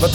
Wat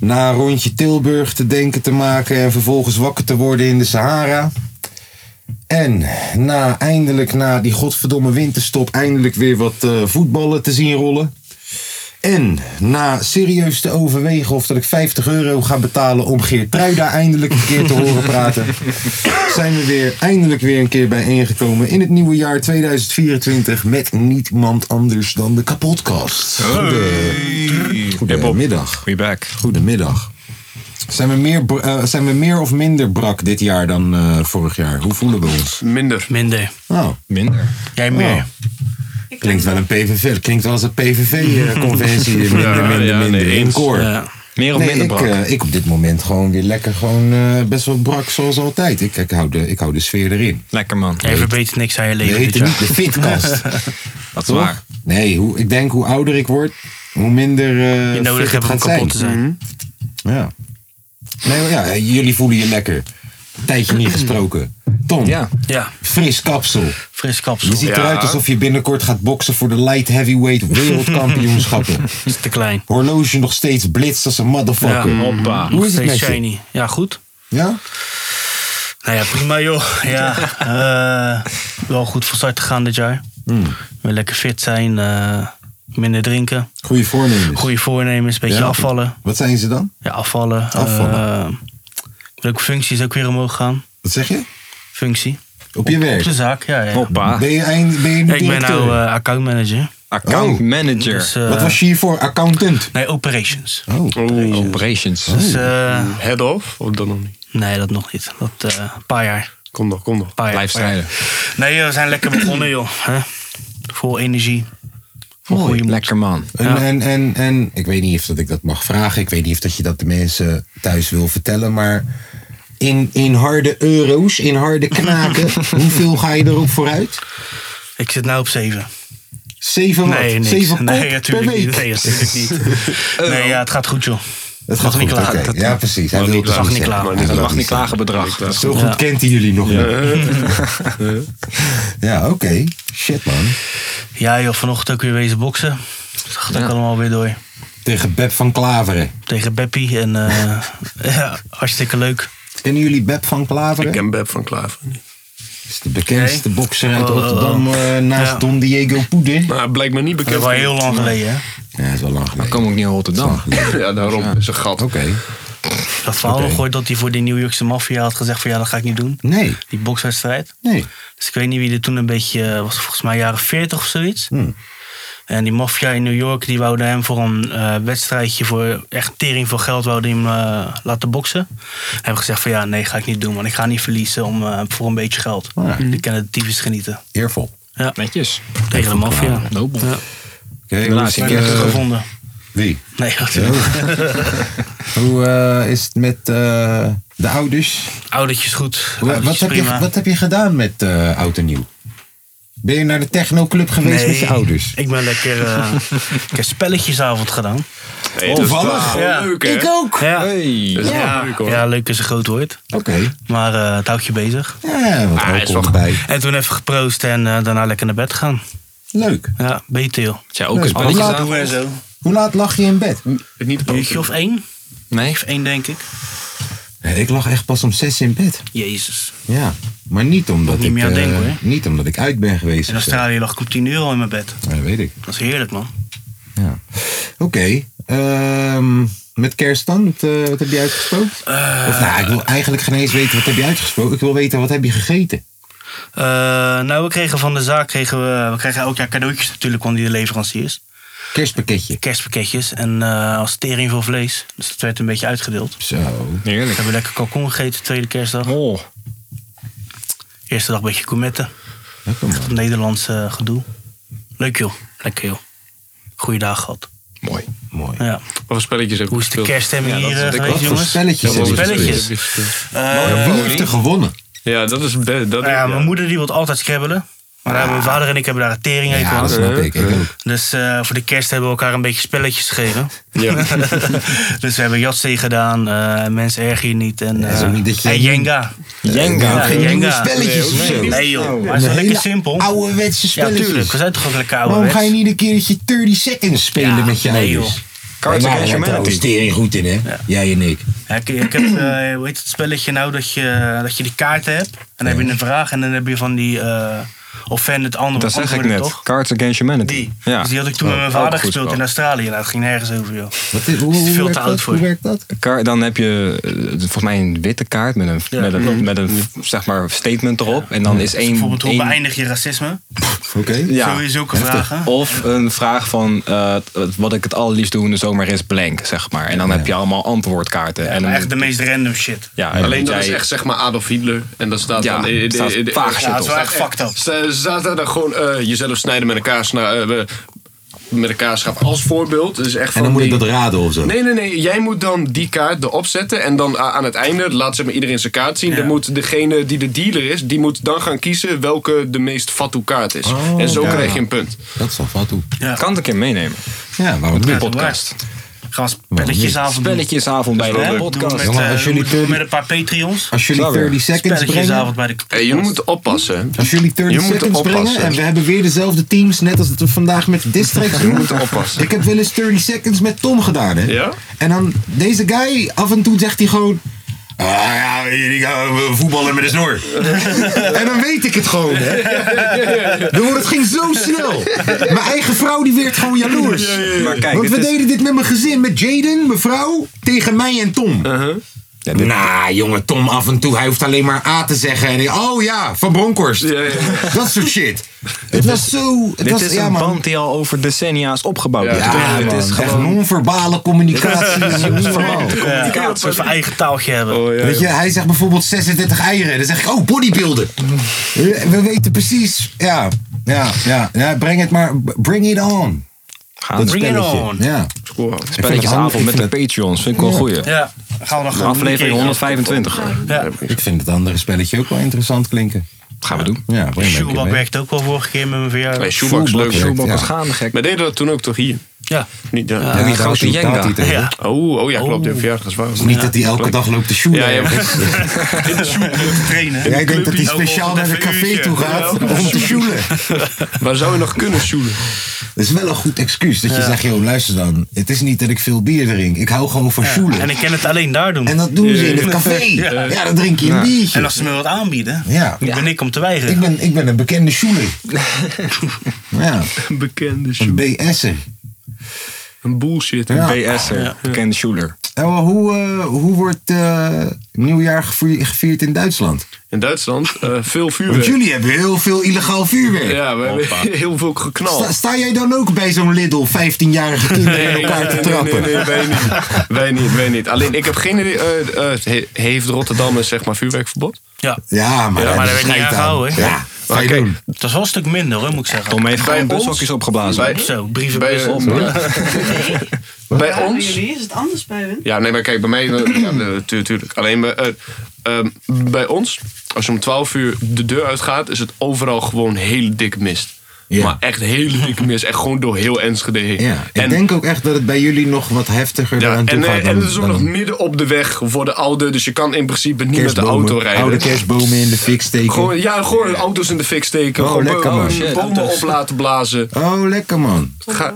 Na een rondje Tilburg te denken te maken en vervolgens wakker te worden in de Sahara. En na, eindelijk na die godverdomme winterstop eindelijk weer wat eh, voetballen te zien rollen. En na serieus te overwegen of dat ik 50 euro ga betalen om Geert Truida eindelijk een keer te horen praten. Zijn we weer eindelijk weer een keer bijeengekomen in het nieuwe jaar 2024 met niemand anders dan de kapotkast. Goedemiddag. We back. Goedemiddag. Zijn we, meer, br- eh, zijn we meer of minder brak dit jaar dan eh, vorig jaar? Hoe voelen we ons? Minder. Minder. Oh, Minder. Jij meer. Oh. klinkt wel een PVV. Klinkt wel als een PVV-conventie. minder, Ja, minder, ja, minder. nee, in eens. koor. Ja. Meer of Nee, minder ik, brak. eh, ik op dit moment gewoon weer lekker gewoon, eh, best wel brak zoals altijd. Ik, ik, hou, de, ik hou de sfeer erin. Lekker man. Jij verbetert niks aan je We leven. dit heten jaar. niet de fitkast. Dat is waar. Nee, hoe, ik denk hoe ouder ik word, hoe minder eh, Je fit nodig het hebben om gaat kapot te zijn. Mhm. Ja. Nee, maar ja, jullie voelen je lekker. Tijdje niet gesproken. Tom, Ja. Ja, fris kapsel. fris Je kapsel. ziet eruit alsof je binnenkort gaat boksen voor de light heavyweight wereldkampioenschappen. is te klein. Horloge nog steeds blitst als een motherfucker. Ja. Hoppa. Hoe is het Steeds met je? shiny. Ja, goed. Ja? Nou ja, prima joh. Ja, eh, wel goed van start gegaan dit jaar. Hmm. Weer lekker fit zijn, eh, minder drinken. Goede voornemens. Goede voornemens, een beetje Ja. afvallen. Wat zijn ze dan? Ja, afvallen. Afvallen. Eh, welke functie is ook weer omhoog gaan? Wat zeg je? Functie. Op je Op werk. de zaak, ja. ja. Hoppa. Ben je, eind, ben je nu Ik ben directeur? nou eh accountmanager. Account Oh. manager. Dus, eh, Wat was je hiervoor? Accountant? Nee, operations. Oh. Operations. Dus, eh, Head off? Of dan nog niet? nee, dat nog niet. Dat, eh, een paar jaar. Kom nog, kom nog. Paar jaar, Blijf paar jaar. strijden. Nee, we zijn lekker begonnen, joh. Hè? Vol energie. Vol goede moed. Lekker man. En, en, en, en ik weet niet of dat ik dat mag vragen. Ik weet niet of dat je dat de mensen thuis wil vertellen. Maar in, in harde euro's, in harde knaken, hoeveel ga je erop vooruit? Ik zit nu op 7. Zeven wat? Nee, niks. Zeven kop nee, per natuurlijk week? niet. Nee, natuurlijk niet. Nee, ja, het gaat goed, joh. Dat gaat Mag niet goed, klagen. oké. Dat- Ja, precies. Hij Mag wil niet het klagen. Mag niet niet zeggen. klagen. Hij wil Dat het mag niet zeggen. klagen bedrag. Dat is Zo goed Ja. kent hij jullie nog niet. Ja, oké. Shit, man. Ja, joh, vanochtend ook weer wezen boksen. Dat gaat Ja. ook allemaal weer door. Tegen Beb van Klaveren. Tegen Beppie en eh, ja, hartstikke leuk. Kennen jullie Beb van Klaveren? Ik ken Beb van Klaver niet. is de bekendste bokser uit Oh, oh, oh. Rotterdam eh, naast Ja. Don Diego Poeder. Maar hij blijkt me niet Dat is bekend. wel heel lang geleden, hè? Ja, dat is wel lang geleden. kom ik niet in Rotterdam. Ja, daarom. Is een gat. Oké. Dat verhaal gehoord dat hij voor de New Yorkse maffia had gezegd van ja, dat ga ik niet doen. Nee, Die bokswedstrijd. nee. Dus ik weet niet wie er toen een beetje, eh, was volgens mij jaren 40 of zoiets. Hmm. En die maffia in New York, die wouden hem voor een eh, wedstrijdje, voor echt tering veel geld, wouden hem eh, laten boksen. Hebben gezegd van ja, nee, ga ik niet doen, want ik ga niet verliezen om, eh, voor een beetje geld. Ah. Die kennen de tyfus genieten. Eervol. Ja, Netjes. tegen de maffia. Ja, Nobel. Oké, Inderdaad, hoe maar is Nou, ik heb het, het eh, gevonden. wie? Oh. Nee, dat Hoe eh, is het met eh, de ouders? Oudertjes goed. Hoe- Oudertjes wat, heb je, prima. wat heb je gedaan met eh oud en nieuw? Ben je naar de technoclub geweest met je ouders? Ik ben lekker eh, ik heb spelletjesavond gedaan. Hey, dat is wel Toevallig. gewoon Ja. leuk, hè? ook! Ja, Hey. Dat is wel ja, leuk, hoor. ja, leuk is een groot woord. Oké. Maar eh, het houdt je bezig. Ja, wat Ah, ah, is wel- bij. En toen even geproost en eh, daarna lekker naar bed gaan. Leuk. Ja, beter joh. eh, Jij ook een Leuk. spelletje Laat- gedaan? zo. Hoe laat lag je in bed? Niet Een uurtje of één? Nee. Of één denk ik. Ik lag echt pas om zes in bed. Jezus. Ja. Maar niet omdat, Niet ik, meer aan eh, denken, hoor. niet omdat ik uit ben geweest. In of zo. Australië lag ik om tien uur al in mijn bed. Ja, dat weet ik. Dat is heerlijk man. Ja. Oké. ehm, met kerst dan? Wat, eh, wat heb je uitgesproken? Eh, of nou, ik wil eigenlijk geen eens weten wat heb je uitgesproken. Ik wil weten wat heb je gegeten. Eh, nou, we kregen van de zaak, kregen we, we kregen elk jaar cadeautjes natuurlijk van die leveranciers. Kerstpakketje. Kerstpakketjes en eh als tering veel vlees. Dus dat werd een beetje uitgedeeld. Zo. We Heerlijk. hebben lekker kalkoen gegeten, tweede kerstdag. Oh. Eerste dag een beetje gourmetten. eh, Lekker man. Dat Nederlandse gedoe. Leuk joh. Lekker joh. Goeie dag gehad. Mooi. Mooi. Ja. Wat voor spelletjes heb je Hoe is de gespeeld? kerststemming Ja, dat hier is eh, lekker. geweest, Wat voor jongens? spelletjes Ja, wat voor Spelletjes. spelletjes heb je gespeeld? Wie heeft er gewonnen? Ja, dat is... be- Dat Eh, Nou ja, mijn ja. moeder die wil altijd scrabbelen. Maar daar hebben mijn vader en ik hebben daar een tering aan. Ja, dat snap ik. ik ook. Dus eh, voor de kerst hebben we elkaar een beetje spelletjes gegeven. Ja. dus we hebben Jatsi gedaan, eh mensen erg hier niet. En, is eh, ook niet dat je- en Jenga. Jenga. Geen Jenga. nieuwe spelletjes of zo. Nee joh, maar het is Een wel lekker hele simpel. Ouderwetse Ja, spelletjes. tuurlijk. We zijn toch ook lekker Waarom ouderwets. ga je niet een keertje 30 seconds spelen Ja, met je nee, ouders? joh. Cards Against Humanity. stering goed in, hè? Jij en ik. Ja, ik, ik heb, eh, hoe heet het spelletje nou, dat je, dat je die kaarten hebt. En dan heb je een vraag en dan heb je van die eh offended andere Dat zeg ik antwoorden, net. toch? Cards Against Humanity. Die. Ja. Oh, Dus die had ik Oh, toen met mijn Ook vader goed gespeeld spel. in Australië. Nou, dat ging nergens over, joh. Wat is, hoe, Is hoe veel werkt te dat? oud voor Hoe je. werkt dat? Kaar- dan heb je eh, volgens mij een witte kaart met een, met Mm-hmm. een, met een zeg maar, statement erop. En dan is één... Bijvoorbeeld, hoe één- beëindig je racisme? Oké. ja. Zo is ook een vraag, hè? Of een vraag van eh, t- wat ik het allerliefst doe in de zomer is blank, zeg maar. En dan heb je allemaal antwoordkaarten. en dan, Echt de meest random shit. ja, en Alleen moet dat is jij- echt zeg maar Adolf Hitler. En dat staat Ja, dan... in- in- staat in- in- vaag shit Ja, dat is wel echt fucked up. Ze ze zaten dan gewoon eh, jezelf snijden met elkaar, sna- eh, we- met elkaar schap als voorbeeld. Dus echt En van dan moet ik die- dat raden of zo. Nee, nee, nee. Jij moet dan die kaart erop zetten. En dan a- aan het einde laat zeg maar, iedereen zijn kaart zien. Dan moet degene die de dealer is, die moet dan gaan kiezen welke de meest fatsoen kaart is. Oh, en zo ja. krijg je een punt. Dat zal fout toe. kan het een keer meenemen. Ja, waarom niet? Podcast. Gaan we spelletjesavond doen. Spelletjesavond bij de Hè? Doen we podcast. Met, Jongen, eh, als jullie doen we turn- met een paar Patreons. Als jullie Zou weer. 30 seconds brengen... Spelletjesavond bij de Hey, jullie moeten oppassen. Als jullie 30 Je moet seconds brengen oppassen. en we hebben weer dezelfde teams, net als dat we vandaag met de districts doen. moet oppassen. Ik heb wel eens 30 seconds met Tom gedaan, hè? Ja? En dan, deze guy, af en toe zegt hij gewoon... Ah ja, jullie gaan voetballen met een snor. en dan weet ik het gewoon, hè? Door, het ging zo snel. Mijn eigen vrouw, die werd gewoon jaloers. Maar kijk, Want dit we is- deden dit met mijn gezin, met Jaden, mijn vrouw, tegen mij en Tom. Uh-huh. Nou, jongen, Tom af en toe, hij hoeft alleen maar A te zeggen. En ik- oh ja, van Bronkhorst. Ja, ja, Dat soort shit. Het was zo. Het Dit was, is ja, een man. band die al over decennia is opgebouwd. Ja. Ja, Ja, het is echt gewoon... non-verbale communicatie. Dat is niet normaal. Ja, een soort van eigen taaltje hebben. Oh, Weet je, hij zegt bijvoorbeeld 36 eieren. Dan zeg ik, oh, bodybuilden. We weten precies. Ja, ja, ja. ja breng het maar. Bring it on. Gaan Dat we. Bring it spelletje. on. Ja. Spelletjesavond met de Patreons. Vind ik wel een goeie. Ja, gaan we dan gewoon Aflevering een keer- 125. Ja, Ik vind het andere spelletje ook wel interessant klinken. Gaan we doen. Ja, breng het Sjoerbak werkte ook wel vorige keer met mijn Bij verjaardag. Shoebox is leuk. Voetbal Ja. was gaande gek. Wij deden dat toen ook toch hier? Ja. Niet, ja. die grote Jenga. Ja. Oh, oh ja, klopt. De verjaardag is waar. Niet dat hij elke dag loopt te shoelen. Ja, ja, In de Sjoerd trainen. Jij denkt dat hij Clubje. speciaal naar een Even café uurtje. toe gaat om te shoelen. Waar zou je nog kunnen shoelen? Dat is wel een goed excuus. Dat je zegt, joh, luister dan. Het is niet dat ik veel bier drink. Ik hou gewoon van shoelen. En ik kan het alleen daar doen. En dat doen ze in het café. Ja, dan drink je een En biertje. als ze me wat aanbieden, Ja. dan ben ik om te Ik weigeren. ben, ik ben een bekende shoeler. Ja, Een bekende een shoelen. BS'er. Een bullshit. Ja. BS'er, bekende Schuler. En wel, hoe, eh, hoe wordt eh, nieuwjaar gevier- gevierd in Duitsland? In Duitsland eh, veel Want vuurwerk. jullie hebben heel veel illegaal vuurwerk. Ja, we hebben heel veel geknald. Sta, sta jij dan ook bij zo'n Lidl 15-jarige kinderen in elkaar te trappen? Nee, nee, nee, wij niet. Wij niet, wij niet. Alleen, ik heb geen idee. eh, eh, he- heeft Rotterdam een zeg maar, vuurwerkverbod? Ja. Ja, maar, Ja, maar daar heb daar je werd niet scheid aan aan. gehouden, hè? Ja, ga Maar je kijk, doen. Dat is wel een stuk minder hoor, moet ik zeggen. Tom heeft Bij gewoon ons- bushokjes opgeblazen. Bij, Zo, brieven bij, bussen. bij Bij ons? jullie is het anders bij hun. Ja, nee, maar kijk, bij mij... eh, Ja, natuurlijk. Alleen bij, eh, ehm, bij ons, als je om 12 uur de deur uitgaat... is het overal gewoon hele dikke mist. Ja. Maar echt hele dikke mist. Echt gewoon door heel Enschede heen. Ja, ik En- denk ook echt dat het bij jullie nog wat heftiger Ja, eraan toe en, eh, gaat. dan- en het is ook dan nog midden op de weg voor de oude. Dus je kan in principe niet met de kerstbomen. auto rijden. Oude kerstbomen in de fik steken. Gewoon, ja, gewoon auto's in de fik steken. Oh, gewoon lekker, bo- man. gewoon bomen op laten blazen. Oh, lekker man. Ga,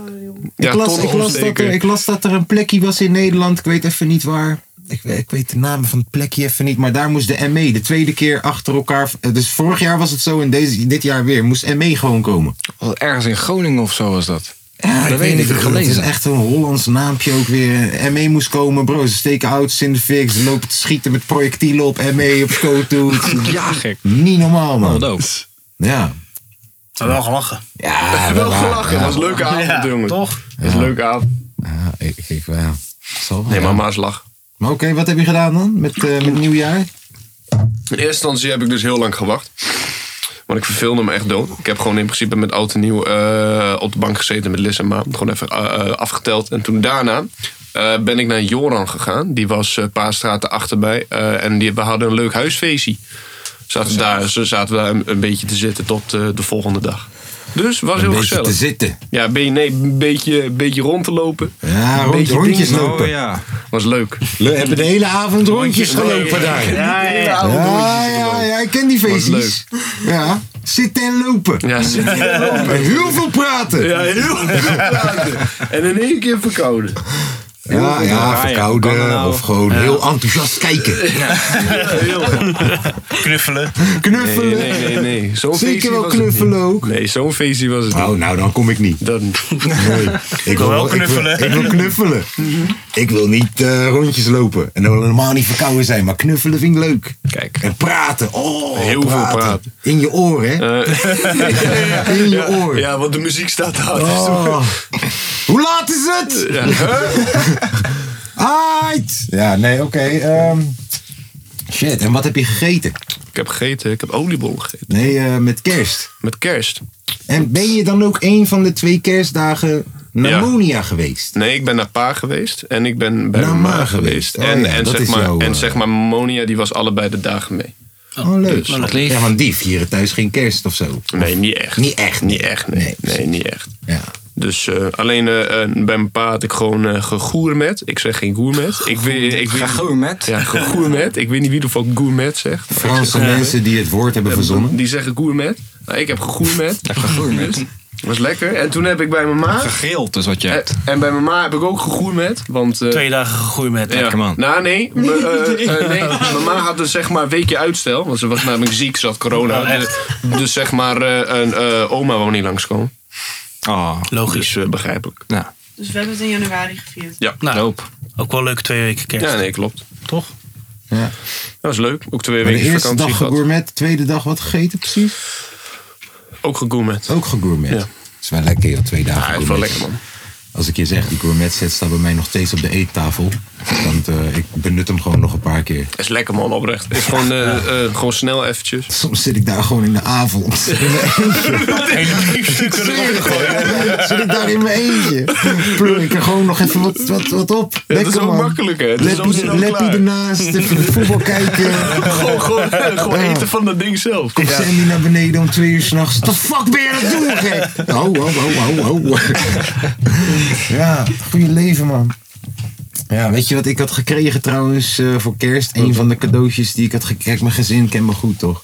Ik, ja, las, tonnen ik, las dat opsteken. er, ik las dat er een plekje was in Nederland. Ik weet even niet waar. Ik, we- ik weet de naam van het plekje even niet. Maar daar moest de ME de tweede keer achter elkaar. eh, Dus vorig jaar was het zo en deze, dit jaar weer. Moest ME gewoon komen. Oh, Ergens in Groningen of zo was dat. Ja, dat weet Ah, ik niet. gelezen. Het is echt een Hollands naampje ook weer. ME moest komen, bro. Ze steken auto's in de fik. Ze lopen te schieten met projectielen op ME op schoot toe. Ja, gek. Niet normaal, Wat man. dope. Ja. Maar wel gelachen. Ja, Wel waar- gelachen, ja. dat was een leuke avond, Ja, jongen. toch? Dat was een leuke avond. Ja, ik, ik, ja. Zal wel, Nee, ja. maar Maas lag. Maar oké, wat heb je Ah, gedaan dan met, eh, met nieuwjaar? In eerste instantie heb ik dus heel lang gewacht. Want ik verveelde me echt dood. Ik heb gewoon in principe met oud en nieuw eh, op de bank gezeten met Liz en Maan. Gewoon even eh, eh, afgeteld. En toen daarna eh, ben ik naar Joran gegaan. Die was eh, een paar straten achterbij. Eh, en die, we hadden een leuk huisfeestje. Zaten daar, ze zaten daar een, een beetje te zitten tot eh, de volgende dag. Dus was heel Een beetje gezellig. te zitten. Ja, ben je, nee, een beetje, een beetje rond te lopen. Ja, Een rond, beetje rondjes dingen- lopen. Oh ja. Was leuk. We hebben de hele avond rondjes gelopen daar. Ja, Ja, ja, ja, ik ken die feestjes. Ja, zitten en lopen. Ja, zit hier en lopen. En Heel veel praten. Ja, heel veel praten. En in één keer verkouden. Ja, ja, draaien. Kan dat verkouden nou? of gewoon heel enthousiast kijken. Knuffelen. Knuffelen. Nee, nee, nee. nee. Zo'n feestje Zeker wel was het niet. knuffelen ook. Nee, zo'n feestje was het niet. Nou, nou, dan kom ik niet. Dat niet. Nee. Ik wil wel ik knuffelen. Ik wil, knuffelen. Ik wil niet eh, rondjes lopen. En dan helemaal niet verkouden zijn. Maar knuffelen vind ik leuk. Kijk. En praten. Oh, Heel veel praten. Eh. In je oor, hè? In je oor. Ja, want de muziek staat daar. dus Oh. Hoe laat is het? toen- ja. Ait. Ja, nee, oké. ehm, shit, en wat heb je gegeten? Ik heb gegeten, ik heb oliebollen gegeten. Nee, eh, met kerst. Met kerst. En ben je dan ook een van de twee kerstdagen naar Ja. Monia geweest? Nee, ik ben naar Pa geweest en ik ben bij Naar Ma Ma geweest. geweest. Oh en, ja, en, dat zeg is maar, jouw, en eh, zeg maar, Monia die was allebei de dagen mee. Oh, leuk. dus. lief. Ja, want die vieren thuis geen kerst of zo. Nee, niet echt. Niet echt. Niet echt, nee. Nee, Nee, niet echt. Ja. Dus eh, alleen eh, eh, bij mijn pa had ik gewoon eh gegourmet. Ik zeg geen gourmet. Ik weet, ik weet, Gegourmet? Ja, gegourmet. Ik weet niet wie de fuck gourmet zegt. maar Franse mensen die het woord hebben verzonnen. Die zeggen gourmet. Nou, ik heb gegourmet. Gegourmet. was lekker. En toen heb ik bij mijn ma... Gegrild is wat je eh, hebt. En bij mijn ma heb ik ook gegourmet. Want... eh, Twee dagen gegroeid met. Lekker man. Nou, nee. me- eh, eh, nee. Mijn ma had dus zeg maar een weekje uitstel. Want ze was namelijk ziek, ze had corona. Oh, echt? Dus, dus zeg maar, eh, een eh, oma wou niet langskomen. Oh, Logisch. Dus eh, begrijpelijk. nou, Dus we hebben het in januari gevierd. Nou, doop. ook wel leuk twee weken kerst. Ja, nee, klopt. Toch? Ja. Dat was leuk. Ook twee Maar de weken eerste vakantie dag gehad. gegourmet, de tweede dag wat gegeten precies? Ook gegourmet. Ook gegourmet. Ja. Het is wel lekker dat twee dagen Ja, het is wel gourmet. lekker, man. Als ik je zeg, die gourmet set staat bij mij nog steeds op de eettafel. Want eh, ik benut hem gewoon nog een paar keer. Het is lekker, man, oprecht. Het is gewoon, eh, eh, gewoon snel eventjes. Soms zit ik daar gewoon in de avond. In mijn Hele briefstukken erop gegooid. eentje. Zit ik daar in mijn eentje. Pleur ik er gewoon nog even wat, wat, wat op. Lekker, is ook man. makkelijk, hè? Het is zo Leppie, snel leppie klaar. ernaast, even voetbal kijken. gewoon gewoon, gewoon Ja. eten van dat ding zelf. Komt Sandy naar beneden om twee uur s'nachts. Wat de fuck ben je aan het doen, gek? Ho, ho, ho, ho, ho. ja, goede leven, man. Ja, weet je wat ik had gekregen trouwens eh, voor kerst? Een van de cadeautjes die ik had gekregen. Kijk, mijn gezin kent me goed, toch?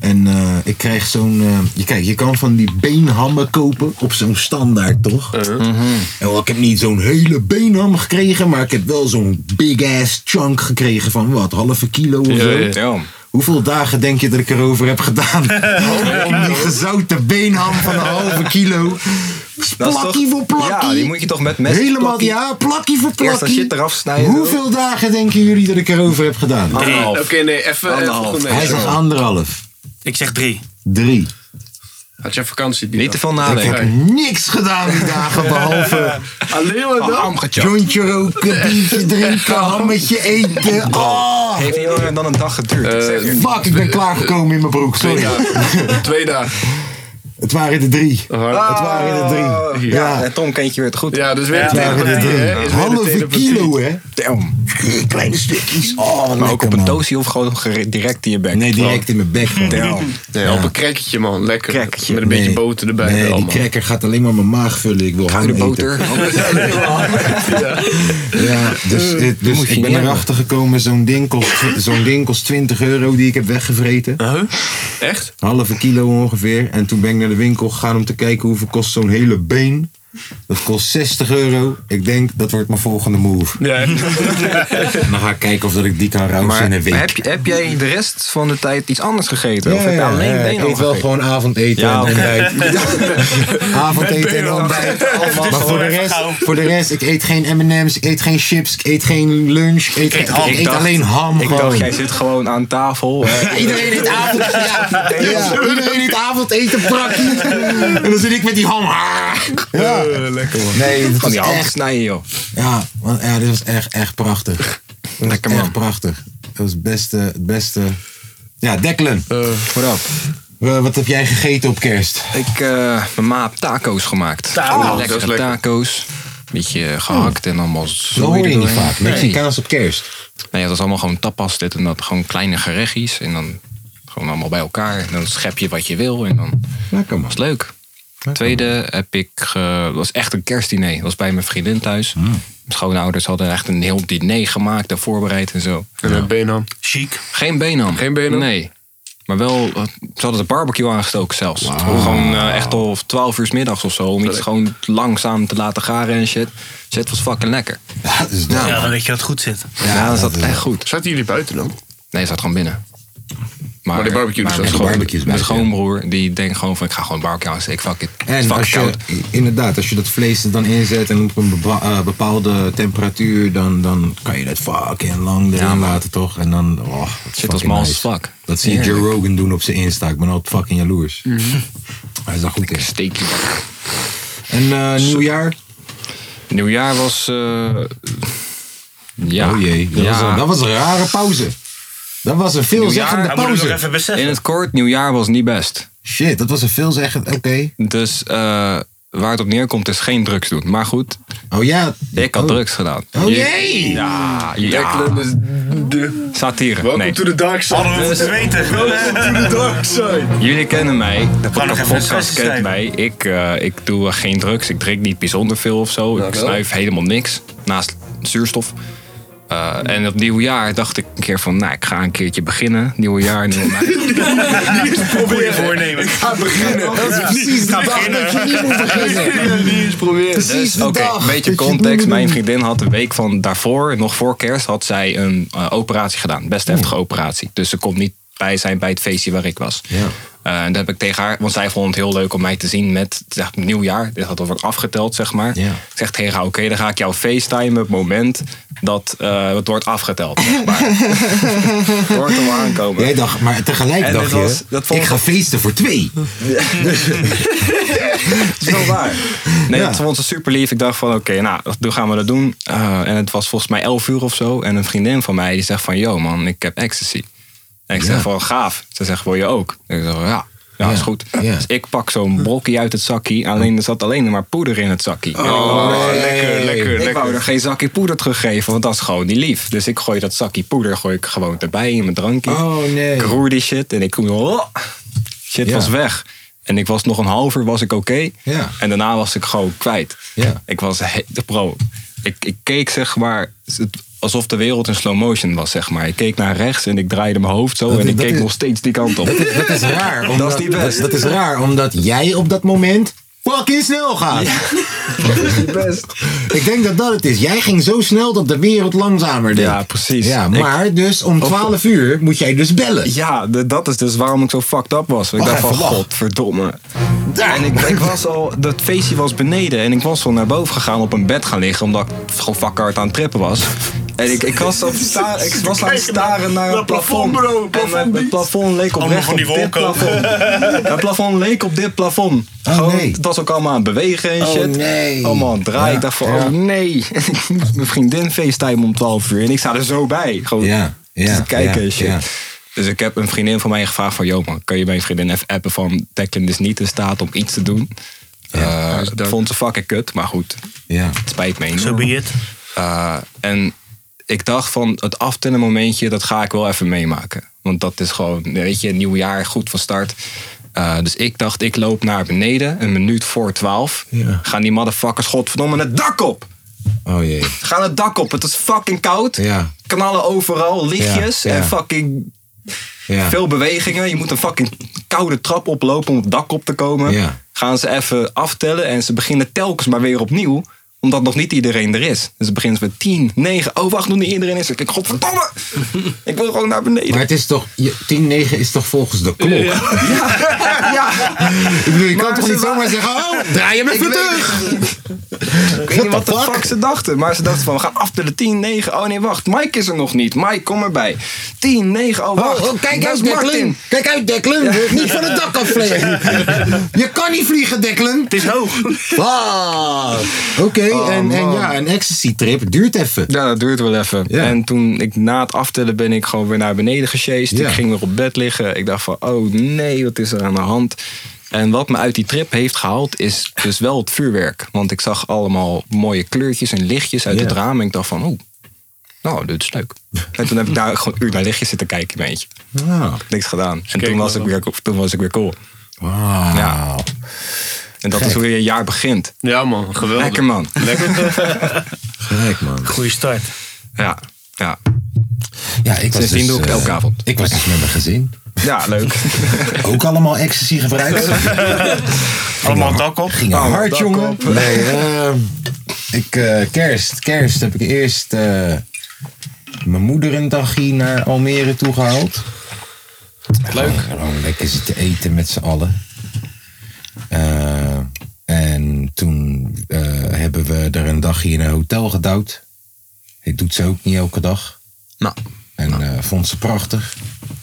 En eh, ik kreeg zo'n... eh, je, kijk, je kan van die beenhammen kopen op zo'n standaard, toch? Uh-huh. En wel, ik heb niet zo'n hele beenham gekregen, maar ik heb wel zo'n big-ass chunk gekregen van wat, halve kilo of zo. ja. Doom. Hoeveel dagen denk je dat ik erover heb gedaan? Om die gezouten beenham van een halve kilo. Dat is toch- Plakkie voor plakkie. Ja, die moet je toch met mes Helemaal, plakkie- ja, plakkie voor plakkie. Eerst dat shit eraf snijden, Hoeveel dagen denken jullie dat ik erover heb gedaan? Oké, nee, even. even Anderhalf. goed, nee, Hij zo. zegt anderhalf. Ik zeg drie. Drie. Had je vakantie? die Niet te dag? veel Ik heb nadenken. niks gedaan die dagen behalve Alleen maar Ah, dat? jointje roken, biertje drinken, hammetje eten. Oh, Heeft heel langer dan een dag geduurd. Eh, ik zeg je. fuck, ik ben klaargekomen in mijn broek. Twee Sorry. dagen. Twee dagen. Het waren de drie. Hard. Het waren de drie. Ja, Ja. en Tom kent je weer het goed. Oh. Ja, dus weer een Het waren de telepathie, hè? drie. Is weer de Halve telepathie. kilo, hè? Damn. Kleine stukjes. Oh, wat Maar ook lekker, op een man. doosje of gewoon gere- direct in je bek. Nee, direct in mijn bek. man. Damn. Nee, op een crackertje, man. Lekker. Crackertje. Met een beetje Nee. boter erbij. Nee, wel, die man. cracker gaat alleen maar mijn maag vullen. Ik wil Gouden gaan boter. eten. Ja, dus, eh, die dus moet je ik ben niet hebben. erachter gekomen. Zo'n ding, kost, zo'n ding kost 20 euro die ik heb weggevreten. Echt? Halve kilo ongeveer. En toen ben ik naar de winkel gegaan om te kijken hoeveel kost zo'n hele been. Dat kost 60 euro. Ik denk, dat wordt mijn volgende move. Ja. En dan ga ik kijken of dat ik die kan rouwen Maar in een week. heb, je- heb jij de rest van de tijd iets anders gegeten? of Ja, heb je ja, alleen ja, benen ik eet wel gegeten? gewoon avondeten Ja, en oké. ontbijt. avondeten en ontbijt. Maar voor de, rest, voor de rest, ik eet geen M&M's, ik eet geen chips, ik eet geen lunch, ik eet, ik Ik eet dacht- alleen ham Ik gewoon. dacht, jij zit gewoon aan tafel. eh, Ja, Iedereen eet avond, ja, ja, iedereen eet avondeten praktisch. En dan zit ik met die ham. Ah. Ja. lekker man. Nee, dat Van was die hand echt. snijden, joh. Ja, want, ja, dit was echt, echt prachtig. Dat was Lekker, man. Eh, Echt prachtig. Dat was het beste, het beste. Ja, Declan. Vooraf. Eh, wat heb jij gegeten op kerst? Ik, eh, mijn ma heeft taco's gemaakt. Taco's. Lekkere Dat is lekker. taco's. Beetje gehakt en allemaal Dat zooi hoor je niet erdoorheen. vaak. Nee. Mexicaans op kerst. nee, dat is allemaal gewoon tapas, dit en dat. Gewoon kleine gerechtjes en dan gewoon allemaal bij elkaar. En dan schep je wat je wil en dan Lekker man. was het leuk. Tweede heb ik, eh, dat was echt een kerstdiner. Dat was bij mijn vriendin thuis. Mm. Mijn schoonouders hadden echt een heel diner gemaakt en voorbereid en zo. En met Benham. Chic. Geen benam. Geen benam? Nee. Maar wel, eh, ze hadden de barbecue aangestoken zelfs. Gewoon eh, echt al 12 uur 's middags of zo. Om iets gewoon langzaam te laten garen en shit. Shit was fucking lekker. Ja, dat is Ja, nou. dan weet je dat het goed zit. Ja, dat zat echt goed. Zaten jullie buiten dan? Nee, ze zat gewoon binnen. Maar die barbecue dus is maar wel mijn zo. schoon- Barbecue is Mijn buiten, schoonbroer, die denkt gewoon van ik ga gewoon barbecue aansteken. Fuck it. Het is En fucking als je, koud. inderdaad, als je dat vlees er dan inzet en op een beba- eh, bepaalde temperatuur, dan, dan kan je dat fucking lang erin Ja, man. laten, toch? En dan, oh, dat is Shit was fucking mal as nice. fuck. Dat zie je Heerlijk. Mm. Joe Rogan doen op zijn Insta. Ik ben altijd fucking jaloers. Hij is daar goed in. Steekje. En eh, nieuwjaar? Nieuwjaar was... eh, ja. Oh jee, dat, was Ja. een, dat was een rare pauze. Dat was een veelzeggende Dat moet ik nog pauze. even beseffen. In het kort, nieuwjaar was niet best. Shit, dat was een veelzeggend. Oké. Dus eh, waar het op neerkomt is geen drugs doen. Maar goed, Oh ja. ik had Oh. drugs gedaan. Oh Je- jee! Ja, ja. Declan is de... Satire. Welkom Nee. to the dark side. Dus- Hadden we moeten weten. the dark side. Jullie kennen mij. De nog even een podcast sessie kent schrijven. mij. Ik, eh, ik doe eh, geen drugs. Ik drink niet bijzonder veel of zo. ik wel. snuif helemaal niks. Naast zuurstof. Eh, en op nieuwjaar dacht ik een keer van, nou, ik ga een keertje beginnen. Nieuwjaar, nieuwe mij. Goeie voornemen. Ga beginnen. Dat is precies de dag dat je niet moet beginnen. Niet eens proberen. Precies de Dus, Oké, dag. een beetje dat je het niet context. moet Mijn doen. vriendin had de week van daarvoor, nog voor kerst, had zij een eh, operatie gedaan. Best heftige operatie. Dus ze kon niet bij zijn bij het feestje waar ik was. Ja. Eh, en dat heb ik tegen haar, want zij vond het heel leuk om mij te zien met zeg, nieuwjaar. Dit had al wordt afgeteld, zeg maar. Ja. Ik zeg tegen haar, oké, dan ga ik jou facetimen op het moment dat eh, het wordt afgeteld. Zeg maar. het wordt er wel aankomen. Jij dacht, maar tegelijk En dacht dit je, was- dat vond ik ik- ga feesten voor twee. is wel waar. Nee, Ja. dat vond ze super lief. Ik dacht van, oké, nou, dan gaan we dat doen. Eh, en het was volgens mij 11 uur of zo. En een vriendin van mij die zegt van, yo man, ik heb ecstasy. En ik zeg van, gaaf. Ze zegt, wil je ook? En ik zeg, ja. Ja, is goed. Ja. Dus ik pak zo'n brokje uit het zakkie. Alleen er zat alleen maar poeder in het zakkie. Oh, Oh, En ik wou- lekker, lekker, ik wou er lekker. geen zakje poeder teruggeven, want dat is gewoon niet lief. Dus ik gooi dat zakje poeder gooi ik gewoon erbij in mijn drankje. Oh, nee. Ik roer die shit en ik kom. Oh, shit Ja. was weg. En ik was nog een half uur was ik oké. Ja. En daarna was ik gewoon kwijt. Ja. Ik was he- bro. Ik, ik keek zeg maar het- alsof de wereld in slow motion was zeg maar. Ik keek naar rechts en ik draaide mijn hoofd zo Dat- en ik dat keek is- nog steeds die kant op. Dat is raar. Omdat, is niet best. Dat, dat is raar, omdat jij op dat moment fucking snel gaat. Ik denk dat dat het is. Jij ging zo snel dat de wereld langzamer deed. Ja, precies. Ja, Ik- maar dus om 12 uur moet jij dus bellen. Ja, de- dat is dus waarom ik zo fucked up was. Dus Ik Wacht dacht van, even, wacht. godverdomme. En ik, ik was al, dat feestje was beneden en ik was al naar boven gegaan op een bed gaan liggen. Omdat ik gewoon fucking hard aan het trippen was. En ik, ik was, op sta, ik was aan het staren naar het plafond. en mijn- het plafond leek oprecht van op die dit wolken. plafond. Het plafond leek op dit plafond. Oh, Gewoon, nee. Het was ook allemaal aan het bewegen en Oh, shit. nee. Allemaal aan het draaien. Ja, ik dacht van, ja. oh nee. Mijn vriendin facetime om 12 uur en ik sta er zo bij. Gewoon Ja, ja, te kijken en ja, shit. ja. Dus ik heb een vriendin van mij gevraagd van... joh man, kan je mijn vriendin even appen van... Declan is niet in staat om iets te doen. Eh, dat vond ze fucking kut, maar goed. Ja. Het spijt me Zo enorm. be it. Eh, en ik dacht van het aftellen momentje, dat ga ik wel even meemaken. Want dat is gewoon, weet je, nieuw jaar, goed van start. Eh, dus ik dacht, ik loop naar beneden, een minuut voor twaalf. Ja. Gaan die motherfuckers godverdomme het dak op! Oh jee. Ga het dak op, het is fucking koud. Ja. Knallen overal, lichtjes Ja, ja. en fucking Ja. veel bewegingen. Je moet een fucking koude trap oplopen om het dak op te komen. Ja. Gaan ze even aftellen en ze beginnen telkens maar weer opnieuw. Omdat nog niet iedereen er is. Dus het begint met 10, 9. Oh, wacht, nog niet iedereen is er. Ik denk, godverdomme. ik wil gewoon naar beneden. Maar het is toch, je- 10-9 is toch volgens de klok? ja. Ik bedoel, je kan Maar toch ze niet wa- zomaar zeggen, oh, draai je me even terug. Ik weet niet wat What the de fuck? fuck? ze dachten. Maar ze dachten van, we gaan aftellen. 10, 9. Oh nee, wacht. Mike is er nog niet. Mike, kom erbij. 10, 9. Oh, wacht. Oh, oh, kijk Daar uit, is Martin. Declan. Kijk uit, Declan. Niet van het dak afvliegen. Je kan niet vliegen, Declan. Het is hoog. Ah, oké. mee. Oh, en, en man. ja, een ecstasy trip duurt even. Ja, dat duurt wel even. Ja. En toen ik na het aftellen ben ik gewoon weer naar beneden gesjeest. Ja. Ik ging weer op bed liggen. Ik dacht van, oh nee, wat is er aan de hand? En wat me uit die trip heeft gehaald is dus wel het vuurwerk. Want ik zag allemaal mooie kleurtjes en lichtjes uit Ja. het raam. En ik dacht van, oeh, nou, dit is leuk. En toen heb ik daar gewoon een uur naar lichtjes zitten kijken, in mijn eentje. Nou, Niks gedaan. En toen was, ik weer, toen was ik weer cool. wauw. Ja. En dat is hoe je een jaar begint. Ja man, geweldig. Lekker man. Gelijk, man. Goede start. Ja, ja. Ja, ik was Sindsdien dus, doe ik eh, elke avond. Ik was dus met mijn gezin. Ja, leuk. Ook allemaal ecstasy gebruikt. Allemaal dak op. Ging Oh, hard, dak jongen. op. Nee, eh, ik, eh, kerst, kerst heb ik eerst eh, mijn moeder een dagje naar Almere toe gehaald. Leuk. gewoon lekker zitten eten met z'n allen. Eh, en toen eh, hebben we er een dagje in een hotel gedouwd. Ik doet ze ook niet elke dag. Nou, En eh, vond ze prachtig.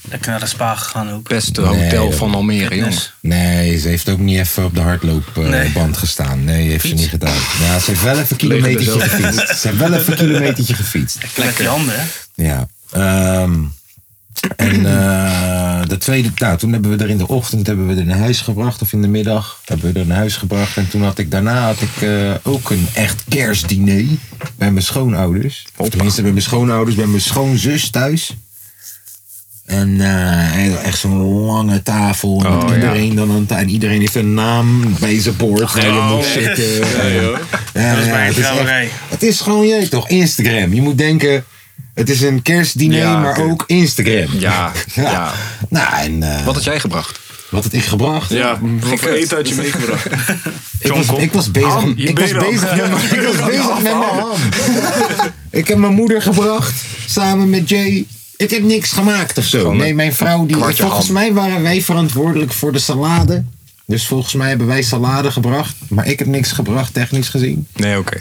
Lekker naar de spa gegaan ook. beste Nee, hotel dat- van Almere, Fitness. jongens. Nee, ze heeft ook niet even op de hardloopband Nee. band gestaan. Nee, heeft ze niet gedaan. Ja, ze heeft wel even een kilometertje gefietst. Ze heeft wel even een kilometertje gefietst. Lekker met die handen, hè? Ja. Ehm, en eh, de tweede, nou, toen hebben we er in de ochtend hebben we er naar huis gebracht. Of in de middag hebben we er naar huis gebracht. En toen had ik daarna had ik, eh, ook een echt kerstdiner bij mijn schoonouders. Of tenminste bij mijn schoonouders, bij mijn schoonzus thuis. En eh, echt zo'n lange tafel. En Oh, iedereen dan aan ta- En iedereen heeft een naam bij zijn bord. waar je moet zitten. Ja, Dat is ja, mijn het, is trouwerij. echt- het is gewoon jij toch, Instagram. Je moet denken, het is een kerstdiner, Ja, maar oké. ook Instagram. Ja, ja. Nou, en eh, Wat had jij gebracht? wat had ik gebracht? Ja, wat voor Gekut. eten had je meegebracht? ik, was, ik was bezig, Oh, je ik was bent bezig met mijn- ik was bezig met mijn ham. ik heb mijn moeder gebracht, samen met Jay. Ik heb niks gemaakt of zo. een Nee, mijn vrouw die... kwartje Volgens ham. mij waren wij verantwoordelijk voor de salade. Dus volgens mij hebben wij salade gebracht. Maar ik heb niks gebracht, technisch gezien. Nee, oké.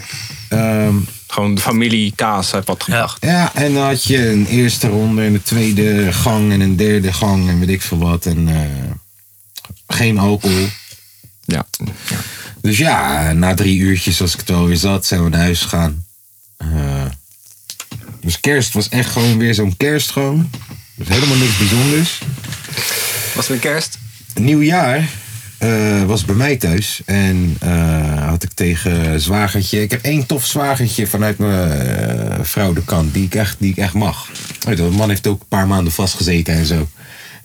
Ehm, Gewoon de familie Kaas heeft wat gebracht. Ja, en dan had je een eerste ronde en een tweede gang en een derde gang en weet ik veel wat. En eh, geen alcohol. Ja. Dus ja, na drie uurtjes als ik het wel weer zat, zijn we naar huis gegaan. Eh, dus kerst was echt gewoon weer zo'n kerst gewoon. Dus helemaal niks bijzonders. Was het een kerst? Nieuwjaar eh, was bij mij thuis. En eh, had ik tegen zwagertje... Ik heb één tof zwagertje vanuit mijn eh, vrouw de kant. Die ik echt, die ik echt mag. Weet je, wel, de man heeft ook een paar maanden vastgezeten en zo.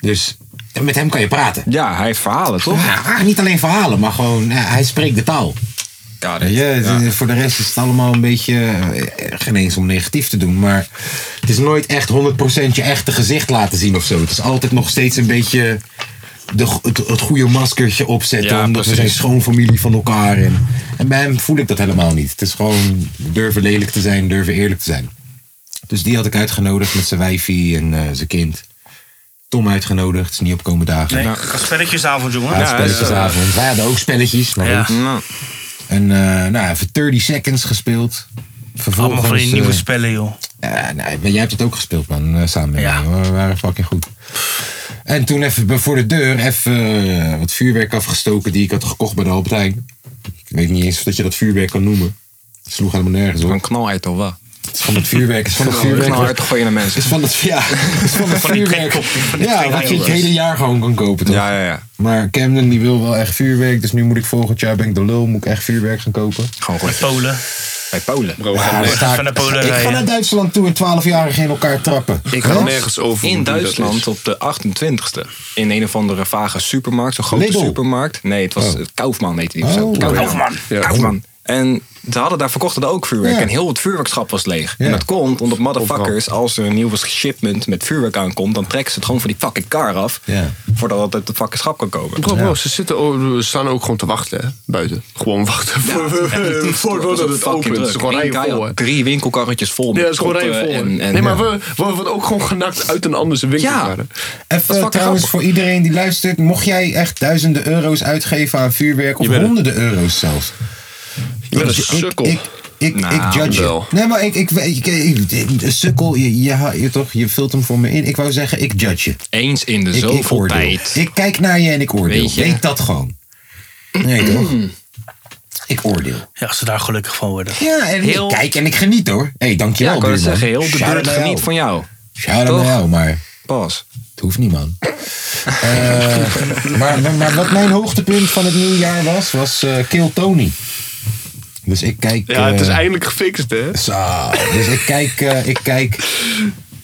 Dus en met hem kan je praten. Ja, hij heeft verhalen, toch? Ja, eigenlijk niet alleen verhalen, maar gewoon... ja, hij spreekt de taal. Ja, Weet je, het- het- Voor de rest is het allemaal een beetje... eh, geen eens om negatief te doen, maar... Het is nooit echt 100% je echte gezicht laten zien of zo. Het is altijd nog steeds een beetje... De, go- het, het goede maskertje opzetten. Ja, omdat we zijn precies. schoonfamilie van elkaar. En, en bij hem voel ik dat helemaal niet. Het is gewoon durven lelijk te zijn, durven eerlijk te zijn. Dus die had ik uitgenodigd met zijn wijfie en eh, zijn kind. Tom uitgenodigd, is niet op komende dagen. Nee, Nou, ik had spelletjesavond, jongen. ja, Ja, spelletjesavond. Wij hadden ook spelletjes. maar Ja. goed. Nou, En eh, nou, even 30 seconds gespeeld. Vervolgens, Allemaal van die nieuwe eh, spellen, joh. ja, nee, maar jij hebt het ook gespeeld, man. eh, Samen met Ja. mij. We waren fucking goed. En toen even be- voor de deur even eh, wat vuurwerk afgestoken die ik had gekocht bij de Albert Heijn. Ik weet niet eens of dat je dat vuurwerk kan noemen. Het sloeg helemaal nergens op. een knalheid toch wel? Het is van het vuurwerk. Het is van het Een vuurwerk. knalheid gooien naar mensen. Het is van het, ja, het is van het Van die vuurwerk. prikkop- van die Ja, prikkop- wat je het hele jaar gewoon kan kopen, toch? Ja, ja, ja. Maar Camden die wil wel echt vuurwerk. Dus nu moet ik volgend jaar, ben ik de lul, moet ik echt vuurwerk gaan kopen. Gewoon Met goed. Polen. Bij Polen. Ja, dan sta Van de Polen ik ga rijden. naar Duitsland toe en 12-jarigen in elkaar trappen. Ik Hè? kan nergens over In hoe die dat is. Duitsland op de 28e. In een of andere vage supermarkt. Zo'n grote Lidl. supermarkt. Nee, het was Oh. Kaufman heette die. of Oh. zo. Kaufman. Ja. Kaufman. En ze hadden daar verkochten daar ook vuurwerk. Ja. En heel het vuurwerkschap was leeg. Ja. En dat komt omdat motherfuckers, als er een nieuwe shipment met vuurwerk aankomt, dan trekken ze het gewoon van die fucking car af. Ja. Voordat het uit het fucking schap kan komen. Bro, bro, ze zitten, o- ze staan ook gewoon te wachten, hè? Buiten. Gewoon wachten voor, voordat Dat het opent. Het is gewoon Eén rijden guy vol, had hè? Drie winkelkarretjes vol. Ja, met het is gewoon schotten rijden vol. hè? en- en- Nee, maar ja. we, we worden ook gewoon genakt uit een andere winkel. Ja. waren. Even fucking trouwens grappig. voor iedereen die luistert. Mocht jij echt duizenden euro's uitgeven aan vuurwerk. Of Je bent- honderden euro's zelfs. Je bent een Ik- sukkel. Ik, ik, ik, Nou, judge wel. je. Nee, maar ik... ik, ik, ik- ik- een sukkel, je, je, ha- je, toch, je vult hem voor me in. Ik wou zeggen, ik judge je. Eens in de Ik, ik zoveel oordeel. tijd. Ik kijk naar je en ik oordeel. Weet je? Weet dat gewoon. Nee, toch? Ik oordeel. Mm. Ja, als ze daar gelukkig van worden. Ja, en Heel- ik kijk en ik geniet hoor. Hé, hey, Ja, dankjewel. ik kan het buurman. zeggen. Heel de Shout-out buurt naar jou. geniet van jou. Shout-out naar Toch? jou, maar... Pas. Het hoeft niet, man. Eh, maar, maar, maar wat mijn hoogtepunt van het nieuwjaar was, was eh Kill Tony. Dus ik kijk... Ja, het is eh, eindelijk gefixt, hè? zo, dus ik kijk, eh, ik kijk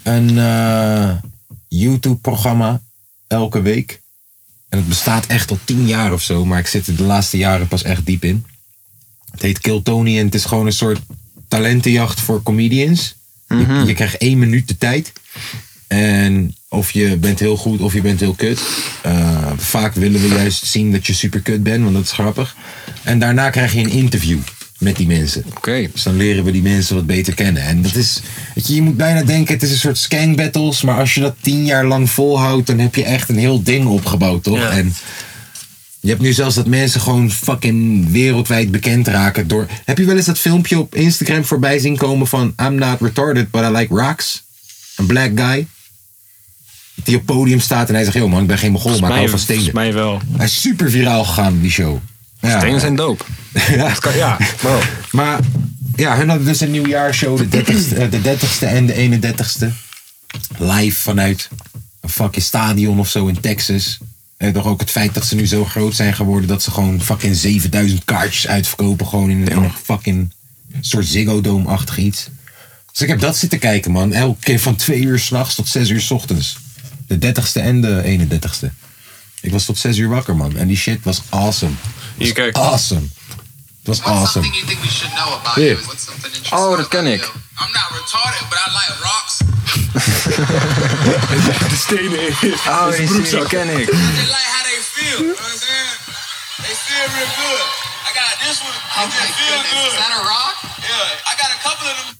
een eh, YouTube-programma elke week. En het bestaat echt al tien jaar of zo, maar ik zit er de laatste jaren pas echt diep in. Het heet Kill Tony en het is gewoon een soort talentenjacht voor comedians. Je- je, krijgt één minuut de tijd. En of je bent heel goed of je bent heel kut. Eh, vaak willen we juist zien dat je super kut bent, want dat is grappig. En daarna krijg je een interview met die mensen. Oké. Dus dan leren we die mensen wat beter kennen. En dat is, weet je, je moet bijna denken, het is een soort skank battles. Maar als je dat tien jaar lang volhoudt, dan heb je echt een heel ding opgebouwd, toch? Ja. En je hebt nu zelfs dat mensen gewoon fucking wereldwijd bekend raken door... Heb je wel eens dat filmpje op Instagram voorbij zien komen van... I'm not retarded, but I like rocks? Een black guy? Die op podium staat en hij zegt... Yo man, ik ben geen mogol, maar ik hou van volgens stenen. mij wel. Hij is super viraal gegaan, die show. Ja. Stenen zijn doop. Ja. Dat kan- Ja, wow. Maar ja, hun hadden dus een nieuwjaarshow, de 30ste, eh, de 30ste en de 31ste. Live vanuit een fucking stadion of zo in Texas. En toch ook het feit dat ze nu zo groot zijn geworden dat ze gewoon fucking 7000 kaartjes uitverkopen. Gewoon in, in een fucking soort Ziggo Dome-achtig iets. Dus ik heb dat zitten kijken, man. Elke keer van 2 uur s'nachts tot 6 uur s ochtends. De 30ste en de 31ste. Ik was tot 6 uur wakker, man. En die shit was awesome. Hier, kijk. Awesome. Het was What's awesome. something you think we should know about Yeah. you? What's something interesting Oh, dat about ken ik. you? I'm not retarded, but I like rocks. De stenen in. Oh, die serie ken I ik. just like how they feel. You know what I'm saying? They feel real good. I got this one. I just feel good. Is that a rock? Yeah. I got a couple of them. I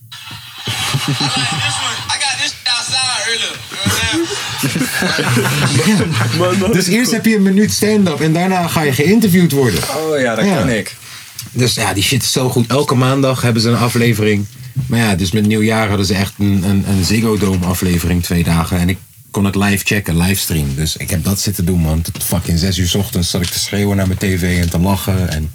like this one. I got this shit outside earlier. You know what I'm saying? Dus eerst heb je een minuut stand-up en daarna ga je geïnterviewd worden. Oh ja, dat Ja. ken ik. Dus ja, die shit is zo goed. Elke maandag hebben ze een aflevering. Maar ja, dus met nieuwjaar hadden ze echt een, een, een Ziggo Dome aflevering twee dagen. En ik kon het live checken, livestream. Dus ik heb dat zitten doen, man. Tot fucking zes uur 's ochtends zat ik te schreeuwen naar mijn tv en te lachen. En,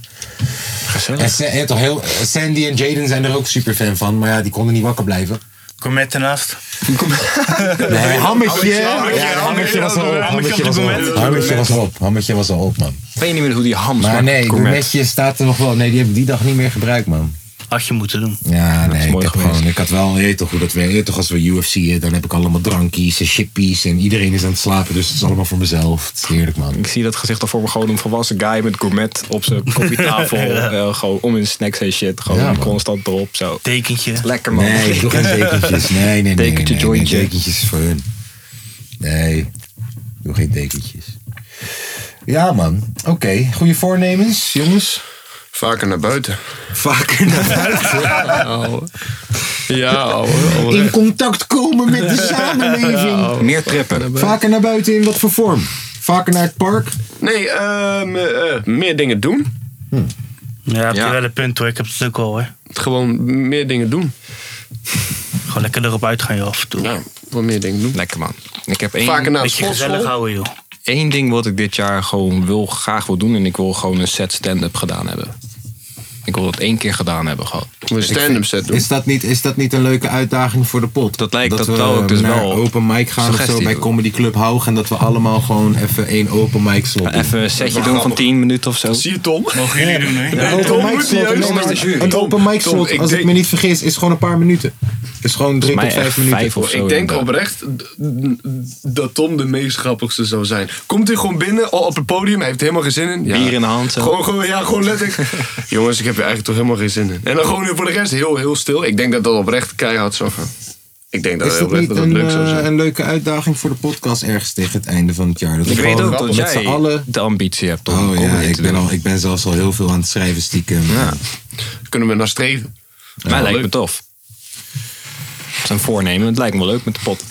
en, Sa- en toch heel, Sandy en Jaden zijn er ook super fan van. Maar ja, die konden niet wakker blijven. Gourmet ernaast. Nee, hammetje. hammetje, Ja, hammetje was al op. Hammetje was al op. Hammetje was al op. Hammetje was al op, man. Ik weet niet meer hoe die ham Maar smaakt, nee, gourmet. gourmetje staat er nog wel. Nee, die heb ik die dag niet meer gebruikt, man. Had je moeten doen. Ja, nee, ik, mooi heb geweest. gewoon, ik had wel, je weet toch hoe dat werkt, je weet toch als we UFC'en, dan heb ik allemaal drankies en chippies en iedereen is aan het slapen, dus het is allemaal voor mezelf. Het is heerlijk, man. Ik zie dat gezicht al voor me gewoon een volwassen guy met gourmet op zijn koffietafel. eh, gewoon om in snacks en shit. Gewoon Ja, man. constant erop. Zo. Tekentje. Lekker man. Nee, ik doe geen dekentjes. Nee, nee, nee. Dekentje, nee, jointje. Nee, dekentjes is voor hun. Nee, ik doe geen dekentjes. Ja, man. Oké, goede voornemens, jongens. Vaker naar buiten. Vaker naar buiten. Ja, ouwe. ouwe. In contact komen met de samenleving. oh. Meer trippen. Vaker naar buiten in wat voor vorm? Vaker naar het park? Nee, ehm, eh, meer dingen doen. Hm. Ja, heb je Ja. wel een punt hoor. Ik heb het ook al hoor. Gewoon meer dingen doen. Gewoon lekker erop uitgaan joh, af en toe. Ja, wat meer dingen doen. Lekker man. Ik heb één, Mhm. Vaker naar de Beetje gezellig sportschool. houden joh. één ding wat ik dit jaar gewoon wil, graag wil doen. En ik wil gewoon een set stand-up gedaan hebben. Ik wil dat één keer gedaan hebben gewoon. Een stand-up set doen. Is dat, niet, is dat niet een leuke uitdaging voor de pot? Dat lijkt- dat we wou ik dus naar wel. open mic gaan of zo Suggestie bij doen. Comedy Club Haug. En dat we allemaal gewoon even één open mic slot doen. Even een setje doen van 10 minuten of zo. Zie je, Tom? Mogen jullie doen hoor. Een open Tom mic moet slot, juist nee, naar de jury. maar een open mic Tom, slot, ik als ik denk- me niet vergis, is gewoon een paar minuten. Is gewoon drie tot mij vijf echt minuten. vijf of zo. Ik denk inderdaad. oprecht d- d- dat Tom de meest grappigste zou zijn. Komt hij gewoon binnen al op het podium, hij heeft er helemaal geen zin in. Ja. Bier in de hand, zo. Gewoon, gewoon, ja, gewoon letterlijk. Jongens, ik heb er eigenlijk toch helemaal geen zin in. En dan gewoon voor de rest heel, heel stil. Ik denk dat dat oprecht keihard zou gaan. Ik denk dat Is dat oprecht niet dat, een, dat leuk zou eh, zijn. een leuke uitdaging voor de podcast ergens tegen het einde van het jaar? Dat Ik we weet gewoon ook dat met jij z'n allen... de ambitie hebt om Oh ja, comedy ik te ben, doen. al, ik ben zelfs al heel veel aan het schrijven stiekem. Ja. Kunnen we naar streven? Mij lijkt me leuk. tof. Dat is een voornemen. Het lijkt me wel leuk met de pot.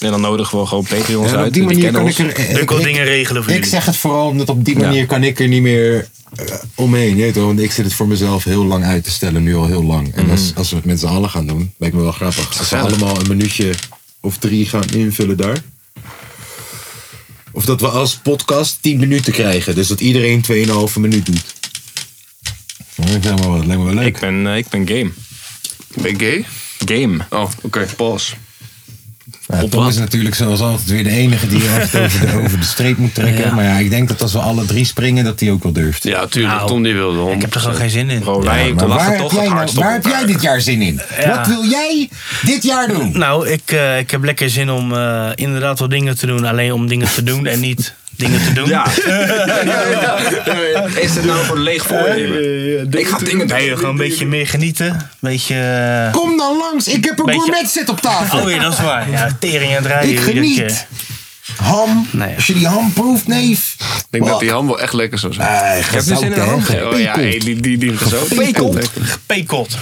En dan nodigen we gewoon Patreons Ja, uit. op die manier kennen kan ik ons. er... eh, Ik wil ik- dingen regelen voor Ik jullie. zeg het vooral omdat op die manier Ja. kan ik er niet meer eh, omheen. Weet je wel, want ik zit het voor mezelf heel lang uit te stellen, nu al heel lang. En als, als we het met z'n allen gaan doen, lijkt me wel grappig. Mhm. Als we allemaal een minuutje of drie gaan invullen daar. Of dat we als podcast tien minuten krijgen. Dus dat iedereen 2,5 minuut doet. Hm? Ik denk, maar, dat lijkt me wel leuk. Ik ben, eh, ik ben game. Ben je gay? Game. Oh, oké, pas. Ja, Tom is natuurlijk zoals altijd weer de enige die echt over de, over de streep moet trekken. Maar ja, ik denk dat als we alle drie springen, dat hij ook wel durft. Ja, tuurlijk. Nou, Tom die wilde honderd. Ik heb er gewoon geen zin Oh, in. Bro, wij Maar lachen waar, heb toch jij, het nou- hardst op waar heb jij elkaar. dit jaar zin in? Ja. Wat wil jij dit jaar doen? Nou, ik, eh, ik heb lekker zin om eh, inderdaad wat dingen te doen. Alleen om dingen te doen en niet dingen te doen. Ja. Is dit nou voor leeg voornemen? Ik ga dingen Nee, doen. gewoon een beetje meer genieten. Een beetje... eh, Kom dan langs, ik heb een Beetje- gourmet set op tafel. Oh ja, dat is waar. Ja, tering en draaien. Ik iedere geniet. keer. Ham, Nee. als je die ham proeft, neef. Ik denk dat die ham wel echt lekker zou zijn. Ik heb nu zin in een ham, gek. Oh ja, hey, die, die, die zo. Gepekeld. Gepekeld.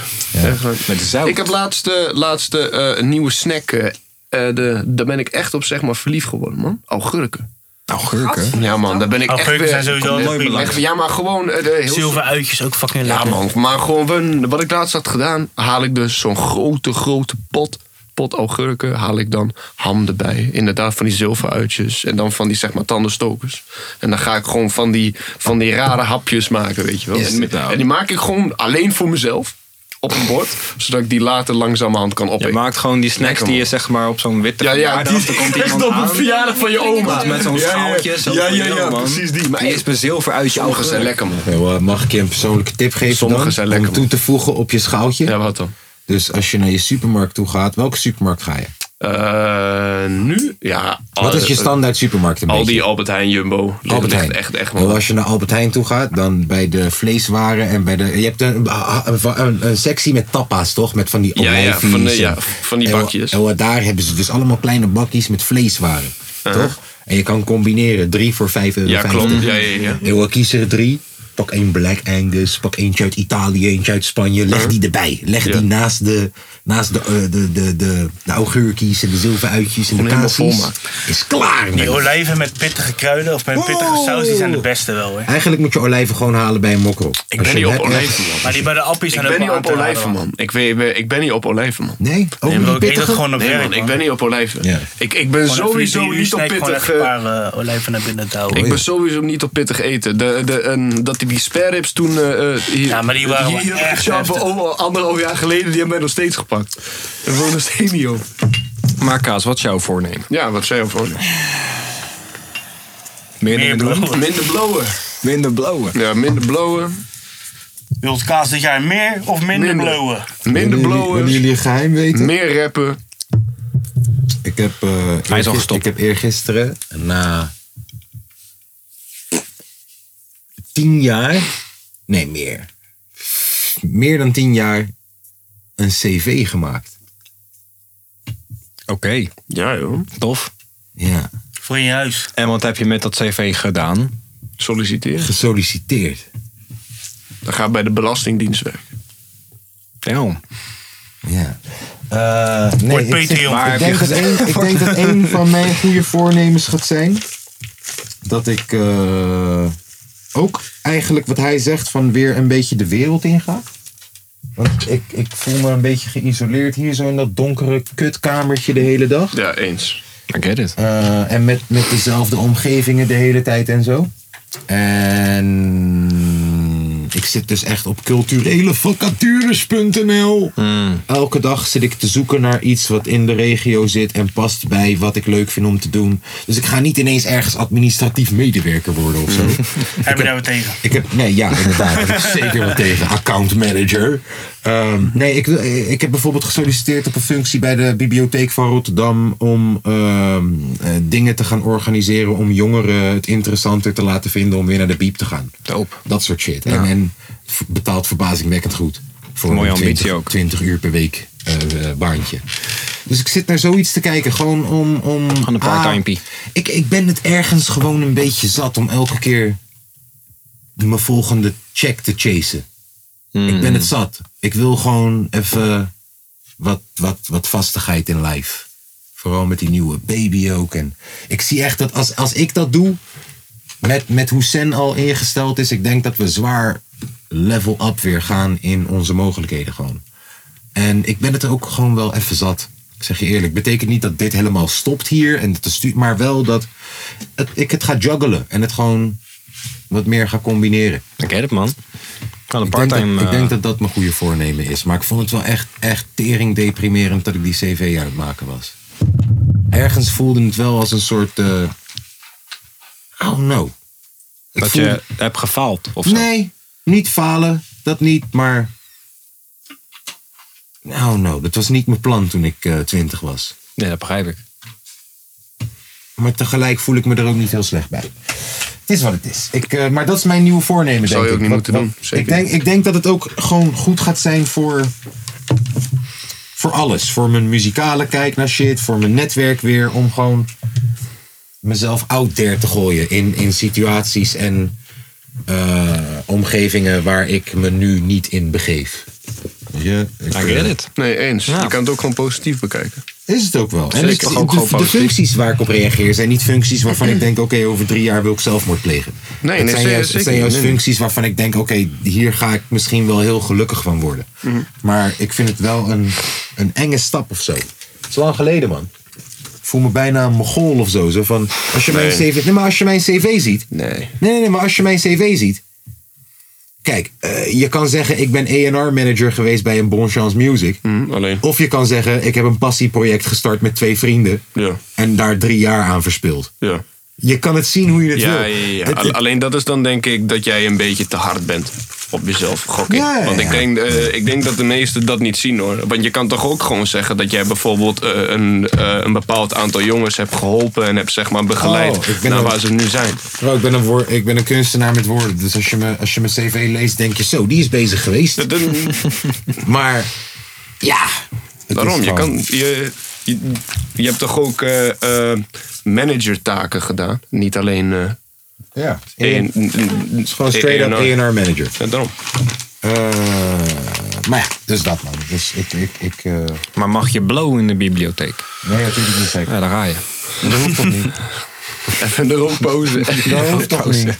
Met de zout. Ik heb laatste, laatste eh, een nieuwe snack. eh, eh, de, daar ben ik echt op zeg maar verliefd geworden, man. Augurken. Augurken. Ja, man, daar ben ik echt Augurken weer... Oh, zijn sowieso echt- nooit meer echt- lang. Ja, maar gewoon... eh, de, heel Zilver uitjes ook fucking Ja, lekker. man. Maar gewoon, wen- wat ik laatst had gedaan, haal ik dus zo'n grote, grote pot. Pot augurken haal ik dan ham erbij. Inderdaad, van die zilveruitjes. En dan van die, zeg maar, tandenstokers. En dan ga ik gewoon van die, van die rare hapjes maken, weet je wel. Yes, en, nou. en die maak ik gewoon alleen voor mezelf. Op een bord. zodat ik die later langzamerhand kan Je opeten. maakt gewoon die snacks Lekker, die je man. zeg maar op zo'n witte Ja, ja, verjaardag, die dan komt echt iemand op een aan. verjaardag van je oma. Met zo'n Ja, ja, schaaltje. zo ja, van, ja, "Yo, ja, man." precies die. Maar Die echt- is met zilver uit je Sommige ogen. zijn lekker, man. Mag ik je een persoonlijke tip geven Sommige dan? zijn lekker, Om toe te voegen op je schaaltje. Ja, wat dan? Dus als je naar je supermarkt toe gaat, welke supermarkt ga je? Eh, nu? Ja. Wat is je eh, standaard supermarkt een Al beetje? die Albert Heijn Jumbo. Albert Heijn. Echt, echt, echt Wel, man. als je naar Albert Heijn toe gaat, dan bij de vleeswaren en bij de... Je hebt een, een, een, een sectie met tapas, toch? Met van die Ja, ja, olijfjes van de- en- ja, van die en wel- bakjes. En wel, daar hebben ze dus allemaal kleine bakjes met vleeswaren, Eh, toch? En je kan combineren. Drie voor vijf euro. Uh-huh. Ja, klopt. Ja, ja, ja. Heel, kies er drie. Pak één Black Angus, pak eentje uit Italië, eentje uit Spanje. Leg die erbij. Leg Uh-huh. Ja. die naast de, naast de, eh, de, de, de, de augurkies en de zilveruitjes en de Gewoon helemaal kaasjes. vol Is klaar, man. Die olijven met pittige kruiden of met pittige Wow. saus, die zijn de beste wel. Hè. Eigenlijk moet je olijven gewoon halen bij een mokkel. Ik ben niet op olijven, man. Maar die bij de appies Ik zijn ook ben niet wel aan op te raden, olijven, hoor. man. Ik, weet, ik ben- ik ben niet op olijven, man. Nee? Ook Nee, maar niet ook eet dat pittige? gewoon op Nee, werk, man. Ik ben niet op olijven. Ja. Ik, ik ben sowieso niet op pittig... Ik eh, een paar eh, olijven naar binnen te houden. Ik ben sowieso niet op pittig eten. De, de, een, dat die, die spare ribs toen... eh, eh, hier, Ja, maar die waren hier, wel hier echt ja, heftig. al anderhalf jaar geleden, die hebben mij nog steeds gepakt. Daar woon ik nog steeds niet op. Maar Kaas, wat is jouw voornemen? Ja, wat zei je voor? Meer Meer dingen doen? blowen. Minder blowen. Minder blowen. Ja, minder blowen. Wilt kaas dit jaar meer of minder, Minder. blowen? Minder Willen jullie- willen blowen. jullie een geheim weten? Meer rappen. Ik heb, eh, al eergis- gestopt. Ik heb eergisteren, na tien jaar, nee meer, meer dan tien jaar, een cv gemaakt. Oké, Ja, joh. tof. Ja, Voor in je huis. En wat heb je met dat cv gedaan? Solliciteren. gesolliciteerd. Dan ga ik bij de Belastingdienst werken. Ja. Ja. Eh, nee, Wordt ik zeg- Patreon. maar- Ik denk, dat een, ik denk dat een van mijn goede voornemens gaat zijn. Dat ik eh, ook eigenlijk wat hij zegt van weer een beetje de wereld inga. Want ik, ik voel me een beetje geïsoleerd hier zo in dat donkere kutkamertje de hele dag. Ja, eens. I get it. Eh, en met, met dezelfde omgevingen de hele tijd en zo. En ik zit dus echt op culturelevacatures.nl. Hmm. Elke dag zit ik te zoeken naar iets wat in de regio zit en past bij wat ik leuk vind om te doen. Dus ik ga niet ineens ergens administratief medewerker worden of zo. Heb je daar wat tegen? Ik heb, nee, ja, inderdaad. Daar heb ik zeker wat tegen. Account manager. Ehm, nee, ik, wil- ik heb bijvoorbeeld gesolliciteerd op een functie bij de Bibliotheek van Rotterdam. om ehm, eh, dingen te gaan organiseren. om jongeren het interessanter te laten vinden om weer naar de Biep te gaan. Doop. Dat soort shit. En, en v- betaalt verbazingwekkend goed. Voor Mooie een ambitie ook. 20 uur per week eh, eh, baantje. Dus ik zit naar zoiets te kijken. Gewoon om. om Gewoon een part-timepie. Ah, ik, ik ben het ergens gewoon een beetje zat om elke keer mijn volgende check te chasen. Hmm. Ik Mm. ben het zat. Ik wil gewoon even wat, wat, wat vastigheid in life. Vooral met die nieuwe baby ook. En ik zie echt dat als, als ik dat doe, met, met hoe Sen al ingesteld is, ik denk dat we zwaar level up weer gaan in onze mogelijkheden gewoon. En ik ben het er ook gewoon wel even zat. Ik zeg je eerlijk. Betekent niet dat dit helemaal stopt hier. En dat de stu- maar wel dat het, ik het ga juggelen. En het gewoon wat meer ga combineren. I get it, man. Nou, de Ik denk, dat, part-time, ik eh, denk dat dat mijn goede voornemen is. Maar ik vond het wel echt, echt tering deprimerend dat ik die cv aan het maken was. Ergens voelde het wel als een soort... eh oh no. Ik dat voelde- je hebt gefaald of zo. Nee, niet falen. Dat niet, maar... Oh no, dat was niet mijn plan toen ik eh, twintig was. Nee, dat begrijp ik. Maar tegelijk voel ik me er ook niet heel slecht bij. Het is wat het is. Ik, eh, maar dat is mijn nieuwe voornemen, Zou denk je ik. ook niet moeten Wat- wat- doen, zeker Ik denk, ik denk dat het ook gewoon goed gaat zijn voor... Voor alles. Voor mijn muzikale kijk naar shit. Voor mijn netwerk weer. Om gewoon mezelf out there te gooien. In, in situaties en eh, omgevingen waar ik me nu niet in begeef. Ja, ik, eh, I get it. Nee, eens. Ja. Je kan het ook gewoon positief bekijken. is het ook wel. En Zeker. het- Toch ook de, gewoon de positief. functies waar ik op reageer zijn niet functies waarvan ik denk: oké, over drie jaar wil ik zelfmoord plegen. Nee, nee, het zijn zeker- juist, het zeker zijn juist niet. Nee. functies waarvan ik denk: oké, hier ga ik misschien wel heel gelukkig van worden. Maar ik vind het wel een, een enge stap of zo. Het is lang geleden, man. Ik voel me bijna een mogol of zo. zo van, als je mijn CV, nee, maar als je mijn CV ziet. Nee. Nee, nee, nee, maar als je mijn cv ziet. Kijk, eh, je kan zeggen ik ben A&R manager geweest bij een Bonchance Music. Hm, alleen. Of je kan zeggen ik heb een passieproject gestart met twee vrienden. Ja. En daar drie jaar aan verspild. Ja. Je kan het zien hoe je het wil. Ja, ja, ja. Het- Al- Alleen dat is dan denk ik dat jij een beetje te hard bent op jezelf, gok ik. Ja, ja, Want ik ja. denk, eh, ik denk dat de meesten dat niet zien hoor. Want je kan toch ook gewoon zeggen dat jij bijvoorbeeld eh, een, eh, een bepaald aantal jongens hebt geholpen en hebt zeg maar begeleid Oh, ik ben naar ook- waar ze nu zijn. Bro, ik, ben een woor- ik ben een kunstenaar met woorden. Dus als je, me, als je mijn cv leest denk je zo, die is bezig geweest. Dat- dat- Maar ja. het Daarom, is je, gewoon- kan, je, je, je hebt toch ook eh, eh, managertaken gedaan? Niet alleen eh Ja, één. het is gewoon straight up één- A&R manager. Ja, daarom. Eh, maar ja, dus dat man. Dus ik, ik, ik eh, Maar mag je blow in de bibliotheek? nee, natuurlijk niet zeker. Ja, daar ga je. Dat hoeft toch niet? Even erop posen. Dat hoeft toch niet?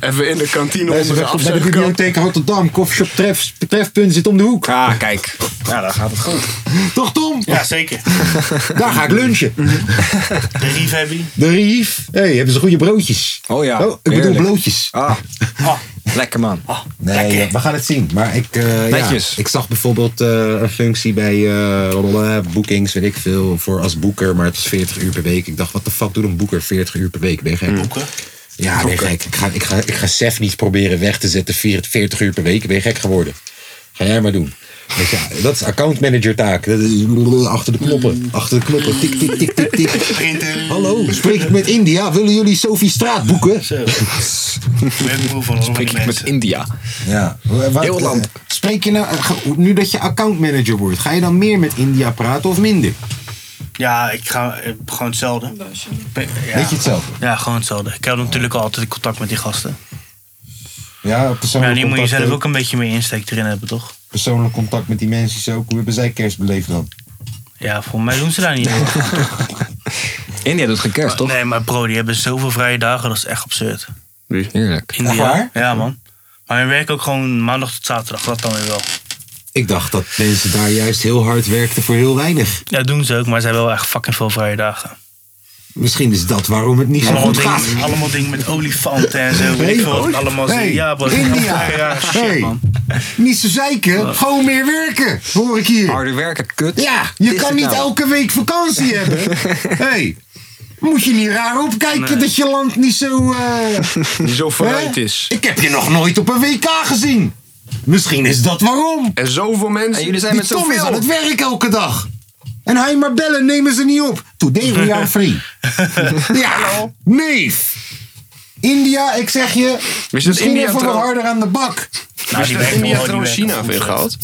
Even in de kantine Bij onder de de, bij de afzuigkap. bibliotheek Rotterdam, koffieshop tref, Trefpunt zit om de hoek. Ah, kijk. Ja, daar gaat het goed. Toch Tom? Ja, zeker. Daar ga ik lunchen. De Rief Heavy. De Rief. Hé, hey, hebben ze goede broodjes. Oh ja, ik bedoel heerlijk. blootjes. Ah. Lekker man. Nee, ja, we gaan het zien. Maar ik, eh, ja, Netjes. ik zag bijvoorbeeld eh, een functie bij eh, boekings, weet ik veel, voor als boeker. Maar het is 40 uur per week. Ik dacht, wat de fuck doet een boeker 40 uur per week? Ben je gek? Ja, ben je gek. Ik ga, ik, ga, ik ga Sef niet proberen weg te zetten 4 40 uur per week. Ben je gek geworden? Ga jij maar doen. Dus ja, dat is accountmanager taak. Dat is achter de Mm. knoppen. Achter de knoppen. Tik, tik, tik, tik, tik. Hallo, spreek ik met India? Willen jullie Sophie Straat boeken? Ik ben moe van allemaal Spreek die ik met mensen. India. Ja. Wa- wa- Heel land. Spreek je nou, eh, ga- nu dat je accountmanager wordt, ga je dan meer met India praten of minder? Ja, ik ga eh, gewoon hetzelfde. Ja. Weet je hetzelfde? Ja, gewoon hetzelfde. Ik heb natuurlijk altijd contact met die gasten. Ja, persoonlijk, Maar Nou, die moet je contact zelf ook. ook een beetje meer insteek erin hebben, toch? persoonlijk contact met die mensen is ook. Hoe hebben zij kerst beleefd dan? Ja, volgens mij doen ze daar niet aan. India doet geen kerst, toch? Nee, maar bro, die hebben zoveel vrije dagen, dat is echt absurd. Heerlijk. India. Echt waar? Ja, man. Maar we werken ook gewoon maandag tot zaterdag, dat dan weer wel. Ik dacht dat mensen daar juist heel hard werkten voor heel weinig. Ja, doen ze ook, maar ze hebben wel echt fucking veel vrije dagen. Misschien is dat waarom het niet zo Allemaal goed gaat. dingen, allemaal dingen met olifanten en zo. Weet ik veel wat ik allemaal hey, zie. Ja, bro. India. Ja, ja, shit, Hey. man. eh, Niet zo zeiken, gewoon meer werken, hoor ik hier. Harder werken, kut. Ja, je Is kan het niet nou? elke week vakantie hebben. hey, moet je niet raar opkijken dat je land niet zo... eh, Die zo vooruit Hè? is. Ik heb je nog nooit op een WK gezien. Misschien is dat waarom. En zoveel mensen. En jullie zijn Die met Tom is aan zoveel. het werk elke dag. En hij maar bellen, nemen ze niet op. Today we are free. ja, neef. India, ik zeg je, dat misschien India even wat trouw- harder aan de bak. Nou, die Wist je dat werken India wel, die trouwens werken China goed, heeft zeg. ingehaald?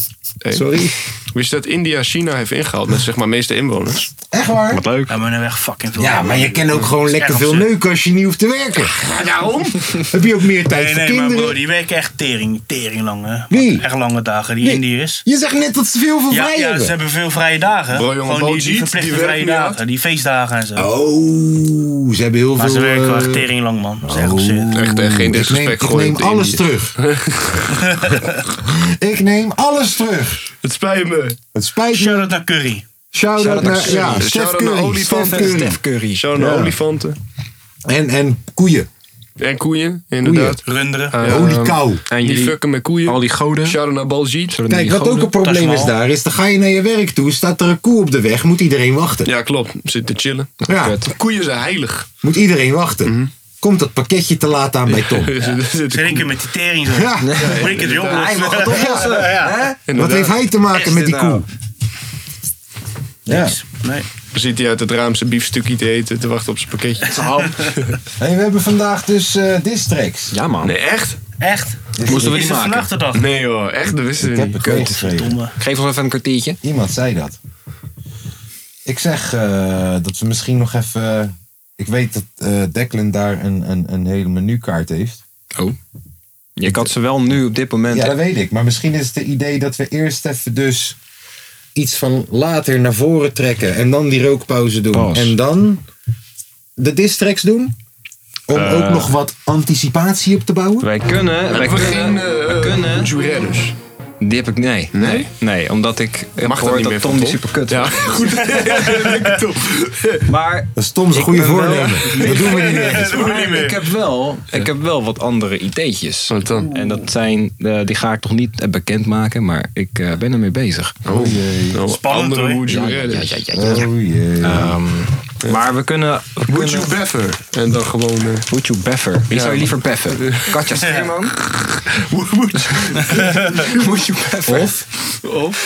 Hey. Wist je dat India China heeft ingehaald met zeg maar meeste inwoners? Echt waar? leuk. Ja, maar dan echt fucking veel. Ja, maar je kan ook gewoon lekker erg veel op zich. neuken als je niet hoeft te werken. Ja, daarom? Heb je ook meer tijd Ah, Nee, voor nee, maar kinderen? bro, die werken echt tering, tering lang, hè. Wie? Echt lange dagen, die Nee. Indiërs. Je zegt net dat ze veel van Ja, vrij ja, ze hebben. hebben veel vrije dagen. Bro, Gewoon jongen, die, Baljeet, die die verplichte werkt vrije niet dagen, hard. die feestdagen en zo. Oh, ze hebben heel maar veel... ze werken wel echt eh, tering lang, man. Dat is echt absurd. Echt, eh, geen Ik neem, disrespect ik gooien neem op de alles Indiërs. terug. ik neem alles terug. Het spijt me. Het spijt me. Shout-out naar Curry. Shout-out naar, ja, Curry. Steph Shout-out naar Curry. Olifanten. Steph Curry. Steph Curry. Zo'n Ja. olifanten. En, en koeien. En koeien, inderdaad. Runderen. Eh, Holy cow. En Die jullie, fucken met koeien. al die goden. Sharon naar Balziet. zullen Kijk, die wat ook goden- een probleem Taj is Mahal. daar, is dan ga je naar je werk toe, staat er een koe op de weg, moet iedereen wachten. Ja, klopt. Zit te chillen. Ja. Vet. Koeien zijn heilig. Mhm. Moet iedereen wachten. Komt dat pakketje te laat aan bij Tom. Er zit- Zit één keer met die tering zo. Ja. Brink het weer op. Hij mag het oplossen. hè? Wat inderdaad. heeft hij te maken Is met die dit nou? koe? Ja. Nee. Zit hij uit het raam zijn biefstukje te eten, te wachten op zijn pakketje. Hey, we hebben vandaag dus eh districts. Ja, man. Nee, echt? Echt? Moesten we Is die het maken? vannacht de dag? Nee hoor, echt, dat wisten Ik we heb niet. het meegeschreven. Domme. Geef ons even een kwartiertje. Iemand zei dat. Ik zeg eh, dat we misschien nog even... Ik weet dat eh Declan daar een, een, een hele menukaart heeft. Oh. Ik had ze wel nu op dit moment. Ja, dat weet ik. Maar misschien is het het idee dat we eerst even dus iets van later naar voren trekken. En dan die rookpauze doen. Pas. En dan de distracts doen. Om ook nog wat anticipatie op te bouwen. Wij kunnen, wij Hebben we kunnen, geen we kunnen. eh Juredders? Die heb ik, nee. Nee? Nee, omdat ik heb Mag dat gehoord niet dat meer Tom van die Tom? super kut Ja, goed. Maar Dat is Tom's Ik goede ben wel- voornemen. Dat doen we niet meer. ik heb, wel, ik heb wel wat andere ideetjes. Wat dan? En dat zijn, eh, die ga ik nog niet eh, bekendmaken, maar ik eh, ben ermee bezig. Oh jee. Spannend, andere hoor. Would You ja, Rathers. ja, ja, ja. Oh jee. Ehm, maar we kunnen... We Would kunnen- You Beffer? En dan gewoon... eh, Would you beffer? Wie zou je liever beffen? Katja Scherman? Would you beffer? Of?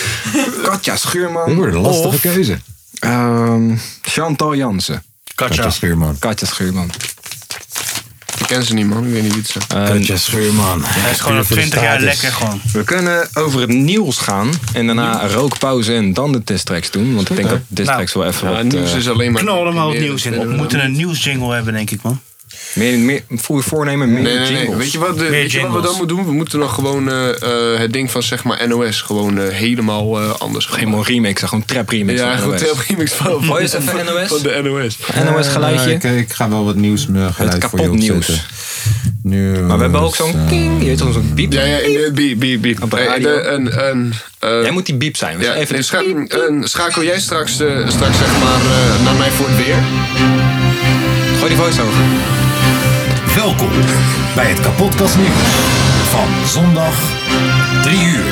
Katja Schuurman. Oeh, lastige keuze. Ehm, Chantal Jansen. Katja. Schuurman. Katja Schuurman. Ik ken ze niet man, ik weet niet wie het zijn. Ehm, Katja Schuurman. Hij is gewoon al 20 jaar lekker gewoon. We kunnen over het nieuws gaan. En daarna een rookpauze en dan de distracts doen. Want ik denk dat distracts Nou. wel even Ja, wat... het nieuws eh, is alleen maar... Knal er maar wat nieuws in. Op. We moeten een nieuwsjingle hebben, denk ik, man. meer, meer, voor voornemen, meer Nee, nee, nee. jingles. Weet je wat, eh, weet je wat we jingles. dan moeten doen? We moeten nog gewoon eh, eh, het ding van zeg maar NOS gewoon eh, helemaal eh, anders gaan Helemaal remix, gewoon trap remix. Ja, van goed, NOS. heel remix van, van, Oh, is even NOS? van de NOS. NOS Eh, ik, geluidje. ik ga wel wat nieuws eh, geluid Het voor je kapot nieuws. opzetten. Nieuws. Maar we hebben ook zo'n eh, ting. Je weet wel, zo'n piep. Ja, ja, eh, biep, biep, biep. Op de Eh, radio. de- Een, een, eh, Jij moet die biep zijn. Dus ja, even nee, scha- een- schakel jij straks, eh, straks zeg maar eh, naar mij voor het weer? Gooi die voice over. Welkom bij het Kapotkast Nieuws van zondag 3 uur.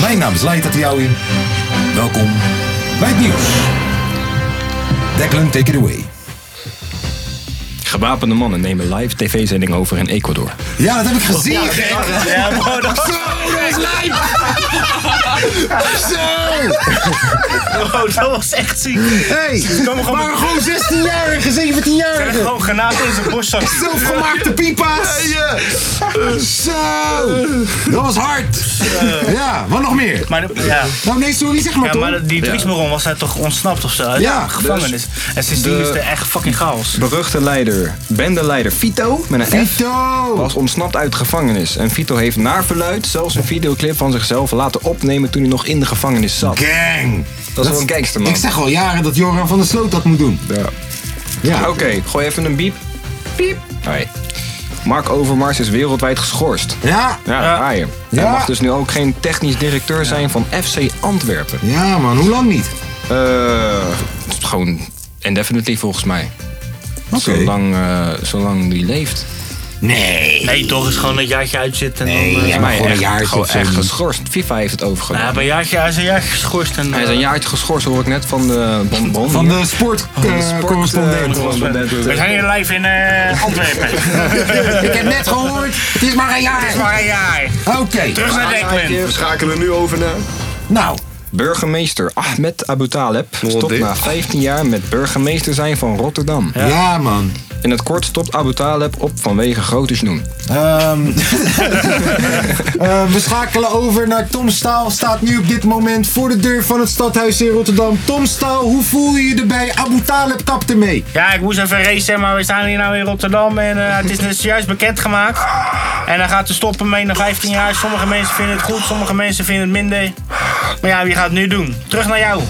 Mijn naam is Leid Atiaoui. Welkom bij het nieuws. Declan, take it away. Gewapende mannen nemen live tv-zending over in Ecuador. Ja, dat heb ik gezien. Ja, bro, Oh, dat is Bro, Oh, dat was echt ziek. Hey, Kom maar gewoon- maar gewoon 16-jarige, Er is 17-jarige. gewoon granaten in zijn borstzak. Zelfgemaakte pipa's. Zo. Dat was hard. Ja, wat nog meer? Maar, de- ja. Nou nee, sorry, zeg maar ja, Tom. maar die Driesbaron was hij toch ontsnapt of zo? uit Ja, de gevangenis. en sindsdien dus de- is er echt fucking chaos. Beruchte leider, bendeleider Fito met een F, Vito. was ontsnapt uit de gevangenis. En Fito heeft naar verluid zelfs een videoclip van zichzelf laten opnemen toen hij nog in de gevangenis zat. Gang. Dat is wel een gangster, man. Ik zeg al jaren dat Joran van der Sloot dat moet doen. Ja. Ja. Oké, gooi even een biep. Piep. Hoi. Mark Overmars is wereldwijd geschorst. Ja. Ja, Ja. daar ga je. Hij Ja. mag dus nu ook geen technisch directeur zijn van FC Antwerpen. Ja man, hoe lang niet? Eh, gewoon indefinitely volgens mij. Oké. Zolang, eh, zolang die leeft. Nee. Nee, toch is gewoon een jaartje uitzit en dan... eh, Ja, maar Volgens mij gewoon een echt, jaartje gewoon of zo echt doen. geschorst. FIFA heeft het ja, overgenomen. maar een jaartje, hij is een jaartje geschorst en... Hij is een eh, jaartje geschorst, hoor ik net van de bonbon. Van hier. de sport, eh, sportcorrespondent. correspondent. We zijn hier live in eh, Antwerpen. Ik heb net gehoord, het is maar een jaar. maar een jaar. Oké, Terug naar Declan. We schakelen nu over naar... nou. Burgemeester Ahmed Abu Taleb stopt dit. na 15 jaar met burgemeester zijn van Rotterdam. Ja, man. In het kort stopt Abu Taleb op vanwege grote snoen. Ehm, eh, we schakelen over naar Tom Staal. Staat nu op dit moment voor de deur van het stadhuis in Rotterdam. Tom Staal, hoe voel je je erbij? Abu Talib kapte mee. Ja, ik moest even racen, maar we staan hier nou in Rotterdam en eh, het is net zojuist bekendgemaakt. En dan gaat de stoppen mee na 15 jaar. Sommige mensen vinden het goed, sommige mensen vinden het minder. Maar ja, wie gaat het nu doen? Terug naar jou.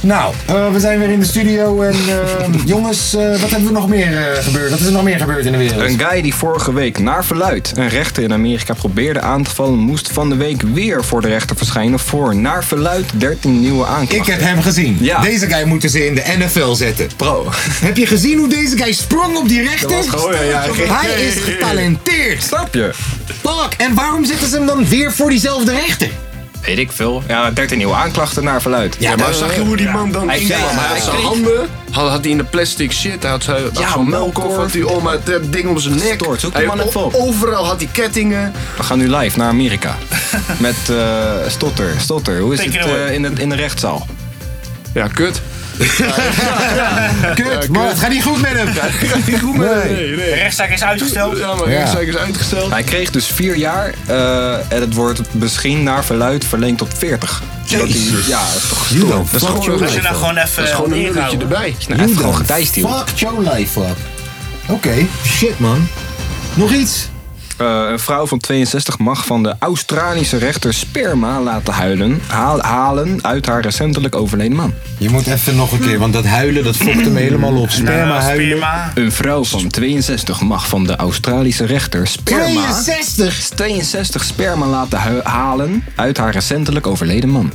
Nou, eh, we zijn weer in de studio en eh, jongens, eh, wat hebben we nog meer eh, gebeurd? Wat is er nog meer gebeurd in de wereld? Een guy die vorige week naar verluid een rechter in Amerika probeerde aan te vallen, moest van de week weer voor de rechter verschijnen voor naar verluid 13 nieuwe Ik aanklachten. heb hem gezien. Ja. Deze guy moeten ze in de NFL zetten. Bro, Heb je gezien hoe deze guy sprong op die rechter? Dat was gewoon, ja, ja. Hij is getalenteerd. snap je? Fuck. En waarom zetten ze hem dan weer voor diezelfde rechter? Weet ik veel. Ja, 13 nieuwe aanklachten naar verluid. Ja, maar dat- zag je hoe die man dan Hij inkwam? kreeg- Hij had hij zijn kreeg- handen, had, had hij in de plastic shit, hij had, zijn- had Ja, zo'n melkkorf. melkkorf, had hij om, het eh, ding om zijn nek. Stoort, zoek die Hij- man even o- op. Overal had hij kettingen. We gaan nu live naar Amerika. Met eh, Stotter. Stotter, hoe is Take het it away. eh, in, de, in de rechtszaal? Ja, kut. Kut, man. Het gaat niet goed met hem. Nee, De nee. rechtszaak is uitgesteld. Ja, maar Ja. rechtszaak is uitgesteld. Hij kreeg dus vier jaar eh, en het wordt misschien naar verluid verlengd tot 40. Zodat hij- Ja, dat is toch You don't is fuck gewoon- your Als je life nou up. gewoon even Dat is gewoon een neerhouden. nulletje erbij. Hij heeft You gewoon don't gedijstield. Fuck your life up. Oké, shit man. Nog iets? Eh, een vrouw van 62 mag van de Australische rechter sperma laten huilen, haal- halen uit haar recentelijk overleden man. Je moet even nog een keer, want dat huilen dat fokt hem helemaal op. Sperma Eh, huilen. Sperma. Een vrouw van 62 mag van de Australische rechter sperma 62! 62 sperma laten hu- halen uit haar recentelijk overleden man.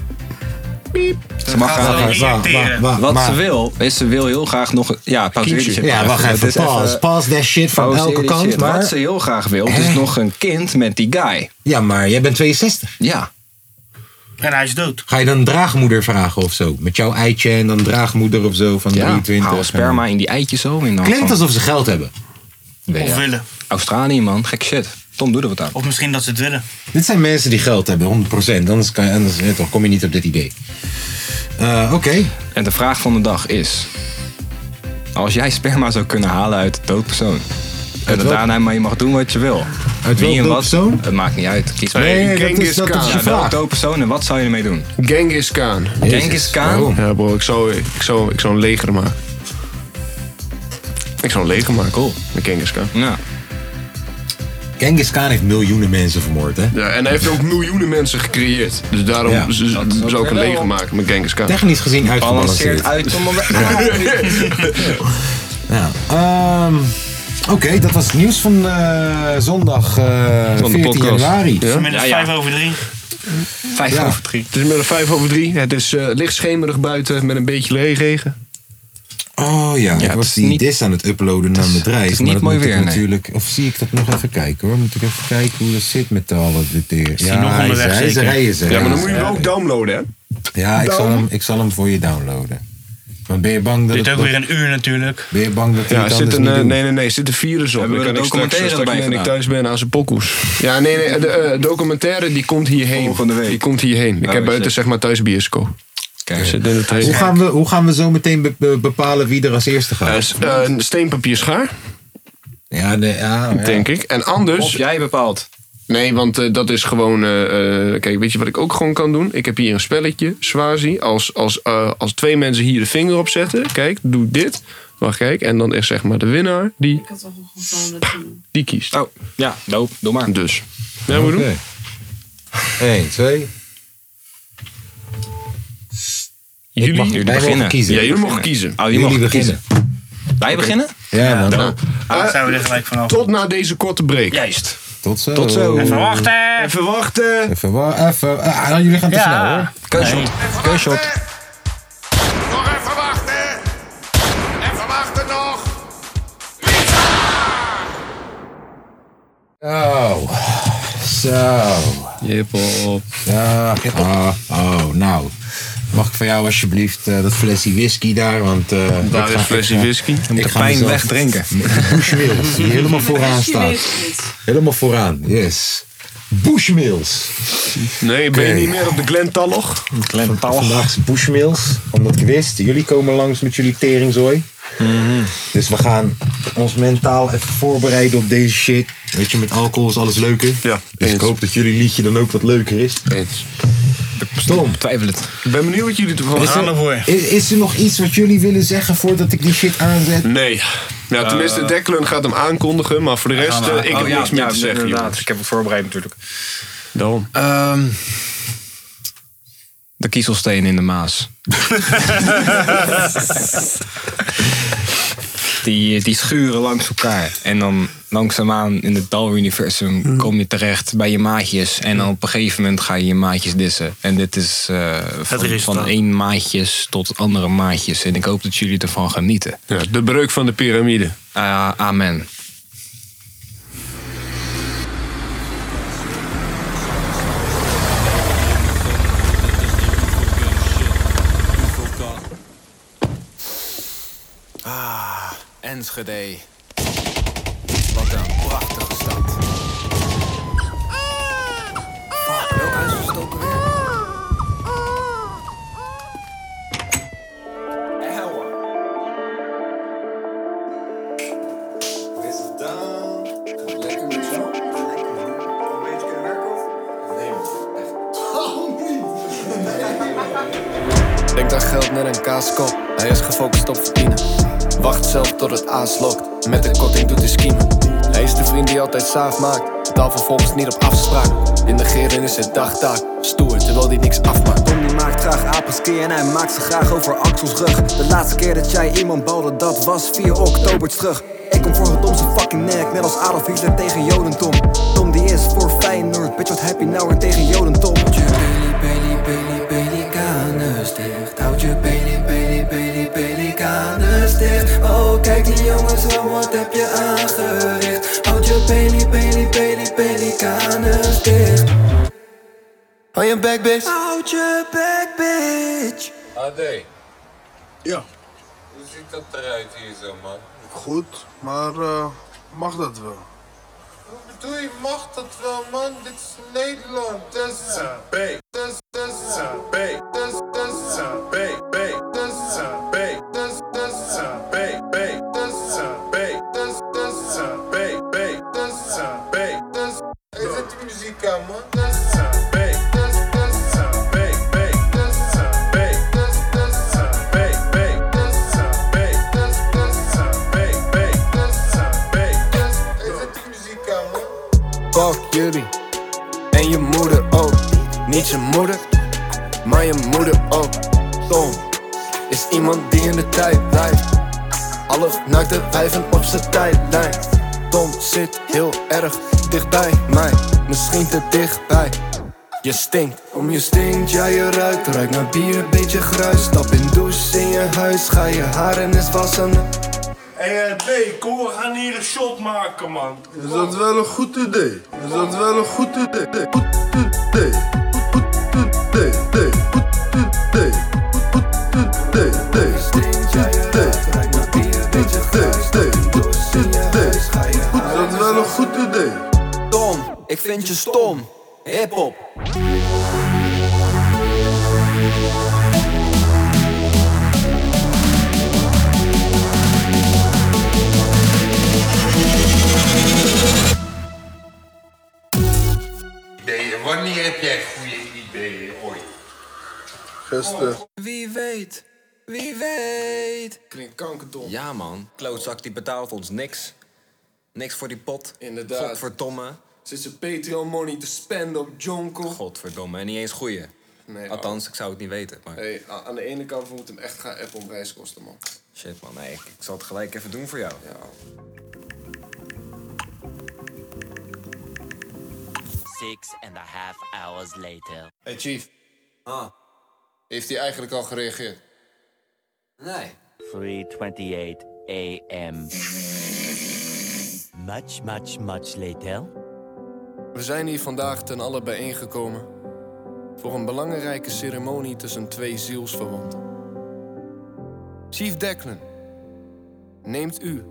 Ze mag haar- wel injecteren. wat maar- ze wil, is ze wil heel graag nog... Ja, pauzeer die shit Ja, maar wacht Het even. is Pas, even- pas that shit van pauzeer elke die Oh, shit. kant. Wat Maar, ze heel graag wil, is Hè? nog een kind met die guy. ja, maar jij bent 62. Ja. En hij is dood. Ga je dan draagmoeder vragen of zo? Met jouw eitje en dan draagmoeder of zo van ja. 23. Haal sperma in die eitjes zo. En dan Klinkt van- alsof ze geld hebben. Nee, Of ja. willen. Australië, man. Gek shit. Tom, doe er wat aan. Of misschien dat ze het willen. Dit zijn mensen die geld hebben, 100%. Anders, kan, anders eh, toch, kom je niet op dit idee. Eh, Oké. En de vraag van de dag is... Als jij sperma zou kunnen halen uit een dood persoon... En welk- daarna maar je mag doen wat je wil. Uit Wie welk en dood wat, persoon? Het maakt niet uit. Kies maar. Nee, dat is, Genghis dat is Khan. je Ja, welk vraag. dood persoon en wat zou je ermee doen? Genghis Khan. Jezus, Genghis Khan? waarom? Ja, bro, ik zou, ik zou, ik zou een leger maken. Ik zou een leger maken. Cool. Met Genghis Khan. Ja. Genghis Khan heeft miljoenen mensen vermoord, hè? Ja, en hij heeft ook miljoenen mensen gecreëerd. Dus daarom Ja, z- dat is ook zou ik een weer leger wel. maken met Genghis Khan. Technisch gezien Balanceert uit. Tom, uitgebalanceerd. maar- Ja. Ehm, Oké, dat was het nieuws van eh, zondag eh, 14 podcast. januari. Ja. Inmiddels Ja, ja. 5 over 3. Vijf Ja. over drie. Het is inmiddels vijf over drie. Het is eh, licht schemerig buiten met een beetje regen. Oh ja, ik het was is die niet- dis aan het uploaden naar mijn bedrijf. het is maar niet dat mooi moet ik weer, nee. natuurlijk, Of zie ik dat nog even kijken hoor? Moet ik even kijken hoe dat zit met de alle dit hier. hij nog hij is- onderweg hij is zeker? rijden ze. Ja, maar dan moet je hem ook downloaden, hè? Ja, ik zal, hem, ik zal hem voor je downloaden. Maar ben je bang dat Dit het- ook weer een uur natuurlijk. Ben je bang dat hij Ja, het er anders zit een, niet eh, doet? nee, nee, nee, er zit een virus op. Hebben we Dan kan de ik straks- documentaire straks, erbij wanneer ik thuis gedaan? ben aan zijn pokoes. Ja, nee, nee, de eh, documentaire die komt hierheen. Volgende week. Die komt hierheen. Ik Oh, heb shit. buiten zeg maar thuis bioscoop. Kijk, Zit in het heen. Hoe gaan, we, hoe gaan we zo meteen be- be- bepalen wie er als eerste Eh, gaat? s- eh, steen, papier, schaar, Ja, nee, ja, ja. denk ik. En of anders... jij bepaalt. Nee, want eh, dat is gewoon... eh, eh, kijk, weet je wat ik ook gewoon kan doen? Ik heb hier een spelletje, Swazi. Als, als, eh, als twee mensen hier de vinger op zetten... Kijk, doe dit. Wacht, kijk. En dan is zeg maar de winnaar, die, Ik had al gewoon dat doen. die kiest. Oh, ja, doop, doe maar. Dus. Ja, we Oké. doen. Eén, twee. Jullie, mag- Jullie Wij mogen beginnen. kiezen. Ja, jullie mogen kiezen. Oh, je Jullie mag beginnen. kiezen. Wij beginnen? Ja, man. Nou, Ah, dan zijn we er gelijk vanaf. Tot na deze korte break. Juist. Tot zo. Tot zo. Even wachten! Even wachten. Even, wa- even. Ah, nou, jullie gaan te snel hoor. Gunshot. Gunshot. Nog even wachten. Even wachten nog. Zo. Zo. Jippel. Ja. Ah, oh, nou. Mag ik van jou alsjeblieft eh, dat flesje whisky daar? Want, eh, Daar is flesje whisky. Ik De pijn wegdrinken. Bushmills, die helemaal vooraan Als je staat. weet het. Helemaal vooraan, yes. Bushmills. Nee, ben je niet meer op de Glentalloch? Vandaag is Bushmills, omdat ik wist, jullie komen langs met jullie teringzooi. Dus we gaan ons mentaal even voorbereiden op deze shit. Weet je, met alcohol is alles leuker. Ja, dus ik eens. hoop dat jullie liedje dan ook wat leuker is. Eens. Stom. Twijfel het. Ik ben benieuwd wat jullie ervan We gaan ervoor. Is, is er nog iets wat jullie willen zeggen voordat ik die shit aanzet? Nee. Ja, tenminste, Eh. Declan gaat hem aankondigen, maar voor de rest, eh, ik heb niks meer te zeggen. Oh, Inderdaad, jongens. ik heb het voorbereid natuurlijk. Daarom. Ehm, De kiezelsteen in de Maas. die, die schuren langs elkaar. En dan langzaamaan in het daluniversum kom je terecht bij je maatjes. En dan op een gegeven moment ga je je maatjes dissen. En dit is eh, van, resultaat. van één maatjes tot andere maatjes. En ik hoop dat jullie ervan genieten. Ja, de breuk van de piramide. Ah, amen. Ah, Enschede. Wat een prachtige stad. Fuck, welk huis is het ook weer? Denk aan geld net een kaaskop, hij is gefocust op verdienen. Wacht zelf tot het aanslokt, met de kotting doet hij schiemen. Hij is de vriend die altijd saaf maakt, betaal vervolgens niet op afspraak. In de geren is het dagtaak, stoer terwijl hij niks afmaakt. Tom die maakt graag apelskee en hij maakt ze graag over Axels rug. De laatste keer dat jij iemand balde, dat was 4 oktober terug. Ik kom voor het om zijn fucking nek, net als Adolf Hitler tegen Jodentom. Tom die is voor Feyenoord, bitch wat heb je nou weer tegen Jodentom? Bailey, Bailey, Bailey, Pelikanen sticht. Houd je Bailey, Bailey, Bailey, Pelikanen sticht. Oh, kijk die jongens aan, oh, wat heb je aangericht? Houd je Bailey, Bailey, Bailey, Pelikanen sticht. Hou je back, bitch. Houd je back, bitch. AD, Ja, hoe ziet dat eruit hier zo, man? goed, maar eh, mag dat wel? Wat bedoel je, mag dat wel, man? Dit is Nederland. Dat is een B. Dat is- dat is een B. Dat is- dat is een B. B. Dat is een B. Dat is- dat is een B. B. Dat is een B. Dat is- dat is een B. B. Dat is een B. Dat is- Hey, zet die muziek aan, man. Dat is een B. Dat is- dat is een B. B. Dat is een B. Dat is- dat is een B. B. Dat is een B. Dat is- dat is een B. B. Dat is een B. Dat is- Hey, zet die muziek aan, man. Fuck jullie. En je moeder ook. Niet je moeder, maar je moeder ook. Tom is iemand die in de tijd blijft. Alle naakte wijven op zijn tijdlijn. Tom zit heel erg dicht bij mij. Misschien te dichtbij. Je stinkt. Om je stinkt, ja je ruikt. Ruik naar bier, beetje gruis. Stap in douche, in je huis. Ga je haren eens wassen. Hé, eh, B, kom, we gaan hier een shot maken, man. Is dat wel een goed idee? Is dat wel een goed idee? Goed idee. Goed idee. idee. Goed idee. Goed idee. idee. Goed idee. Goed idee. idee. Goed idee. Is dat wel een goed idee? Tom, ik vind je stom. Hip-hop. Wanneer heb jij goede ideeën ooit? Gisteren. Oh, Wie weet, wie weet. Klinkt kankerdom. Ja man, klootzak die betaalt ons niks. Niks voor die pot. Inderdaad. Godverdomme. Zit zijn Patreon money te spenden op Jonko? Godverdomme, en niet eens goeie. Nee, Althans, ik zou het niet weten, maar... Hey, Nou, a- aan de ene kant, we moeten hem echt gaan appen om reiskosten, man. Shit man, nee, ik, ik zal het gelijk even doen voor jou. Ja. Six and a half hours later. Hey, Chief. Ah. Heeft hij eigenlijk al gereageerd? Nee. 3:28 a.m. Much, much, much later. We zijn hier vandaag ten alle bijeengekomen. voor een belangrijke ceremonie tussen twee zielsverwanten. Chief Declan, neemt u,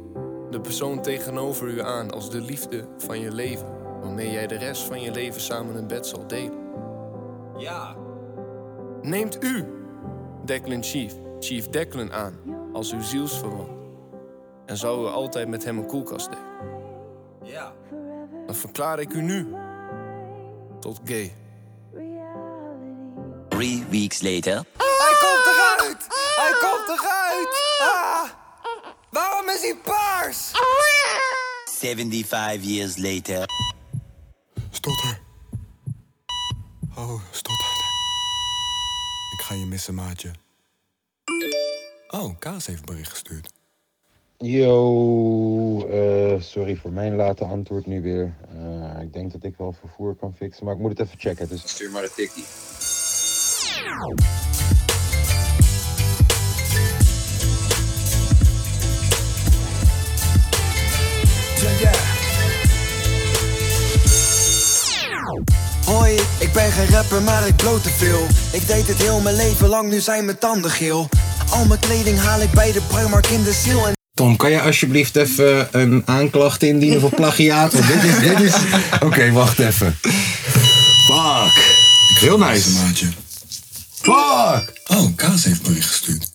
de persoon tegenover u aan, als de liefde van je leven, waarmee jij de rest van je leven samen in bed zal delen? Ja. Neemt u Declan Chief, Chief Declan aan als uw zielsverwant. En zou u altijd met hem een koelkast delen. Ja. Dan verklaar ik u nu tot gay. Three weeks later. Hij komt eruit! Hij komt eruit! Ah! Waarom is hij paars? 75 years later. Stotter. Oh, stotter. ga je missen, maatje. Oh, Kaas heeft bericht gestuurd. Yo, eh, sorry voor mijn late antwoord nu weer. Eh, ik denk dat ik wel vervoer kan fixen, maar ik moet het even checken. Dus stuur maar de tikkie. Hoi, ik ben geen rapper, maar ik bloot te veel. Ik deed het heel mijn leven lang, nu zijn mijn tanden geel. Al mijn kleding haal ik bij de Primark in de ziel. En Tom, kan je alsjeblieft even eh, een aanklacht indienen voor plagiaat? Want dit is. Dit is... Oké, wacht even. Fuck. Heel nice. Maatje. Fuck! Oh, Kaas heeft bericht gestuurd.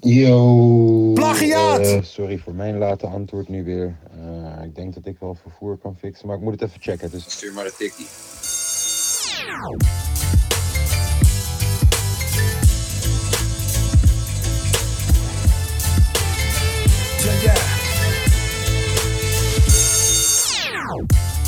Yo. Plagiaat! eh, sorry voor mijn late antwoord nu weer. Eh, ik denk dat ik wel vervoer kan fixen, maar ik moet het even checken. Dus stuur maar de tikkie.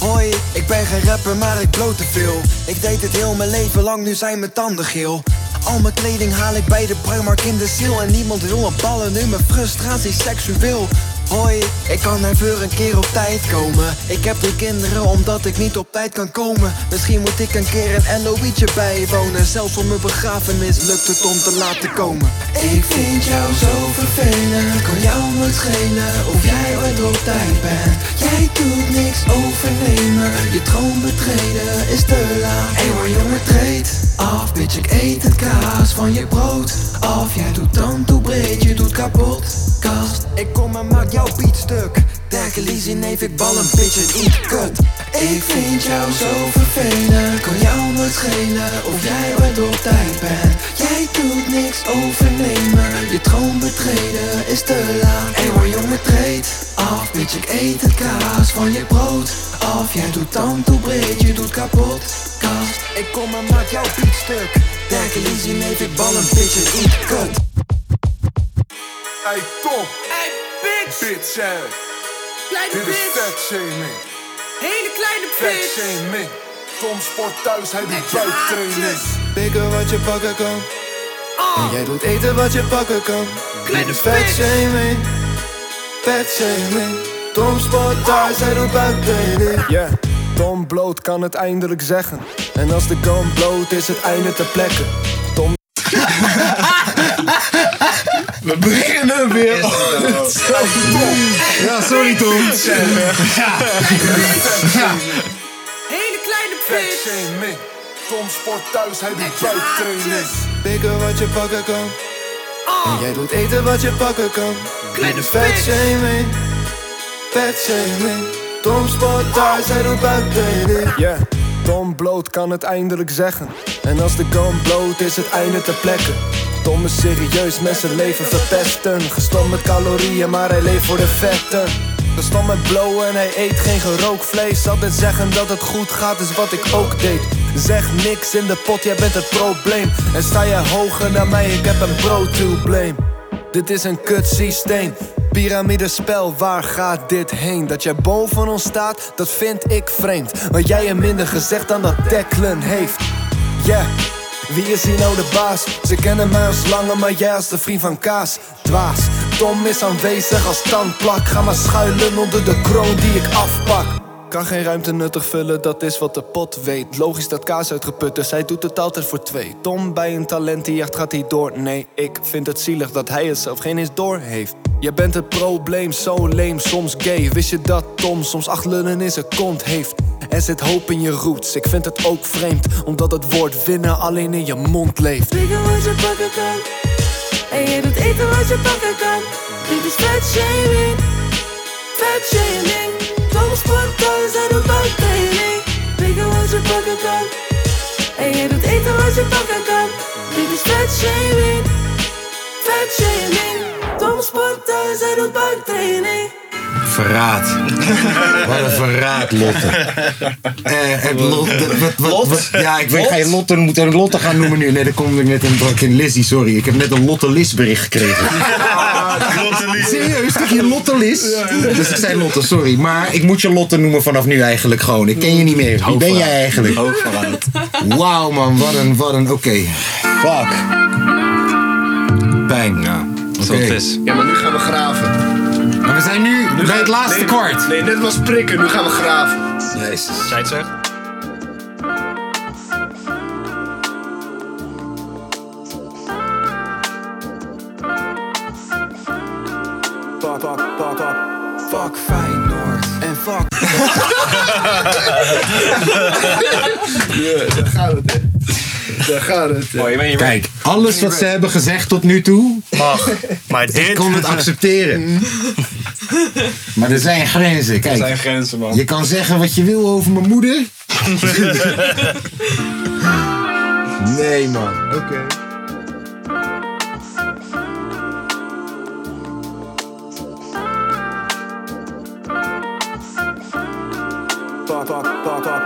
Hoi, ik ben geen rapper, maar ik bloot te veel. Ik deed het heel mijn leven lang, nu zijn mijn tanden geel. Al mijn kleding haal ik bij de Primark in de ziel. En niemand wil me ballen, nu mijn frustratie seksueel. Hoi, ik kan daarvoor een keer op tijd komen. Ik heb drie kinderen omdat ik niet op tijd kan komen. Misschien moet ik een keer een LOI'tje bijwonen. Zelfs om mijn begrafenis lukt het om te laten komen. Ik vind jou zo vervelend, kan jou het schelen of jij ooit op tijd bent. Jij doet niks overnemen, je troon betreden is te laat. Hé maar jongen, treed af, bitch, ik eet het kaas van je brood af. Jij doet dan toe breed, je doet kapot, kast. Ik kom en maak jouw beat stuk. Derke Lizzie, neef, ik bal een bitch en eat kut. Ik vind jou zo vervelend, kan jou het schelen of jij ooit op tijd bent. Jij doet niks overnemen, je troon betreden is te laat. Hé maar jongen, treed af, bitch, ik eet het kaas van je brood af. Jij doet dan toe breed, je doet kapot, kast. Ik kom en maak jouw beat stuk. Derke Lizzie, neef, ik bal een bitch en eat kut. Hey Tom. Hey bitch. Bitch ass. Kleine Dit is bitch. fat shaming. Hele kleine Fat bitch. shaming. Tom sport thuis, hij doet buiktraining. Pikken wat je pakken kan. En jij doet eten wat je pakken kan. Dit is fat shaming. Fat shaming. Tom sport thuis, hij doet buiktraining. Ja, Tom bloot kan het eindelijk zeggen. En als de kan bloot is, het einde te plekken. Tom. We beginnen weer. Oh, Ja, sorry Tom. Ja. Hele kleine Fat shaming. Tom sport thuis, hij doet buiktraining. Pikken wat je pakken kan. En jij doet eten wat je pakken kan. Dit is fat shaming. Fat shaming. Tom sport thuis, hij doet buiktraining. Ja, Tom bloot kan het eindelijk zeggen. En als de kan bloot is, het einde te plekken. Tom is serieus, mensen leven verpesten. Gestampt met calorieën, maar hij leeft voor de vetten. Gestampt met blowen en hij eet geen gerookt vlees. Altijd zeggen dat het goed gaat, is wat ik ook deed. Zeg niks in de pot, jij bent het probleem. En sta je hoger dan mij, ik heb een bro-to-blame. Dit is een kut systeem. Piramidespel, waar gaat dit heen? Dat jij boven ons staat, dat vind ik vreemd. Want jij hebt minder gezegd dan dat Declan heeft. Yeah, wie is hier nou de baas? Ze kennen mij als lange, maar jij als de vriend van Kaas. Dwaas, Tom is aanwezig als tandplak. Ga maar schuilen onder de kroon die ik afpak. Kan geen ruimte nuttig vullen, dat is wat de pot weet. Logisch dat kaas uitgeput is, hij doet het altijd voor twee. Tom bij een talentenjacht gaat hij door. Nee, ik vind het zielig dat hij het zelf geen eens door heeft. Je bent het probleem, zo leem, soms gay. Wist je dat Tom soms acht lullen in zijn kont heeft? Er zit hoop in je roots, ik vind het ook vreemd. Omdat het woord winnen alleen in je mond leeft. Pikken wat je pakken kan. En je doet eten wat je pakken kan. Dit is fat shaming. Fat shaming. Tom sport thuis, hij doet buiktraining. Pikken wat je pakken kan. En je doet eten wat je pakken kan. Dit is fat shaming. Fat shaming. Tom sport thuis, hij doet buiktraining. Verraad. Wat een verraad, Lotte. Eh, het lot, de- wat, wat, wat- ja, ik weet geen Lotte, moet een Lotte gaan noemen nu. Nee, dan kom ik net een brak in Lizzie, sorry. Ik heb net een Lotte Liz bericht gekregen. Serieus, dat je Lotte Liz? Dus ik zei Lotte, sorry. Maar ik moet je Lotte noemen vanaf nu eigenlijk gewoon. Ik ken je niet meer. Wie ben jij eigenlijk? Wauw man, wat een, wat een, oké. Fuck. Pijn. Ja, zoals het is. Ja, maar nu gaan we graven. Maar we zijn nu, bij het laatste nee, kwart. Nee, net was prikken, nu gaan we graven. Jezus. Zij het zegt. Pak, pak, pak, pak. Fuck Feyenoord. En fuck. Ja, daar gaat het, hè. Daar gaat het. hè. Kijk, alles wat ze hebben gezegd tot nu toe. Mag. Maar Ik dit- kon het Mm. accepteren. Maar er zijn grenzen. Kijk, Er zijn grenzen, man. Je kan zeggen wat je wil over mijn moeder. nee, man. Oké. Pak, pak, pak, pak.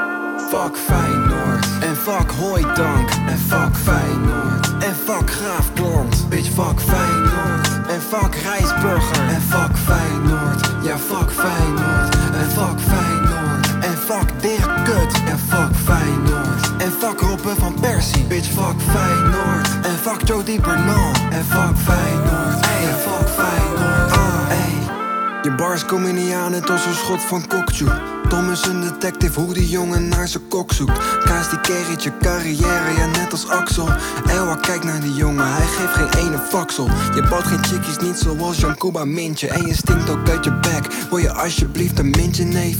Fuck Feyenoord. En fuck Hooidank. En fuck Feyenoord. En fuck Graafplant. Bitch, fuck Feyenoord. En fuck Rijsburger. En fuck Feyenoord. Ja, fuck Feyenoord. En fuck Feyenoord. En fuck Dirk Kut. En fuck Feyenoord. En fuck Robben van Persie. Bitch, fuck Feyenoord. En fuck Jody Bernal. En fuck Feyenoord. En fuck Feyenoord. Ah, ey. Je bars komen niet aan, net als een schot van kokjoe. Tom is een detective, hoe die jongen naar zijn kok zoekt. Kaas die kerrit, je carrière, ja net als Axel. Elwa, kijk naar die jongen, hij geeft geen ene faksel. Je bouwt geen chickies, niet zoals Jankuba Mintje. En je stinkt ook uit je bek, wil je alsjeblieft een mintje, neef?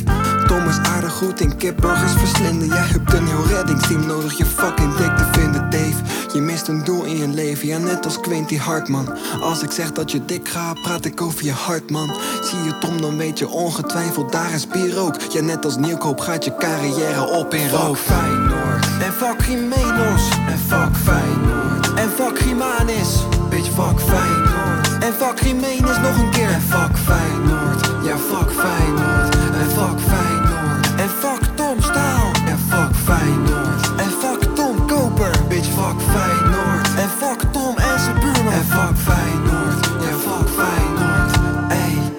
Tom is aardig goed in kipburgers verslinden. Jij hebt een heel reddingsteam nodig, je fucking dik te vinden, Dave. Je mist een doel in je leven, ja net als Quinty Hartman. Als ik zeg dat je dik gaat, praat ik over je hart, man. Zie je Tom, dan weet je ongetwijfeld, daar is bier ook. Ja, net als Nieuwkoop gaat je carrière op in rook. Fuck Feyenoord. En fuck Jimenos. En fuck Feyenoord. En fuck Jimanis. Bitch, fuck Feyenoord. En fuck Jimenez nog een keer. En fuck Feyenoord. Ja, fuck Feyenoord. En fuck Feyenoord. En fuck Tom Staal. En fuck Feyenoord. En fuck Tom Koper. Bitch, fuck Feyenoord. En fuck Tom en zijn buurman. En fuck Feyenoord. Ja, fuck Feyenoord. Ey.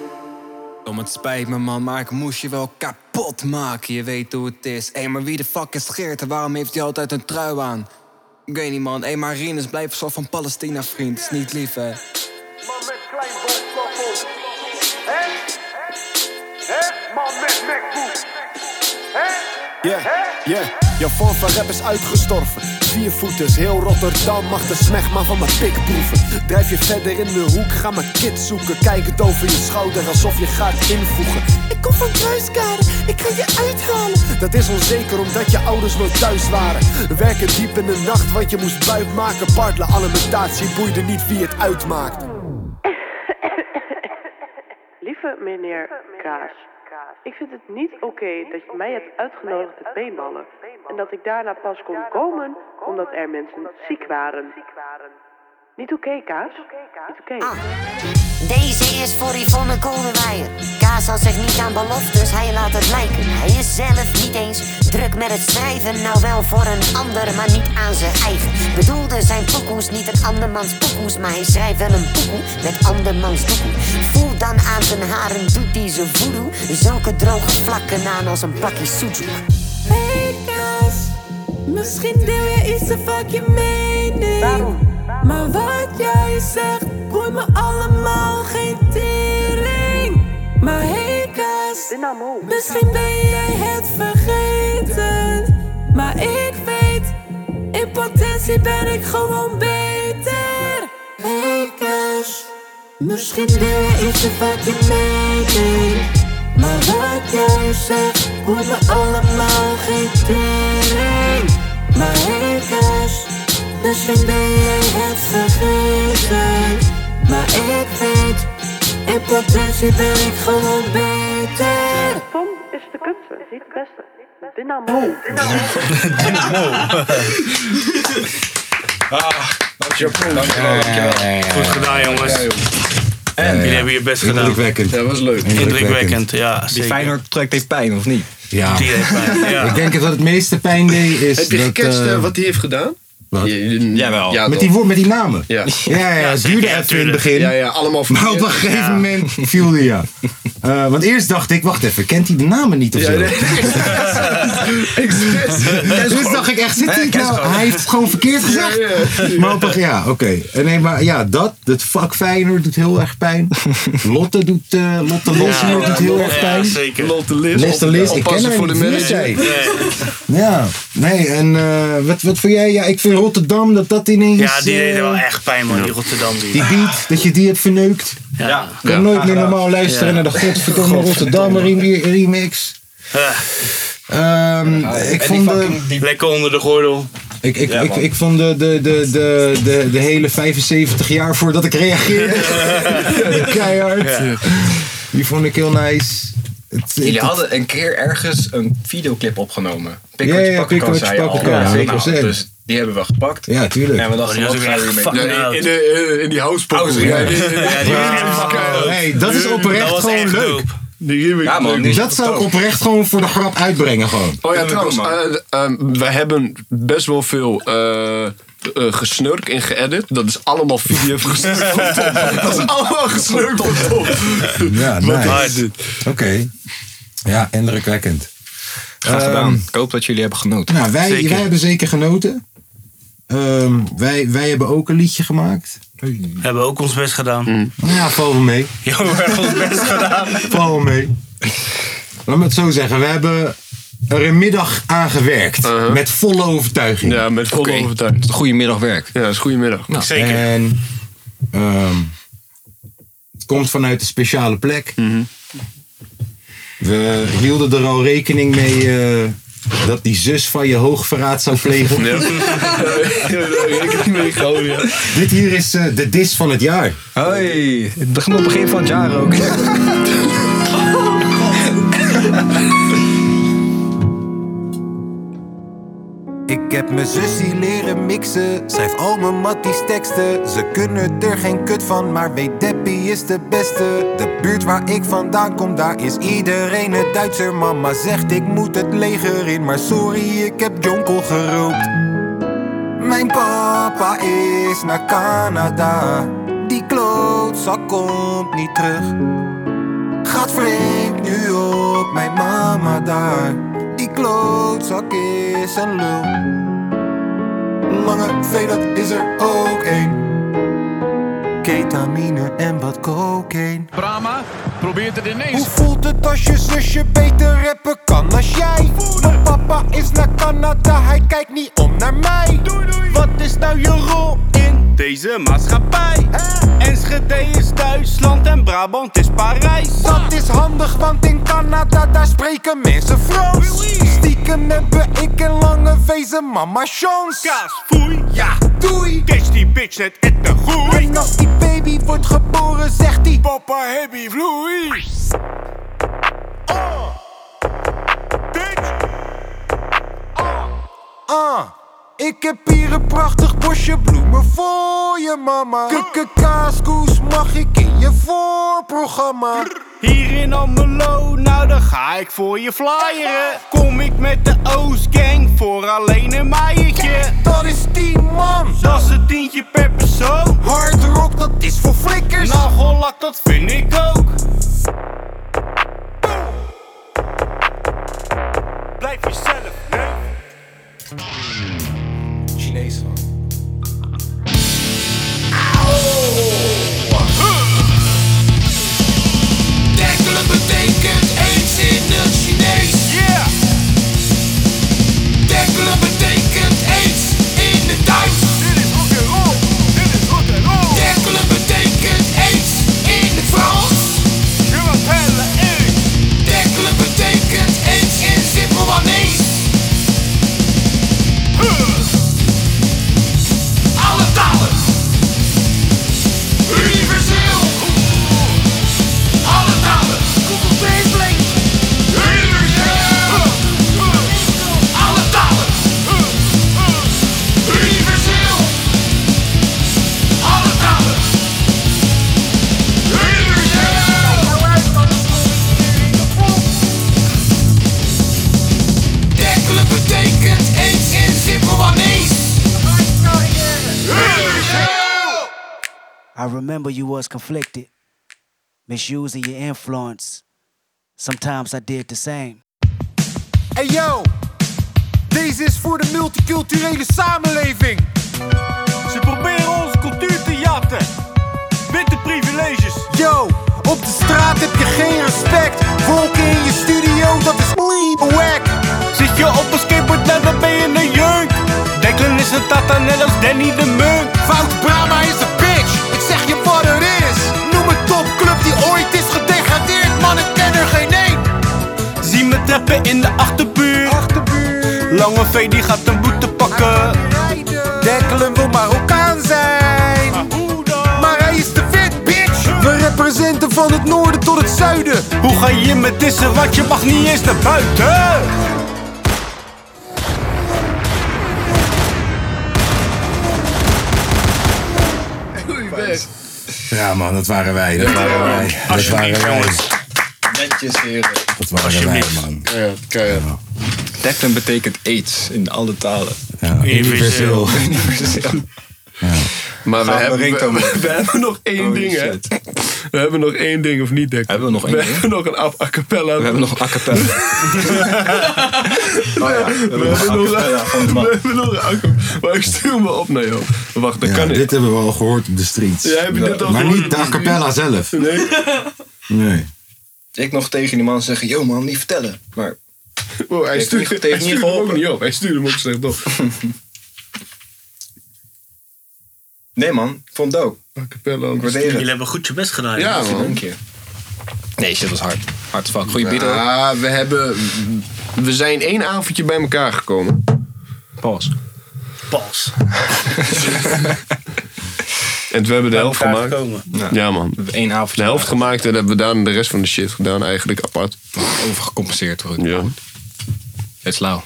Tom, het spijt me man, maar ik moest je wel kapot maken. Je weet hoe het is. Hé, maar wie de fuck is Geert en waarom heeft hij altijd een trui aan? Ik weet niet man, hé, maar Rinus blijft zo van Palestina vriend. Is niet lief hè. Yeah, yeah. Jouw vorm van rap is uitgestorven. Viervoeters, heel Rotterdam mag de smegma van mijn pik proeven. Drijf je verder in de hoek, ga mijn kit zoeken. Kijk het over je schouder alsof je gaat invoegen. Ik kom van Kruiskade, ik ga je uithalen. Dat is onzeker omdat je ouders nooit thuis waren. Werken diep in de nacht, want je moest buik maken. Partner, alimentatie boeide niet wie het uitmaakt. Lieve meneer Kaas, ik vind het niet oké dat je mij hebt uitgenodigd te paintballen en dat ik daarna pas kon komen omdat er mensen ziek waren. Niet oké, Kaas? Niet oké. Ah. Deze is voor Yvonne Kolenweijer. Kaas had zich niet aan beloftes, hij laat het lijken. Hij is zelf niet eens druk met het schrijven. Nou wel voor een ander, maar niet aan zijn eigen. Bedoelde zijn pokoes niet een andermans pokoes. Maar hij schrijft wel een pokoe met andermans doekoe. Voel dan aan zijn haren, doet hij zijn voodoo. Zulke droge vlakken aan als een plakje soejoe. Hey Kaas, misschien deel je iets te vaak je mening. Maar wat jij zegt, boeit me allemaal geen tering. Maar hey Kaas, misschien ben jij het vergeten. Maar ik weet, in potentie ben ik gewoon beter. Hey Kaas, misschien deel je iets te vaak je mening. Maar wat jij zegt, hoeft me allemaal geen tering. Maar helaas, misschien ben jij het vergeten. Maar ik weet, in potentie ben ik gewoon beter. Tom is de kunst, niet de beste. Dynamo. Oh. Dynamo. Ah, dankjewel. Dankjewel, Goed gedaan, jongens. En jullie hebben je best gedaan. Indrukwekkend. Dat was leuk. Indrukwekkend, ja. Die Feyenoord trekt heeft pijn, of niet? Ja. Die heeft pijn, ja. Ik denk dat het meeste pijn deed is. Heb je dat, gecatcht, eh, eh, Wat die heeft gedaan? Jawel. Ja, met, toch. die, woord- met die namen. Ja. ja, ja, het duurde even in het begin. Ja, ja, allemaal Maar op een verkeerd. gegeven Ja. moment viel die ja. Eh, want eerst dacht ik, wacht even, kent hij de namen niet of zo? dus dacht ik echt, zit hij het nou? Hij heeft het gewoon verkeerd gezegd. Maar op een ge- ja, oké. Eh, Nee, maar ja, dat, dat vak Feyenoord doet heel erg pijn. Lotte doet, eh Lotte Lossen doet heel erg pijn. Lotte Lis. Lotte Lis, ik ken haar niet, wie is zij? Ja, nee, en eh, wat, wat vind jij? Ja, ik vind Rotterdam dat dat ineens... Ja, die eh, deden wel echt pijn, man, die Rotterdam. Die, Die beat, dat je die hebt verneukt. Ja. Ik kan nooit meer normaal luisteren naar de godverdomme Rotterdammer remi- remix. Ehm, ik vond de... Lekker onder de gordel. Ik, ik, Ja, ik, man. ik vond de, de, de, de, de, de hele 75 jaar voordat ik reageerde. Keihard. Die vond ik heel nice. Het- Jullie het- hadden een keer ergens een videoclip opgenomen. Ja, ja, Pikkeltje ja, pakken kan, Pikkeltje zei je al. Pakken Kan, Ja, zeker nou, zeggen. Dus die hebben we gepakt. Ja, tuurlijk. En we dachten, Oh, die wat was ook gaan echt we fucking mee oud. doen? In de, in die housepokkel. Ja. Hey, dat is oprecht gewoon leuk. Ja, man, die is dat zou ik dope. oprecht gewoon voor de grap uitbrengen gewoon. Oh ja, trouwens, eh, eh, we hebben best wel veel eh, eh, gesnurk in geëdit. Dat is allemaal video van gesnurk van Tom. Dat is allemaal gesnurk van Tom. Ja, Wat is nice. dit? Oké. Ja, indrukwekkend. Ehm, Graag gedaan. Ik hoop dat jullie hebben genoten. Nou, wij, wij hebben zeker genoten. Ehm, wij, wij hebben ook een liedje gemaakt. Hebben we ook ons best gedaan. Nou ja, val wel mee. Ja, we hebben ons best gedaan. Val wel mee. Laat me het zo zeggen. We hebben er een middag aan gewerkt. Uh-huh. Met volle overtuiging. Ja, met volle overtuiging. Het is een goede middagwerk. Ja, dat is een goede middag. Nou, En ehm, het komt vanuit een speciale plek. Mhm. We hielden er al rekening mee eh, dat die zus van je hoogverraad zou plegen. Ja. Dit hier is eh, de dis van het jaar. Hoi, het begon op het begin van het jaar Oh. ook. Ik heb mijn zusje leren mixen. Zij heeft al mijn matties teksten. Ze kunnen er geen kut van, maar weet Deppie is de beste. De buurt waar ik vandaan kom, daar is iedereen een Duitser. Mama zegt ik moet het leger in, maar sorry, ik heb jonkel gerookt. Mijn papa is naar Canada. Die klootzak komt niet terug. Gaat vreemd nu op mijn mama daar. Die klootzak is een lul. Lange V, dat is er ook één. Ketamine en wat cocaine. Brahma probeert het ineens. Hoe voelt het als je zusje beter rappen kan als jij? Mijn papa is naar Canada, hij kijkt niet om naar mij. Wat is nou je rol in? Deze maatschappij. Enschede is Duitsland en Brabant is Parijs. Dat is handig, want in Canada daar spreken mensen Frans. Stiekem hebben ik een lange vezen mama chance. Kaas, foei, ja, doei. Kiss die bitch net ette goed. En als die baby wordt geboren, zegt die papa heavy vloei. Oh. Ah, ik heb hier een prachtig bosje bloemen voor je mama. Kukke kaaskoes mag ik in je voorprogramma. Hier in Almelo, nou dan ga ik voor je flyeren. Kom ik met de Oostgang voor alleen een meiertje. Dat is 10 man. Dat is een tientje per persoon. Hard rock, dat is voor flikkers. Nagellak, dat vind ik ook. Blijf jezelf, hè? Chinees man. Dekkelen betekent eens in het Chinees. Yeah. Dekkelen betekent eens in het Duits. Dit is rock and roll. Dit is rock and roll. Dekkelen betekent eens in het Frans. Je was helle eens. Dekkelen betekent eens in Zimbabwe. Alle talen. Universeel. Alle talen. Google Translate. Universeel. Alle talen. Universeel. Alle talen. Dekkelen betekent eens in Zimbabwe. I remember you was conflicted, misusing your influence Sometimes I did the same. Hey yo, deze is voor de multiculturele samenleving. Ze proberen onze cultuur te jatten. Witte privileges. Yo, op de straat heb je geen respect. Wolken in je studio, dat is whack. Zit je op een skateboard, nou, dan ben je een junk. Declan is een tata, net als Danny de Munk. Fout Brahma is een bitch, ik zeg je wat het is. Noem een topclub die ooit is gedegradeerd, man, ik ken er geen één. Zie me trappen in de achterbuurt. Lange V die gaat een boete pakken. Dekkelen wil Marokkaan zijn. Maar hij is te vet, bitch. We representen van het noorden tot het zuiden. Hoe ga je me dissen, want je mag niet eens naar buiten. Ja man, dat waren wij. Dat waren wij. Dat waren wij. Netjes, heren. Dat waren wij man. Ja, keihard. Declan betekent aids in alle talen. Ja, Oh, universeel. Universeel. Maar we Gaat hebben, maar we, ringt we- we hebben nog één Oh, ding, hè? shit. We hebben nog één ding, of niet, Dek? Hebben we nog één We ding? hebben nog een a, a cappella. We hebben nog a cappella. we hebben nog een We hebben nog een a cappella. Maar ik stuur me op naar jou. Wacht, dat Ja, kan niet. dit hebben we dus al gehoord op de streets. Ja, heb je dit al maar gehoord niet de a cappella zelf. Nee. Nee. Ik nog tegen die man zeggen, yo man, niet vertellen. Maar Wow, Oh, hij Heeft stuurde, niet- hij heeft niet stuurde hem ook geholpen. niet op. Hij stuurde hem ook slecht op. nee man, ik vond het dope. A cappella. Ik waardeer Jullie het. hebben goed je best gedaan. Ja, jongens. man. Dank je. Nee, shit was hard. Hard as fuck. Goeie beat hoor. Ah, we hebben... We zijn één avondje bij elkaar gekomen. Pas. Pas. En we hebben de helft elkaar gemaakt. gekomen. Ja. man. Eén avond. De helft gemaakt en hebben we daarna de rest van de shit gedaan eigenlijk apart. Overgecompenseerd hoor. Ja. Het is lauw.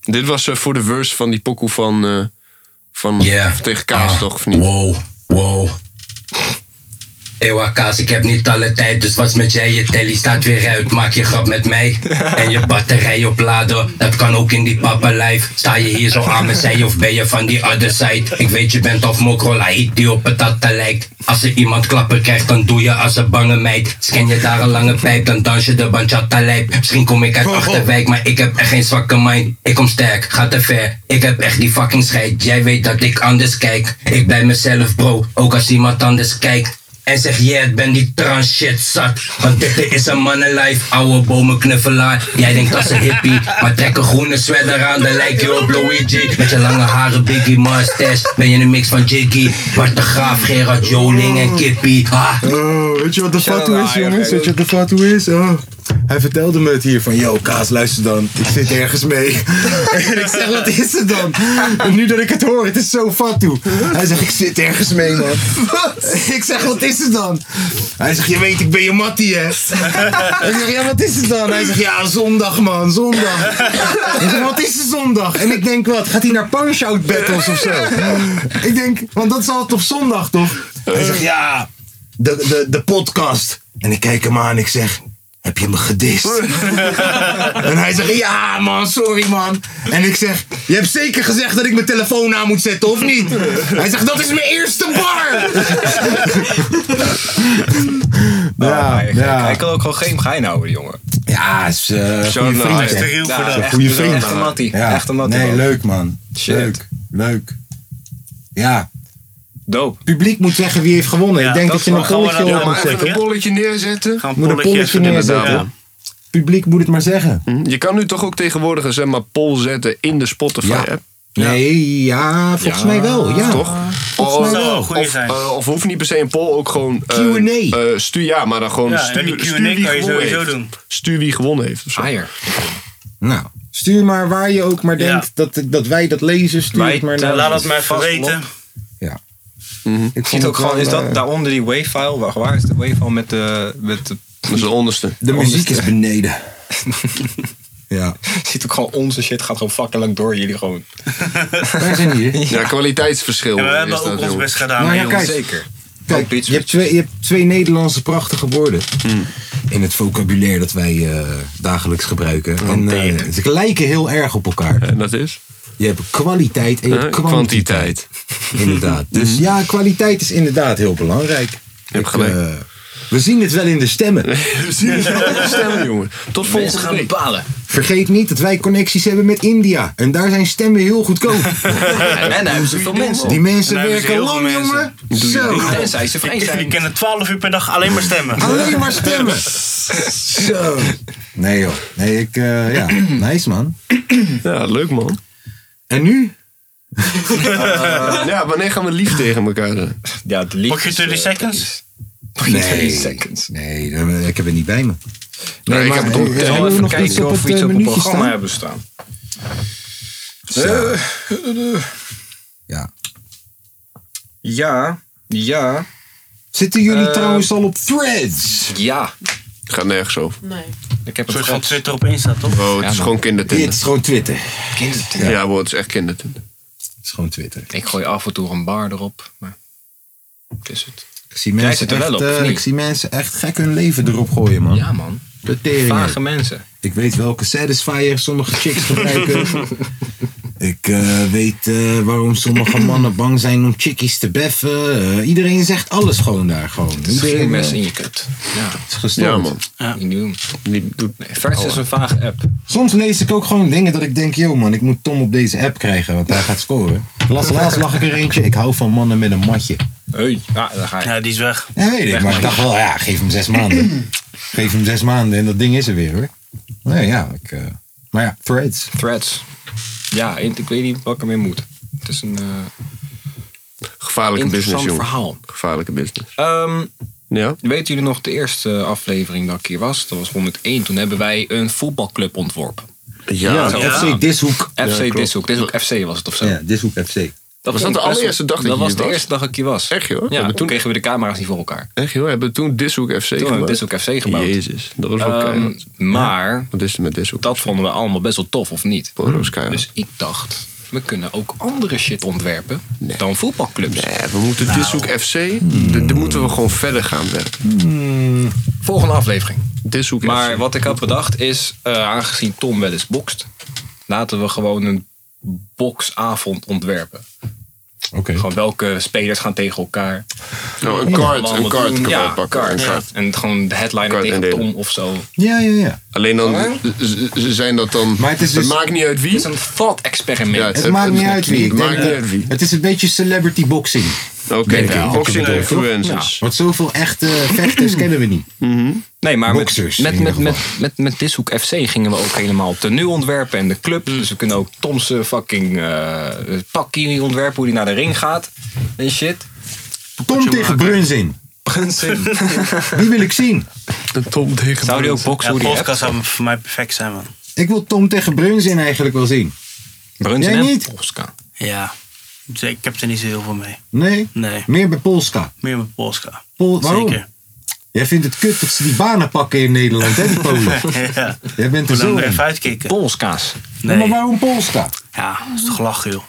Dit was eh, voor de verse van die pokoe van... eh, van tegen Kaas Ah. toch, of niet? Wow, wow. Ewa Kaas, ik heb niet alle tijd, dus wat met jij? Je telly staat weer uit, maak je grap met mij. En je batterij opladen, dat kan ook in die papa life. Sta je hier zo aan met zij of ben je van die other side? Ik weet je bent of mokrola, heet die op het atta lijkt. Als er iemand klappen krijgt, dan doe je als een bange meid. Scan je daar een lange pijp, dan dans je de banchata lijp. Misschien kom ik uit Achterwijk, maar ik heb echt geen zwakke mind. Ik kom sterk, ga te ver, ik heb echt die fucking scheid. Jij weet dat ik anders kijk, ik ben mezelf bro, ook als iemand anders kijkt. En zeg yeah, ik ben die trans shit zat. Want dit is een mannenlijf, oude bomen knuffelaar. Jij denkt dat ze hippie, maar trek een groene sweater aan, dan lijk je op Luigi. Met je lange haren, Biggie Mustache, ben je een mix van Jiggy. Bart de Graaf, Gerard Joling en Kippie. Ah. Oh, weet je wat de fatu is, jongens? Weet je wat de fatu is? Oh. Hij vertelde me het hier van, yo, Kaas, luister dan. Ik zit ergens mee. en ik zeg, wat is het dan? En nu dat ik het hoor, het is zo fatu. Hij zegt, ik zit ergens mee, man. ik zeg, wat is het dan? Hij zegt, je weet, ik ben je mattie, hè? ik zeg, ja, wat is het dan? Hij zegt, ja, zondag, man, zondag. ik zeg, wat is het zondag? En ik denk, wat, gaat hij naar punch-out battles of zo? ik denk, want dat is altijd op zondag, toch? Hij zegt, ja, de, de, de podcast. En ik kijk hem aan, ik zeg, heb je me gedist? en hij zegt, ja man, sorry man. En ik zeg, je hebt zeker gezegd dat ik mijn telefoon aan moet zetten, of niet? Hij zegt, dat is mijn eerste bar! Ja, ja, Oh, Hij kan ook gewoon geen gein houden, die jongen. Ja, is eh Shout-out goede naar vriend. Hij is hè. te ruw voor Ja, dat. is een goede Echt een- vriend. echt een mattie. Echt een mattie, Nee, man. leuk man. Shit. Leuk, leuk. Ja. Doop. Publiek moet zeggen wie heeft gewonnen. ik denk dat, je een polletje op moet even een zetten. bolletje neerzetten. Moet een polletje neerzetten. Publiek moet het maar zeggen. Je kan nu toch ook tegenwoordig een zeg maar, poll zetten in de Spotify-app? Nee, ja, volgens mij wel. Oh, Ja. Toch? Volgens mij Of- wel. Of, eh, of hoeft niet per se een poll, ook gewoon... eh, eh, stuur, ja, maar dan gewoon Ja, en stuur, die Q&A stuur wie kan je gewonnen sowieso heeft. doen. Stuur wie gewonnen heeft. of zo. Nou, stuur maar waar je ook maar denkt dat, dat wij dat lezen. Stuur het maar naar Mhm. Laat het mij even weten. Ja. Ik zie het ook gewoon, is eh, dat nou daaronder die wavefile? Waar, waar is de wavefile met de... Met de dat is de onderste. De muziek is beneden. ja. ziet ook gewoon onze shit gaat gewoon fucking lang door jullie gewoon. Ja, kwaliteitsverschil. Ja, we is hebben dat, ook ons jongen. best gedaan, Nou ja, hè, jongens. kijk. eh, Kijk, je hebt, twee, je hebt twee Nederlandse prachtige woorden Hmm. in het vocabulaire dat wij eh, dagelijks gebruiken. Oh, En, eh, ze lijken heel erg op elkaar. En dat is? Je hebt kwaliteit en je hebt Eh, kwantiteit. Mhm. Inderdaad. Dus ja, kwaliteit is inderdaad heel belangrijk. Je hebt gelijk. We zien het wel in de stemmen. We zien het wel in de stemmen, jongen. Tot volgende Mensen gaan week. bepalen. Vergeet niet dat wij connecties hebben met India. En daar zijn stemmen heel goedkoop. En daar hebben ze veel mensen. Die mensen En daar hebben ze werken heel veel lang, mensen. jongen. Doe je Zo. niet, Tenzij ze vreemd Ik, zijn. ik ken 12 uur per dag alleen maar stemmen. Alleen maar stemmen. Zo. Nee joh. Nee, ik... eh, ja, nice man. Ja, leuk man. En nu? Eh, ja, wanneer gaan we lief tegen elkaar zijn? Ja, het lief. Pak je 30 seconds? Nee, nee, eh, ik heb het niet bij me. Nee, ik heb het ook- eh, ik zal hebben we even nog kijken iets op of we het iets eh, op het minuutje programma staan? hebben staan. Zo. Ja. Ja. Ja. Zitten jullie Eh, trouwens al op threads? Ja. Gaat nergens over. Nee. Ik heb een soort van Twitter op Insta, toch? Oh, het is gewoon kindertinder. Dit is gewoon Twitter. Kindertinder. Ja, bro, het is echt kindertinder. Het is gewoon Twitter. Ik gooi af en toe een bar erop. Maar het is het. Ik zie, Jij mensen zit er echt, wel op, eh, of niet? ik zie mensen echt gek hun leven erop gooien, man. Ja, man. De tering. Vage mensen. Ik weet welke satisfier sommige chicks gebruiken. ik eh, weet eh, waarom sommige mannen bang zijn om chickies te beffen. Eh, iedereen zegt alles gewoon daar. Gewoon. Het is Iedereen, geen mes eh, in je kut. Ja. is gestoord. Ja, man. Niet doen. Nee, Threads is een vage app. Soms lees ik ook gewoon dingen dat ik denk, yo man, ik moet Tom op deze app krijgen, want hij gaat scoren. Laatst, laatst lag ik er eentje, ik hou van mannen met een matje. Hé, ja, daar ga je. Ja, die is weg. Ja, weet ik, maar ik dacht wel, ja, geef hem zes maanden. geef hem zes maanden en dat ding is er weer hoor. Nee, ja, ik, eh, maar ja, threads. Threads. Ja, in- ik weet niet wat ik ermee moet. Het is een eh, Gevaarlijke business, interessant jongen. verhaal. Gevaarlijke business. Ehm, ja? Weten jullie nog de eerste eh, aflevering dat ik hier was? Dat was 101. Toen hebben wij een voetbalclub ontworpen. Ja, Ja, Zo. FC Dishoek. Ja, FC klopt. Dishoek. Dishoek FC was het of zo. Ja, Dishoek FC. Was dat vond de ik best allereerste wel- dag dat je was hier de was? eerste dag dat ik hier was. Echt, joh? Ja, Hebben toen toen- kregen we de camera's niet voor elkaar. Echt joh, hebben we toen Dishoek FC Toen hebben we gemaakt? Dishoek FC gebouwd. Jezus, dat was wel Ehm, keihard. Maar, Wat is er met Dishoek? dat vonden we allemaal best wel tof, of niet? dat was keihard. Dus ik dacht, we kunnen ook andere shit ontwerpen dan voetbalclubs. Nee, we moeten Nou. Dishoek FC, daar daar moeten we gewoon verder gaan werken. Volgende aflevering. Dishoek Maar wat ik had bedacht is, eh, aangezien Tom wel eens bokst, laten we gewoon een boksavond ontwerpen. Gewoon welke spelers gaan tegen elkaar. Nou, een Wat kaart, allemaal een kaart doen. kunnen we ja, pakken, kaart, een ja. kaart. En gewoon de headliner Kaart tegen indelen. Tom of zo. Ja, ja, ja. Alleen dan Maar? z- z- zijn dat dan. Maar het is dus- maakt niet uit wie. Het is een thought experiment. Ja, Het maakt niet uit wie. Ik Het denk maakt niet dat- uit wie. Het is een beetje celebrity boxing. Oké, denk ik. ja, boxing Toch? influencers. Mhm. Ja. Want zoveel echte vechters kennen we niet. Nee, maar Boxers, met, in met, met, ieder met, met, met Dishoek FC gingen we ook helemaal op tenue ontwerpen en de club. Mm. Dus we kunnen ook Tom's eh, fucking eh pakkie ontwerpen, hoe die naar de ring gaat en shit. Tom tegen Brunzin. Die wil ik zien. Tom tegen Zou die ook boksen Ja, hoe die podcast appt? zou voor mij perfect zijn, man. Ik wil Tom tegen Brunzin eigenlijk wel zien. Brunsen Jij en niet? Polska. Ja. Dus Ik heb er niet zo heel veel mee. Nee? Nee. Meer bij Polska. Meer met Polska. Pol waarom? Zeker. Jij vindt het kut dat ze die banen pakken in Nederland, hè, die Polen? ja. Jij bent er Moet zo dan er in. even uitkicken. Polska's. Nee. Maar waarom Polska? Ja, dat is toch lachen, joh.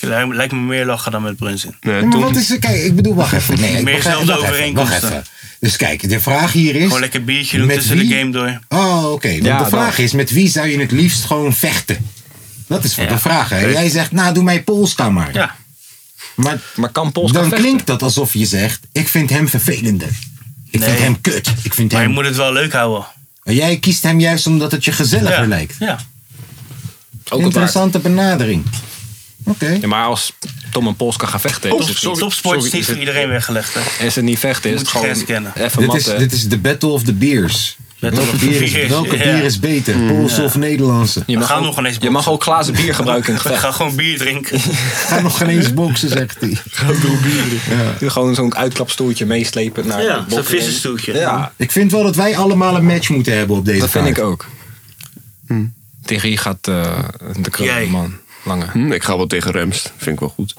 Ik Lijkt, lijkt me meer lachen dan met Brunson. Ja, maar wat is er? Kijk, ik bedoel, wacht even. Nee, ik Meer begrijp- zelfs wacht even, overeenkomsten. Wacht even. Dus kijk, de vraag hier is... Gewoon lekker biertje doen met tussen wie- de game door. Oh, oké. want Ja, de vraag dat. is, met wie zou je het liefst gewoon vechten? Dat is wat de vraag, hè? Weet- Jij zegt, nou, doe mij Polska maar. Ja. Maar, maar kan Polska Dan vechten? klinkt dat alsof je zegt, ik vind hem vervelender. Ik Nee. vind hem kut. Ik vind Maar je hem... moet het wel leuk houden. En Jij kiest hem juist omdat het je gezelliger lijkt. Ja. Ook Interessante benadering. Oké. Ja, maar als Tom en Polska gaan vechten... Top, is het niet- topsport is sorry, niet voor iedereen weggelegd. Hè. Is het niet vechten, is Moet het je gewoon grens kennen. even Dit is, matten. dit is de Battle of the Beers. Battle welke of the bier is, Beers, welke ja. Mm. bier is beter? Poolse of Nederlandse? je, mag gaan ook, nog ineens je mag ook glazen bier gebruiken in het Ik gevecht. ga gewoon bier drinken. Ga nog geen eens boksen, zegt hij. Je Gewoon zo'n uitklapstoeltje meeslepen naar Ja, de zo'n bokken. vissenstoeltje. Ja, Ik vind wel dat wij allemaal een match moeten hebben op deze dat vind kaart. ik ook. Tegen je gaat eh, Jij. de krullen man. Lange. Hm, ik ga wel tegen Remst, vind ik wel goed.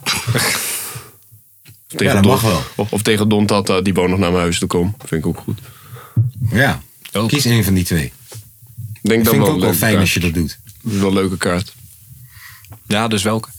Of tegen dat Don- mag wel. Of, of tegen Don Tata, die woont nog naar mijn huis te komen. Vind ik ook goed. Ja, Oh. kies één van die twee. Ik Denk dan Dat vind ik wel ook een wel leuke fijn kaart. als je dat doet. Dat is wel een leuke kaart. Ja, dus welke?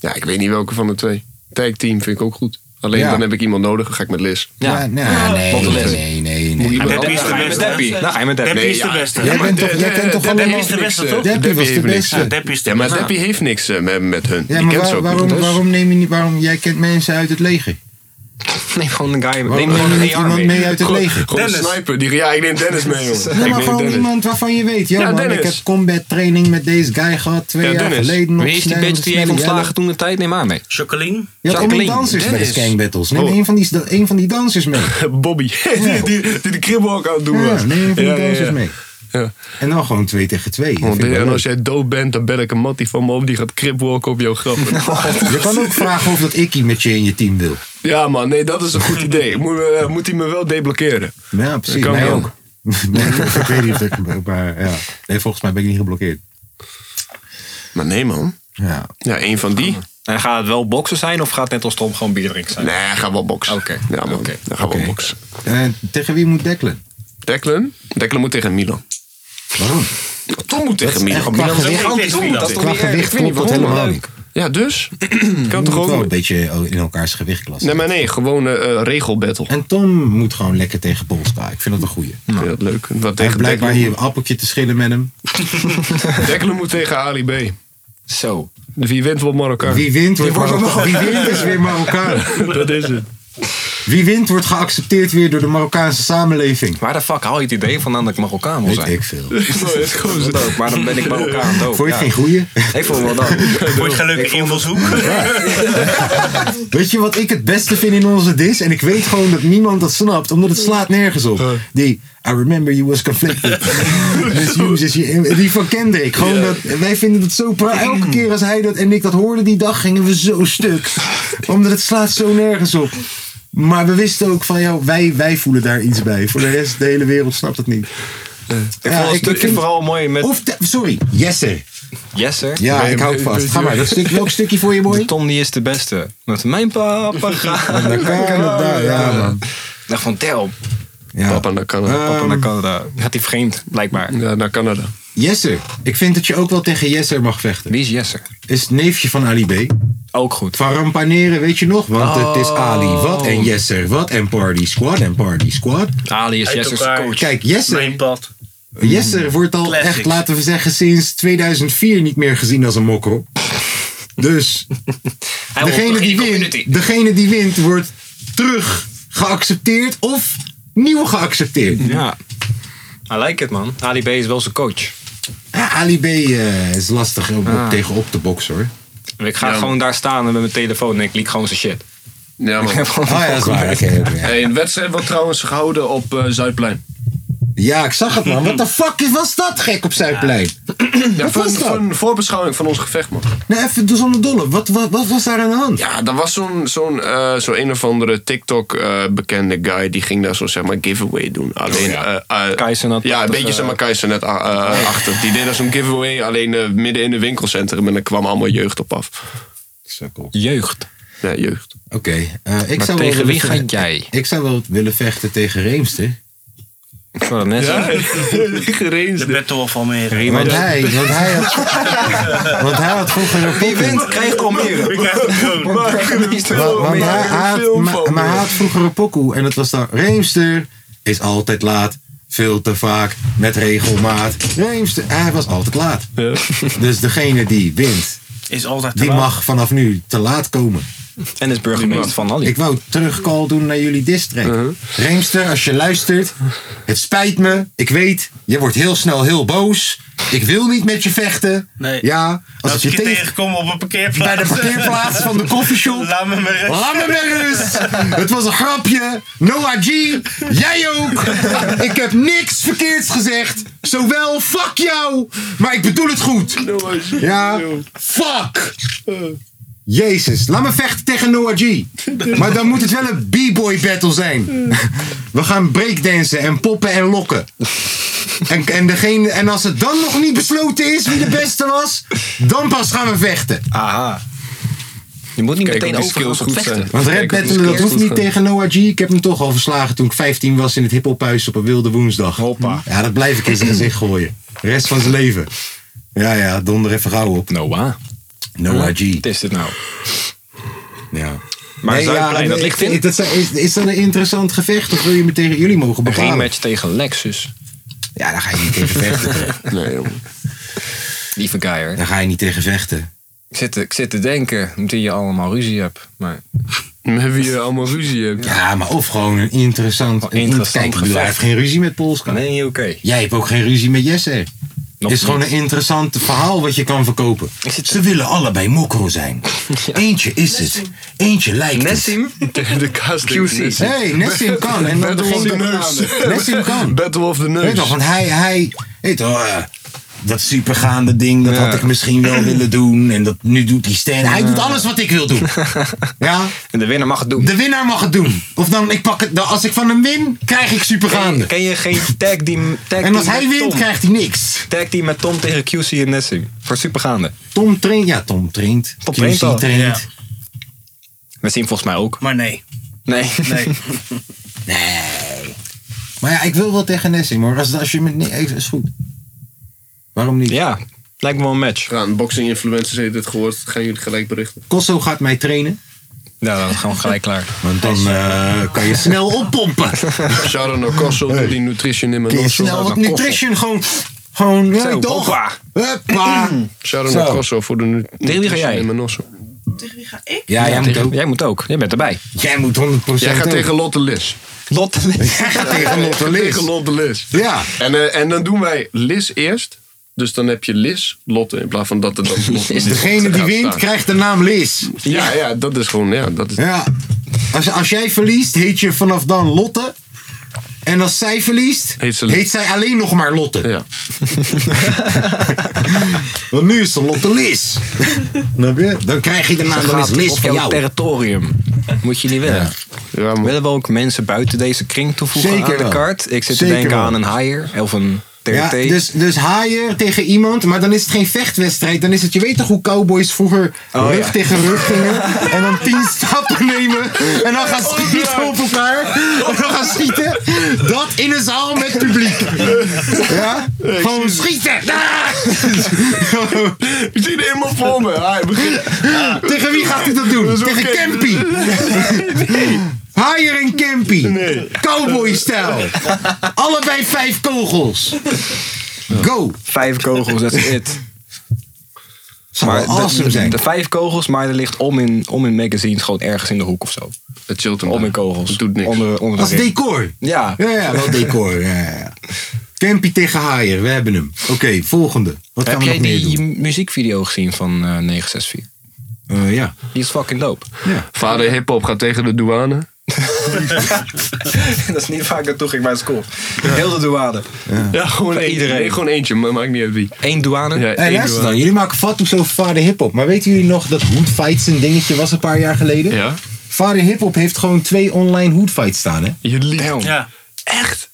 Ja, ik weet niet welke van de twee. Tag team vind ik ook goed. Alleen Ja. dan heb ik iemand nodig, dan ga ik met Liz. Ja, nou, nee, Wat een les. nee, nee, nee. Moet je Ja, wel- Deppie is Dan ga je de met beste. Deppie. Dan ga je met Deppie. Deppie Nee, is de ja, beste. Jij bent de- toch, jij de- kent toch de- allemaal... Deppie is de beste, toch? Deppie was de eh, heeft niks, beste. eh, Deppie is de Ja, maar beste. Deppie heeft niks eh, met, met hun. Ja, Die maar kent ze waar- Dus- ook waarom, niet. waarom neem je niet... Waarom, jij kent mensen uit het leger. Neem gewoon een guy. Waarom Neem gewoon neem je een niet AR iemand mee uit het Gewoon- leger? Gewoon een Dennis. sniper. Die, ja, ik neem Dennis mee, jongen. Nee, ik maar neem gewoon Dennis. iemand waarvan je weet. Yo, Ja, man, ik Dennis. heb combat training met deze guy gehad twee jaar geleden. op Wie is die snelle- bitch die heeft snelle ontslagen jellen. toen de tijd? Neem maar mee. Jacqueline? Je had allemaal dansers bij de Skank Battles. Neem Oh. een van, die, een van die dansers mee. Bobby. die, die, die de kribbelhak aan het doen Ja, was. neem een van die Ja, ja, dansers ja. mee. En dan gewoon twee tegen twee. Dat Want vind ik wel Oh, en leuk. als jij dood bent, dan bel ik een mattie van me op. Die gaat cripwalken op jouw graf. Je kan ook vragen of dat Ikkie met je in je team wil. Ja man, nee, dat is een goed idee. Moet, eh, moet hij me wel deblokkeren. Ja, precies. Kan Mij wel. ook. Nee, ik weet niet of ik... Maar ja. Nee, volgens mij ben ik niet geblokkeerd. Maar nee man. Ja. Ja, één van die. En gaat het wel boksen zijn of gaat het net als Tom gewoon bier drinken zijn? Nee, hij gaat wel boksen. Oké. Ja man, dan gaan we boksen. Eh, tegen wie moet Declan? Declan? Declan moet tegen Milan. Waarom? Tom moet tegen Milan. qua Milan gewicht- gigantisch qua goed. gewicht klopt dat Ik weet niet waarom, helemaal maar leuk. niet. Ja, dus? kan Je toch moet wel ook... een beetje oh, in elkaars gewicht klassen. Nee, maar nee, gewoon eh, eh, regelbattle. En Tom moet gewoon lekker tegen Polska. Ik vind dat een goeie. Ik vind dat leuk. Wat Hij heeft tegen blijkbaar Declan. hier een appeltje te schillen met hem. Declan moet tegen Ali B. Zo. Wie wint wordt Marokkaan. Wie wint, wordt Marokkaan. Wie wint is weer Marokkaan. Oh. Dat is het. Wie wint wordt geaccepteerd weer door de Marokkaanse samenleving. Waar de fuck haal je het idee vandaan dat ik Marokkaan wil Weet zijn? ik veel. Oh, Dat ook, maar dan ben ik Marokkaan dood. Vond je het ja. geen goeie? Ik vond wel dat. Voor het gelukkig invalshoek. Weet je wat ik het beste vind in onze dis? En ik weet gewoon dat niemand dat snapt, omdat het slaat nergens op. Die, I remember you was conflicted. Dus Hughes is je- die van Kendrick. Gewoon dat, wij vinden dat zo pra. Elke keer als hij dat en ik dat hoorden die dag, gingen we zo stuk. Omdat het slaat zo nergens op. Maar we wisten ook van, ja, wij, wij voelen daar iets bij. Voor de rest, de hele wereld snapt het niet. Ik vond Ja, het ik- ik stukje vind- vooral mooi met... Of, te- sorry, Jesse. Yes, sir. Ja, ik hou het vast. Ga maar, dat stuk, welk stukje voor je, mooi? De Tom die is de beste. Met mijn papa gaat. Naar Canada, ja, man. Dag van Tel. Papa naar Canada. Papa naar Canada. Gaat hij vreemd, blijkbaar. Ja, naar Canada. Jesser. Ik vind dat je ook wel tegen Jesser mag vechten. Wie is Jesser? Is het neefje van Ali B. Ook goed. Van Rampaneren weet je nog, want Oh. het is Ali. Wat en Jesser, wat en Party Squad en Party Squad. Ali is Jesser's coach. Kijk, Jesser. Mijn pad. Jesser wordt al Classics. echt, laten we zeggen, sinds 2004 niet meer gezien als een mokkel. Dus Hij hoort degene toch in die die, wint, community? degene die wint wordt terug geaccepteerd of nieuw geaccepteerd. Ja. I like it, man. Ali B is wel zijn coach. Ja, Ali B eh, is lastig om op- Ah. tegenop te boksen hoor. Ik ga Ja, gewoon daar staan en met mijn telefoon en ik liek gewoon zijn shit. Ja, Ik heb gewoon Oh, ja, dat is waar. Oké, oké. Hey, een wedstrijd wordt trouwens gehouden op eh, Zuidplein. Ja, ik zag het man. Wat de fuck was dat gek op Zuidplein? Ja, Wat voor, was voor dat? een voorbeschouwing van ons gevecht, man. Nee, even dus zonder dolle. Wat, wat, wat was daar aan de hand? Ja, Ah, er was zo'n zo'n eh, zo'n een of andere TikTok-bekende guy. Die ging daar zo'n zeg maar, giveaway doen. Alleen, ja. eh, eh, ja, een beetje zeg maar Keizer net eh, achter. Die deed daar zo'n giveaway alleen eh, midden in een winkelcentrum. En er kwam allemaal jeugd op af. Jeugd? Ja, jeugd. Oké. eh, ik Maar zou tegen wel wie willen ga jij? Ik zou wel willen vechten tegen Reemster. Ik zou dat net De battle of Almere. Want hij, want, hij had, want hij had vroeger een Wie poppin. wint, krijgt Almere. Want, want hij, hij had, maar, maar hij had vroeger een pokoe en dat was dan Reemster is altijd laat, veel te vaak, met regelmaat. Reemster, hij was altijd laat. Dus degene die wint, Is altijd te die laat. mag vanaf nu te laat komen. En is burgemeester Uh-huh. van Alli. Ik wou terugcall doen naar jullie district. Reemster, als je luistert, het spijt me. Ik weet, je wordt heel snel heel boos. Ik wil niet met je vechten. Nee. Ja, Nou, als het Als je ik je tegen... tegenkom op een parkeerplaats. Bij de parkeerplaats van de koffieshop. Laat me maar rust. Laat me maar rust. Het was een grapje. Noah G. Jij ook. Ik heb niks verkeerds gezegd. Zowel fuck jou. Maar ik bedoel het goed. Ja. Fuck. Jezus. Laat me vechten tegen Noah G. Maar dan moet het wel een b-boy battle zijn. We gaan breakdansen en poppen en lokken. En, en, degene, en als het dan nog niet besloten is wie de beste was, dan pas gaan we vechten. Aha. Je moet niet Kijk, meteen of die overgaan skills tot goed vechten. zijn. Want Red Kijk, of die Battle, dat skills hoeft goed niet gaan. tegen Noah G. Ik heb hem toch al verslagen toen ik 15 was in het hiphophuis op een wilde woensdag. Hoppa. Ja, dat blijf ik in zijn gezicht gooien. De rest van zijn leven. Ja, ja, donder even gauw op. Noah. Noah G. Wat is dit nou? Ja. Maar Nee, Zuidplein, ja, dat ligt in. is- is, is, is dat een interessant gevecht of wil je me tegen jullie mogen Een bepalen? rematch tegen Lexus. Ja, daar ga je niet tegen vechten. Nee, jongen. Lieve guy, hoor. daar ga je niet tegen vechten. Ik zit, te- ik zit te denken dat je allemaal ruzie hebt. Maar Hebben jullie allemaal ruzie? Hebt. Ja, maar of gewoon een interessant... Oh, Een interessant Kijk, ik bedoel, hij heeft gevecht. geen ruzie met Polska. Nee, oké. Jij hebt ook geen ruzie met Jesse. Het is niet. gewoon een interessant verhaal wat je kan verkopen. Ze willen allebei mokro zijn. Eentje is het. Eentje lijkt het. Nessim? De casting. QC. Hey, Nessim kan. En dan Battle of begint the de Nerds. nurse. Nessim kan. Battle of the Weet je Nerds. toch, want hij, hij, weet je toch, eh, dat supergaande ding, dat had ik misschien wel willen doen. En dat, nu doet hij Stan. Hij Ja. doet alles wat ik wil doen. Ja? En de winnaar mag het doen. De winnaar mag het doen. Of dan, ik pak het, dan- als ik van hem win, krijg ik supergaande. Ken je geen tag team? Tag En als team hij met wint, Tom? krijgt hij niks. Tag team met Tom tegen QC en Nessim. Voor supergaande. Tom traint, ja, Tom traint. Tom QC traint al. traint. We zien volgens mij ook. Maar nee. Nee. Nee. Maar ja, ik wil wel tegen Nessim hoor. Als, als je met. Nee, is goed. Waarom niet? Ja, lijkt me wel een match. Ja, een boxing influencers heeft het gehoord. Gaan jullie gelijk berichten. Kosso gaat mij trainen. Nou, dan gaan we gelijk klaar. Want dan eh, kan je snel oppompen. Shout-out naar Kossel, die nutrition in mijn Kun je nostrils. snel wat nutrition gewoon. Gewoon, ja, Zo, toch? hoppa. Hoppa. Shout-out Zo. naar Kossel voor de nu- wie ga nutrition jij? in mijn nostrils. Ja, jij moet tegen- ook. Jij moet ook. Jij bent erbij. Jij moet 100% Jij gaat ook. tegen Lotte Lis. Lotte Lis. nou? tegen Lotte Lis. Tegen Lotte Lis. Ja. En, eh, en dan doen wij Lis eerst. Dus dan heb je Lis, Lotte, in plaats van dat er dat Lotte Lis Degene die gaat wint staan. krijgt de naam Liz. Ja, ja, dat is gewoon, ja, dat is... Ja. Als, als jij verliest, heet je vanaf dan Lotte. En als zij verliest, heet, ze Liz. zij alleen nog maar Lotte. Ja. Want nu is ze Lotte Liz. Snap je? Dan krijg je de naam dan is Liz op van jouw jou. territorium. Moet je niet willen. willen we ook mensen buiten deze kring toevoegen Zeker aan de wel. kaart? Ik zit Zeker te denken wel. aan een haier of een TRT. Ja, dus, dus haaien tegen iemand, maar dan is het geen vechtwedstrijd. Dan is het, je weet toch hoe cowboys vroeger Oh, rug ja. tegen rug gingen. En dan tien stappen nemen. En dan Oh, gaan schieten op elkaar. En dan gaan schieten. Dat in een zaal met publiek. Ja? Gewoon schieten. Ik zie het helemaal voor me. Hij begint. Tegen wie gaat hij dat doen? Tegen Campy. Haier en Campy. Cowboy-stijl. Allebei vijf kogels. Go. Vijf kogels, dat is het. Zou wel awesome de, zijn. De vijf kogels, maar er ligt om in, om in magazines gewoon ergens in de hoek of zo. Het chillt hem. Om in kogels. doet niks. Onder, onder Als de ring. decor. Ja. Ja, ja, wel decor. Ja, ja, ja. Campy tegen Haier, we hebben hem. Oké, volgende. Wat gaan Heb we jij nog meer die doen? Eh, muziekvideo gezien van eh, 964? ja. Die is fucking dope. Vader hip-hop gaat tegen de douane. dat is niet vaak naartoe ging bij school. Heel de douane. Ja, gewoon Voor eentje. iedereen. Nee, gewoon eentje, maar maakt niet uit wie. Eén douane? Ja, Hey, één luister dan, douane. jullie maken fatsoens over vader hiphop. Maar weten jullie nog dat hoedfights een dingetje was een paar jaar geleden? Ja. Vader hiphop heeft gewoon twee online hoedfights staan, hè? Je lief. Ja. Echt?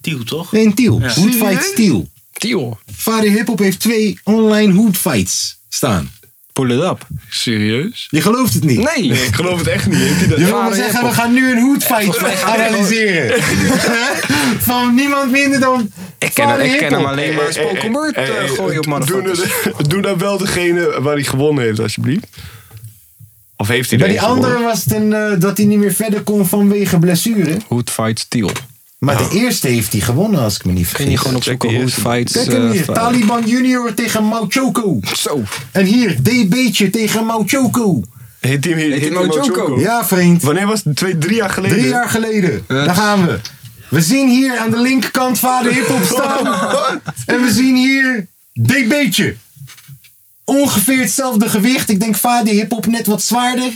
Tiel, toch? Nee, in Tiel. Ja. Hoedfights Tiel. Tiel. Vader hiphop heeft twee online hoedfights staan. Pull it up. Serieus? Je gelooft het niet. Nee. Nee, ik geloof het echt niet. Heeft hij dat Je wil Vader maar zeggen, we hip-hop. gaan nu een hoedfight Volgens mij gaan we analyseren. Van niemand minder dan Ik ken, vader ik ken hem hiphop. alleen maar spoken word Hey, eh, hey, gooien op doe, motherfuckers. nou- doe nou wel degene waar hij gewonnen heeft, alsjeblieft. Of heeft hij Bij er die één andere gewonnen? was het een, eh, dat hij niet meer verder kon vanwege blessure. Hood fight steel. Maar de eerste heeft hij gewonnen, als ik me niet vergis. Kun je gewoon opzoeken hood fights. Kijk hem eh, hier, fight. Taliban Junior tegen Mauchoko. Zo. En hier, DB'tje tegen Mauchoko. Heet hij hem hier- heet hij Mochoko? Ja, vriend. Wanneer was het? Twee, drie jaar geleden? Drie jaar geleden. Daar gaan we. We zien hier aan de linkerkant vader hiphop staan. en we zien hier DB'tje. Ongeveer hetzelfde gewicht. Ik denk vader hiphop net wat zwaarder.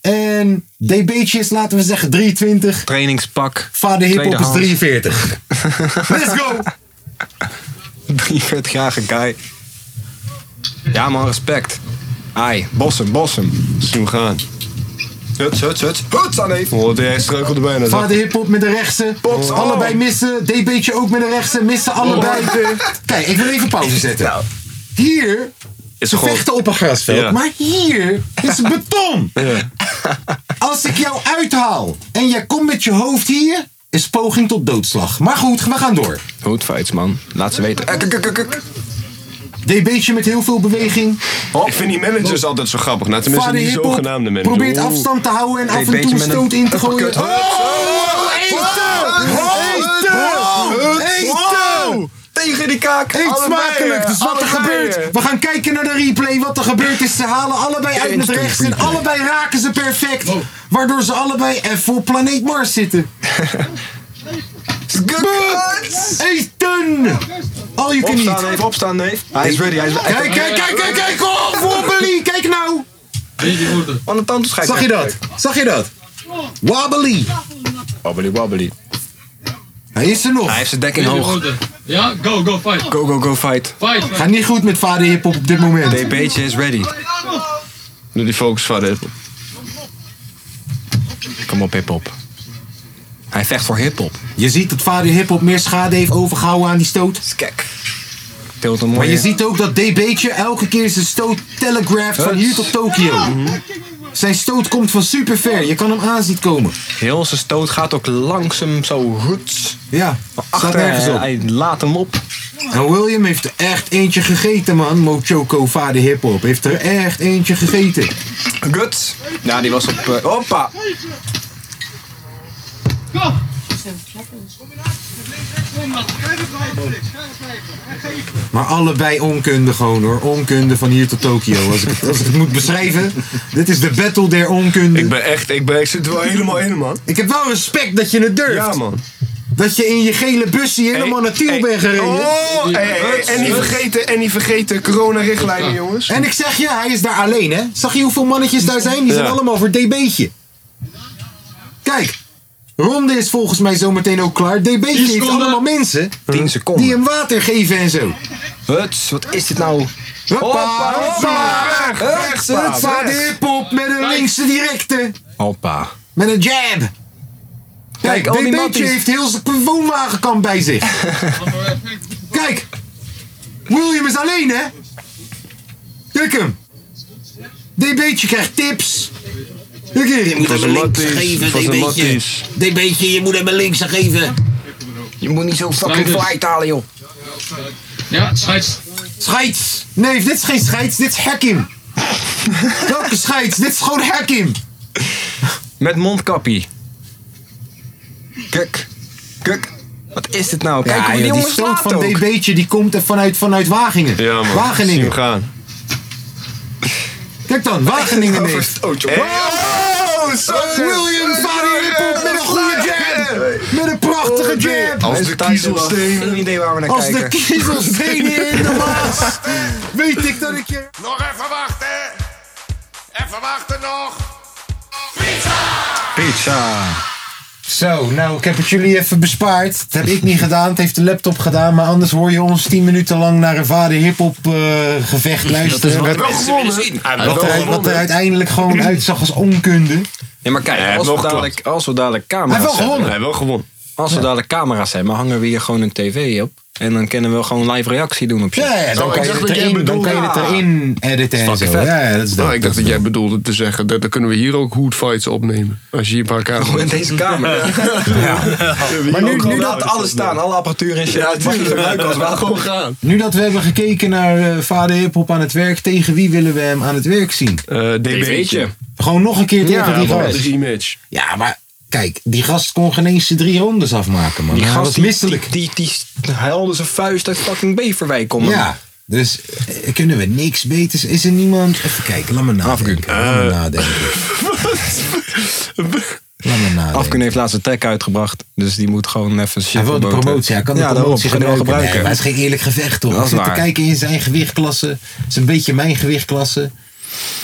En DB'tje is, laten we zeggen, 23. Trainingspak. Vader hiphop is Tweedehands. 43. Let's go! 43-jarige guy. Ja man, respect. Ai, bossen, bossen. Zien we gaan. Huts, huts, huts. Huts aan even. Oh, hij struikelde bijna. Vader hiphop met de rechtse. Box allebei on. missen. DB'tje ook met de rechtse. Missen allebei. Kijk, ik wil even pauze zetten. Hier, Is ze gewoon- vechten op een grasveld. Ja. Maar hier is beton. Als ik jou uithaal en jij komt met je hoofd hier, is poging tot doodslag. Maar goed, we gaan door. Hood fights man, laat ze weten. Eh, kuk, kuk, kuk, kuk. DB'tje met heel veel beweging. Ik vind die managers altijd zo grappig. Nou, tenminste, Vader die hiphop zogenaamde managers. probeert Oeh. afstand te houden en af DB'tje en toe een met een stoot in te gooien. Oh, eten! Oh, Eten! oh, Eten! tegen die kaak. Eet Allebei, smakelijk. hè. Dus wat er Allebei, gebeurt. hè. We gaan kijken naar de replay. Wat er gebeurd is. Ze halen allebei uit met Instant rechts. En replay. allebei raken ze perfect. Waardoor ze allebei even voor planeet Mars zitten. Good Eten! Al je kan niet. Opstaan, neef, opstaan, neef. Ah, Hij is ready, hij is ready. Kijk, kijk, kijk, kijk, kijk. Oh, wobbly. Kijk nou. Aan de tand schijt. Zag je dat? Zag je dat? Wobbly. Wobbly, wobbly. Hij is er nog. Hij heeft zijn dekking hoog. Ja, go, go, fight. Go, go, go, fight. Fight. Gaat niet goed met vader hiphop op dit moment. DP'tje is ready. Doe die focus van hiphop. Kom op, hiphop. Hij vecht voor hiphop. Je ziet dat vader hiphop meer schade heeft overgehouden aan die stoot. Kijk. Tilt hem Maar je mooi. ziet ook dat DB'tje elke keer zijn stoot telegraft van hier tot Tokio. Zijn stoot komt van super ver. Je kan hem aan zien komen. Heel zijn stoot gaat ook langzaam zo ruts. Ja, staat achter nergens eh, op. Hij laat hem op. En William heeft er echt eentje gegeten, man. Mochoco, vader hiphop, heeft er echt eentje gegeten. Guts. Ja, die was op... eh, hoppa. Maar allebei onkunde gewoon, hoor. Onkunde van hier tot Tokio. Als ik, het- als ik het moet beschrijven. Dit is de battle der onkunde. Ik ben echt, ik, ben, ik zit er wel helemaal in, man. Ik heb wel respect dat je het durft. Ja, man. Dat je in je gele busje helemaal naar Tiel bent gereden. Oh, hey, hey, en niet vergeten, en niet vergeten, coronarichtlijnen, jongens. En ik zeg je, hij is daar alleen, hè? Zag je hoeveel mannetjes daar zijn? Die zijn Ja. allemaal voor DB'tje. Kijk, Ronde is volgens mij zometeen ook klaar. DB'tje heeft allemaal mensen 10 seconden. die hem water geven en zo. Huts, wat is dit nou? Hoppa, Hoppa, hoppa. weg, weg, Huts, pa, huts, weg. de hip-hop met een linkse directe. Hoppa. Met een jab. Kijk, Kijk, al die DB'tje matties. heeft heel zijn woonwagenkant bij zich. Kijk, William is alleen, hè? Kijk hem. DB'tje krijgt tips. Kijk hier, je moet Van hem zijn links matties, geven, van zijn DB'tje. matties. DB'tje, je moet hem een links geven. Je moet niet zo fucking Strijders. flight halen, joh. Ja, scheids. Scheids. Nee, dit is geen scheids, dit is Hakim. Welke scheids? Dit is gewoon Hakim. Met mondkapje. Kuk. Kuk. Wat is dit nou? Kijk Ja, hoe die joh, die jongens stoot slaat van ook. DB'tje die komt er vanuit, vanuit Wageningen. Ja, man. Zie hem Wageningen. gaan. Kijk dan, Wageningen Hey. heeft. Oh, zo William Vader hiphop met een goede jab. Met een prachtige jab. Als de kiezelsteen. Geen idee waar we naar Als de kijken. kiezelstenen in de maas. Weet ik dat ik je... Nog even wachten. Even wachten nog. Pizza. Zo, nou, ik heb het jullie even bespaard. Dat heb ik niet gedaan, dat heeft de laptop gedaan. Maar anders hoor je ons 10 minuten lang naar een vader hiphop eh, gevecht luisteren. wat Wat- mensen willen zien. Hij heeft wel wat, er, gewonnen. wat er uiteindelijk gewoon uitzag als onkunde. Nee, maar kijk, heeft als wel we, dadelijk, als we dadelijk camera's Hij heeft wel hebben. gewonnen. Hij wel gewonnen. Als we dadelijk camera's hebben, hangen we hier gewoon een tv op. En dan kunnen we gewoon live reactie doen op je. Ja, ja, dan Oh, kan ik je dacht het dat jij erin- dan kan je het bedoelde- erin editen en zo. Ja, ja, dat is Oh, ik dacht dat jij bedoelde te zeggen, dat, dan kunnen we hier ook hood fights opnemen. Als je hier een Oh, paar Gewoon camera's... in deze kamer. Maar nu, nu dat alles staan, alle apparatuur en shit. Ja, het mag je gebruiken als wel gewoon gaan. Nu dat we hebben gekeken naar eh, vader hiphop aan het werk, tegen wie willen we hem aan het werk zien? Eh, DB'tje. Gewoon nog een keer tegen die man, gast. de rematch. Ja, maar kijk, die gast kon geen eens de drie rondes afmaken, man. Die Hij gast was die- misselijk. Die, die, die huilde zijn vuist uit fucking Beverwijk komen. Ja, dus eh, kunnen we niks beters? Is er niemand? Even kijken, laat me nadenken. Laat me nadenken. Laat me nadenken. Afkun heeft laatst een track uitgebracht. Dus die moet gewoon even shit Hij wil de promoten. promotie, hij kan de ja, daarom, promotie kan hij wel gebruiken. gebruiken. Nee, maar het is geen eerlijk gevecht, toch? Dat Ik is zit te waar. kijken in zijn gewichtklasse. Het is een beetje mijn gewichtklasse.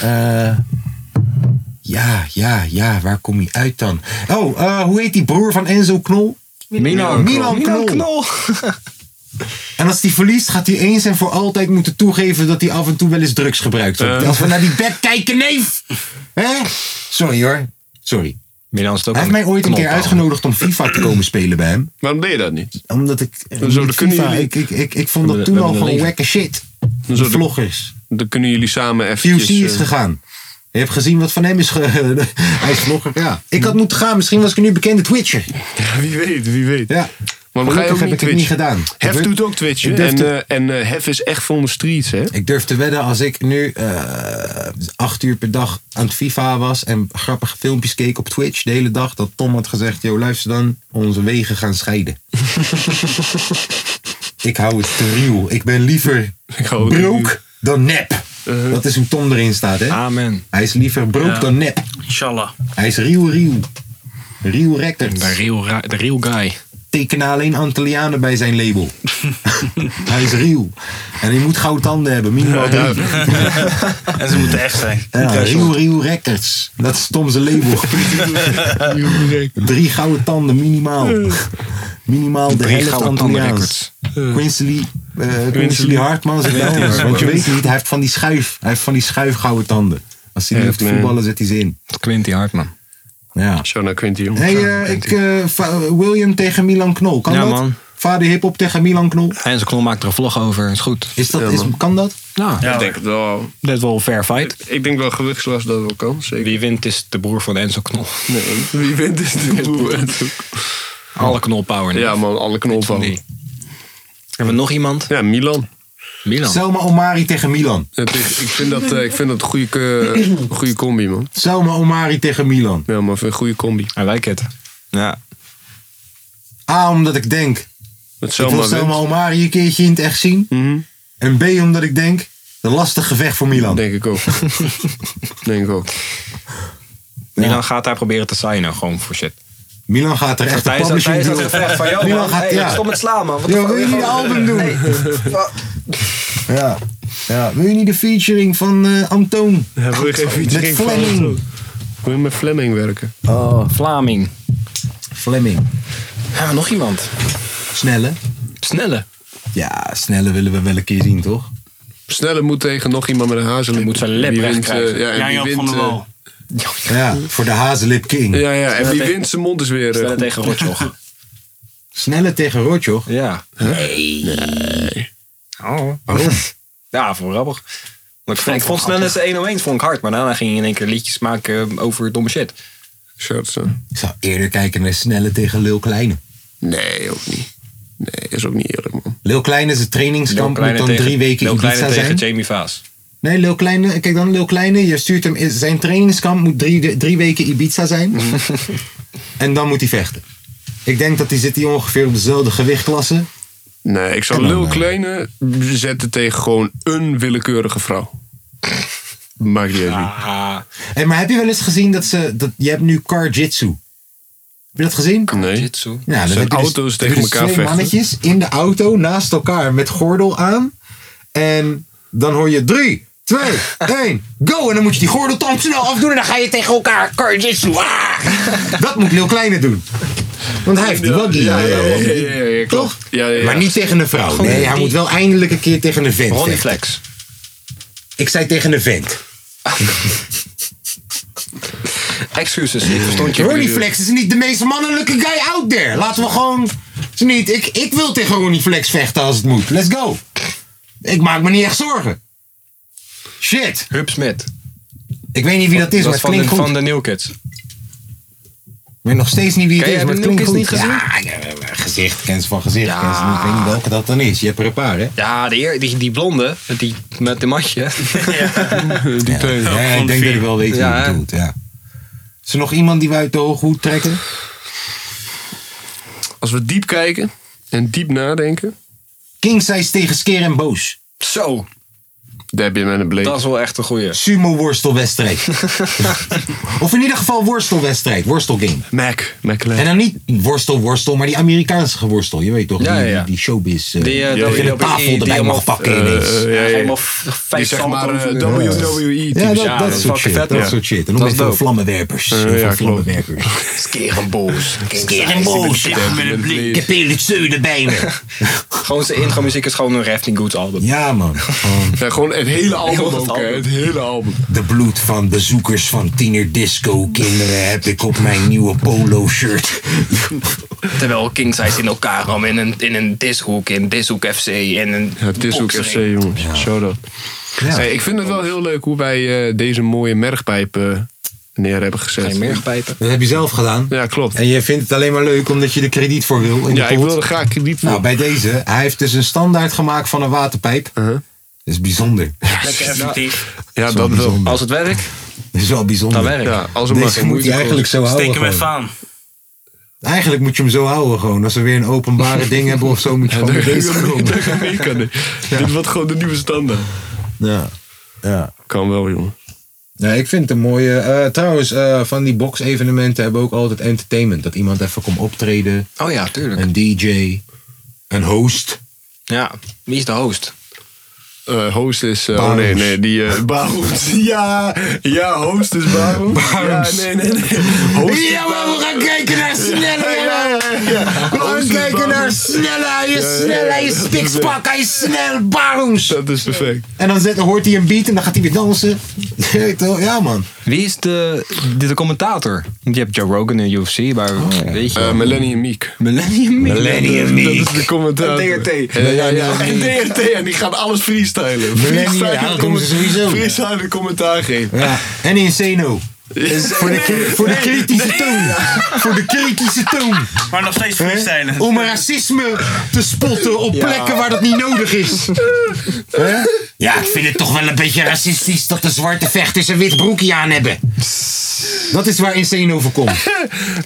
Eh, ja, ja, ja, waar kom je uit dan? Oh, eh, hoe heet die broer van Enzo Knol? Milan Milan Knol. Knol. En als hij verliest, gaat hij eens en voor altijd moeten toegeven dat hij af en toe wel eens drugs gebruikt. Eh. Als we naar die bek kijken, neef! Hè? Sorry hoor, sorry. Milan is het ook Hij heeft aan- mij ooit een knol keer houden. uitgenodigd om FIFA te komen spelen bij hem. Waarom deed je dat niet? Omdat ik. Dan zouden niet kunnen FIFA, jullie- ik, ik, ik, ik vond We dat hebben- toen we al hebben gewoon een wekke shit. Dan zouden- vloggers. Dan kunnen jullie samen eh, even. QC is gegaan. Je hebt gezien wat van hem is. ge- Hij is vlogger, ja. Ik had moeten gaan, misschien was ik een nu bekende Twitcher. wie weet, wie weet. Ja. Maar we Gelukkig gaan ook heb niet ik het Twitch. niet gedaan. Ik Hef durf- doet ook Twitch. hè? ik durf En, te- eh en eh, Hef is echt van de streets, hè? Ik durf te wedden als ik nu eh, acht uur per dag aan het FIFA was en grappige filmpjes keek op Twitch de hele dag, dat Tom had gezegd: Yo, luister dan, onze wegen gaan scheiden. Ik hou het real. Ik ben liever broek dan nep. Dat is hoe Tom erin staat, hè? Amen. Hij is liever broek Ja. dan nep. Inshallah. Hij is real, real. Real record. De real, de real guy. Tekenen alleen Antillianen bij zijn label. Hij is real. En hij moet gouden tanden hebben, minimaal drie. en ze moeten echt zijn. Ja, Real Real Records. Dat is Tom zijn label. Drie gouden tanden minimaal. Minimaal de Drie helft gouden tanden Antilliaans. Quincy Lee, eh, Quincy Quincy Lee Lee. Hartman zit wel. Ja, Want je ja. weet niet, hij heeft van die schuif. Hij heeft van die schuif gouden tanden. Als hij niet Ja, hoeft te nee. voetballen, zet hij ze in. Quinty Hartman. Ja. Zo naar Quinty, jongen. Hey, eh, ik, eh, Va- William tegen Milan Knol. Kan Ja, dat? man. Vader Hiphop tegen Milan Knol. En zijn klon maakt er een vlog over. Is goed. Is dat, is, kan dat? Ja, Ik denk het wel. Dat is wel een fair fight. Ik denk wel gewichtslas dat wel kan. Zeker. Wie wint is de broer van Enzo Knol. Nee, wie wint is de broer. Alle knolpower. Ja, man, alle knolpower. Hebben we nog iemand? Ja, Milan. Milan. Selma Omari tegen Milan. Het is- Ik vind dat, eh, ik vind dat een goede, ke- goede combi, man. Selma Omari tegen Milan. Ja, maar een goede combi. I like it. Ja. A, omdat ik denk. Selma ik wil Selma wint. Omari een keertje in het echt zien. Mhm. En B, omdat ik denk. Een lastig gevecht voor Milan. Denk ik ook. Denk ik ook. Milan gaat daar proberen te signen, gewoon voor shit. Milan gaat er echt een publishing Hij is deal- dat echt van jou, Milan man. gaat- Hey, ja. Stop met slaan, man. Wat de Yo, fuck? wil je niet een album doen? Hey. Ja. ja. Wil je niet de featuring van eh Antoon? Ja, wil je geen featuring Met van Fleming. Antoon? Wil je met Fleming werken? Oh, Vlaming. Fleming. Ja, nog iemand. Snelle. Snelle. Ja, snelle willen we wel een keer zien, toch? Snelle moet tegen nog iemand met een hazelip. Moet zijn lip wegkrijgen. eh, ja, en wie Jan-Joop van wint, der Wal. eh, Ja, voor de Hazelip King. ja, ja, en Snelle wie tegen- wint zijn mond is weer... eh, Snelle tegen Rotjoch. Snelle tegen Rotjoch? Ja. Nee. Oh. Ja, voor grappig. Want Ik vond, ik vond snel zijn 101 vond ik hard, maar daarna ging je in één keer liedjes maken over domme shit. Ik zou eerder kijken naar Snelle tegen Lil Kleine. Nee, ook niet. Nee, is ook niet eerlijk, man. Lil Kleine is een Lil trainingskamp, moet Kleine dan tegen- drie weken Lil in Kleine Ibiza tegen zijn. Jamie Vaas. Nee, Lil Kleine, kijk dan, Lil Kleine, je stuurt hem, zijn trainingskamp moet drie, drie weken Ibiza zijn. Mhm. en dan moet hij vechten. Ik denk dat hij zit hier ongeveer op dezelfde gewichtklasse. Nee, ik zou Come on, Lil eh, man. Kleine zetten tegen gewoon een willekeurige vrouw. Maakt niet uit wie. Ah. Hé, maar heb je wel eens gezien dat ze, dat, je hebt nu Car Jitsu. Heb je dat gezien? Nee. Ja, dan Zijn heb je dus- auto's heb tegen je dus elkaar twee vechten. mannetjes in de auto naast elkaar met gordel aan. En dan hoor je drie, twee, één, go. En dan moet je die gordel dan snel afdoen en dan ga je tegen elkaar. ah. Karjitsu. Dat moet Lil Kleine doen. Want hij heeft die waggy. Ja, ja, ja, ja, ja, ja, klopt. Toch? Ja, eh, ja, ja. Maar niet tegen een vrouw. Nee, hij moet wel eindelijk een keer tegen een vent Ronnie vechten. Flex. Ik zei tegen een vent. Excuses, ik verstond je. Ronnie Flex is niet de meest mannelijke guy out there. Laten we gewoon. is Niet, ik, ik wil tegen Ronnie Flex vechten als het moet. Let's go. Ik maak me niet echt zorgen. Shit. Hub Smit. Ik weet niet wie dat is, maar het van, de, klinkt goed. van de New Kids. Ik weet nog steeds niet wie het Ken is, jij maar het de New klinkt goed. Kids niet Ja, ja, gezicht. Ken ze van gezicht. Ken ze niet. Ik weet niet welke dat dan is. Je hebt er een paar, Eh, hè? Ja, die, eer- die, die blonde, die met de matje. Die twee. Ja, ik denk dat ik wel weet wie Ja, het hè? bedoelt. Ja. Is er nog iemand die wij uit de hooghoed trekken? Als we diep kijken en diep nadenken. King Size tegen Skeer en Boos. Zo. Daar heb je met een bleek. Dat is wel echt een goeie. Sumo-worstelwedstrijd. of in ieder geval worstelwedstrijd. Worstelgame. Mac. McLaren. En dan niet worstel-worstel, maar die Amerikaanse geworstel. Je weet toch, Ja, die, ja, ja. die showbiz. eh, Die, eh, dat je de WWE, tafel die erbij mag allemaal- pakken eh, ineens. eh, ja, ja, ja. Helemaal v- vijf zeg salto's maar eh, in de- E WWE Ja, types. dat, dat, soort shit, dat soort shit. En Dat nog is even dope. vlammenwerpers. Eh, heel veel ja, klopt. vlammenwerpers. Skerenboos. Skerenboos. Ja, met een blik. Ik heb heel het zuiden bij me. gewoon zijn intro muziek is gewoon een Rafting Goods album. Ja, man. Ja, gewoon het hele album Heel het ook, hè. album. Het hele album. De bloed van bezoekers van tienerdisco kinderen heb ik op mijn nieuwe polo shirt. Terwijl King Size in elkaar ram in een, in een dishoek, in dishoek FC en een Ja, dishoek FC, jongens. Zo dat. Hey, ik vind het wel heel leuk hoe wij eh, deze mooie mergpijp eh, neer hebben gezet. Geen mergpijpen. Dat heb je zelf gedaan. Ja, klopt. En je vindt het alleen maar leuk omdat je er krediet voor wil. in de Ja, ik pot. wil er graag krediet voor. Nou, bij deze. Hij heeft dus een standaard gemaakt van een waterpijp. Uh-huh. Dat is bijzonder. Lekker effectief. Ja, dat wel. bijzonder. Als het werkt, Dat is wel bijzonder. dan werkt. Deze moet je eigenlijk zo houden. Steek hem gewoon. even aan. Eigenlijk moet je hem zo houden gewoon. Als we weer een openbare ding hebben of zo, moet je Ja, gewoon daar met deze gaan we- komen. daar gaan we mee kunnen. Dit wordt gewoon de nieuwe standaard. Ja. ja. Kan wel, jongen. Ja, ik vind het een mooie. eh, trouwens, eh, van die box-evenementen hebben we ook altijd entertainment. Dat iemand even komt optreden. Oh ja, tuurlijk. Een DJ. Een host. Ja, wie is de host? host is... eh, oh nee, nee, die... eh Barons. Ja, ja, host is Barons. Ja, nee, nee, nee. Host Ja, maar we gaan kijken naar snelle, We gaan kijken naar snelle, hij is snel, hij is spikspak, hij is snel, barons. Dat is perfect. En dan zet, hoort hij een beat en dan gaat hij weer dansen. Je weet toch? ja, man. Wie is de, de, de commentator? Want Je hebt Joe Rogan in UFC, maar Oh, weet je... Eh, Millennium Meek. Millennium Meek. Millennium Dat- dat- Meek. Dat is de commentator. En DRT. Ja, ja, ja. En DRT, en die gaat alles freestylen. Millennium, Freestyle ja, dat commen- doen ze sowieso. Freestyle commentaar geven. Ja. En Inseno. voor, de, Nee, voor de nee, kritische nee. toon. Voor de kritische toon. Maar nog steeds freestylen. Hè? Om racisme te spotten op Ja. plekken waar dat niet nodig is. Hè? ja, ik vind het toch wel een beetje racistisch dat de zwarte vechters een wit broekje aan hebben. Dat is waar Insane over komt.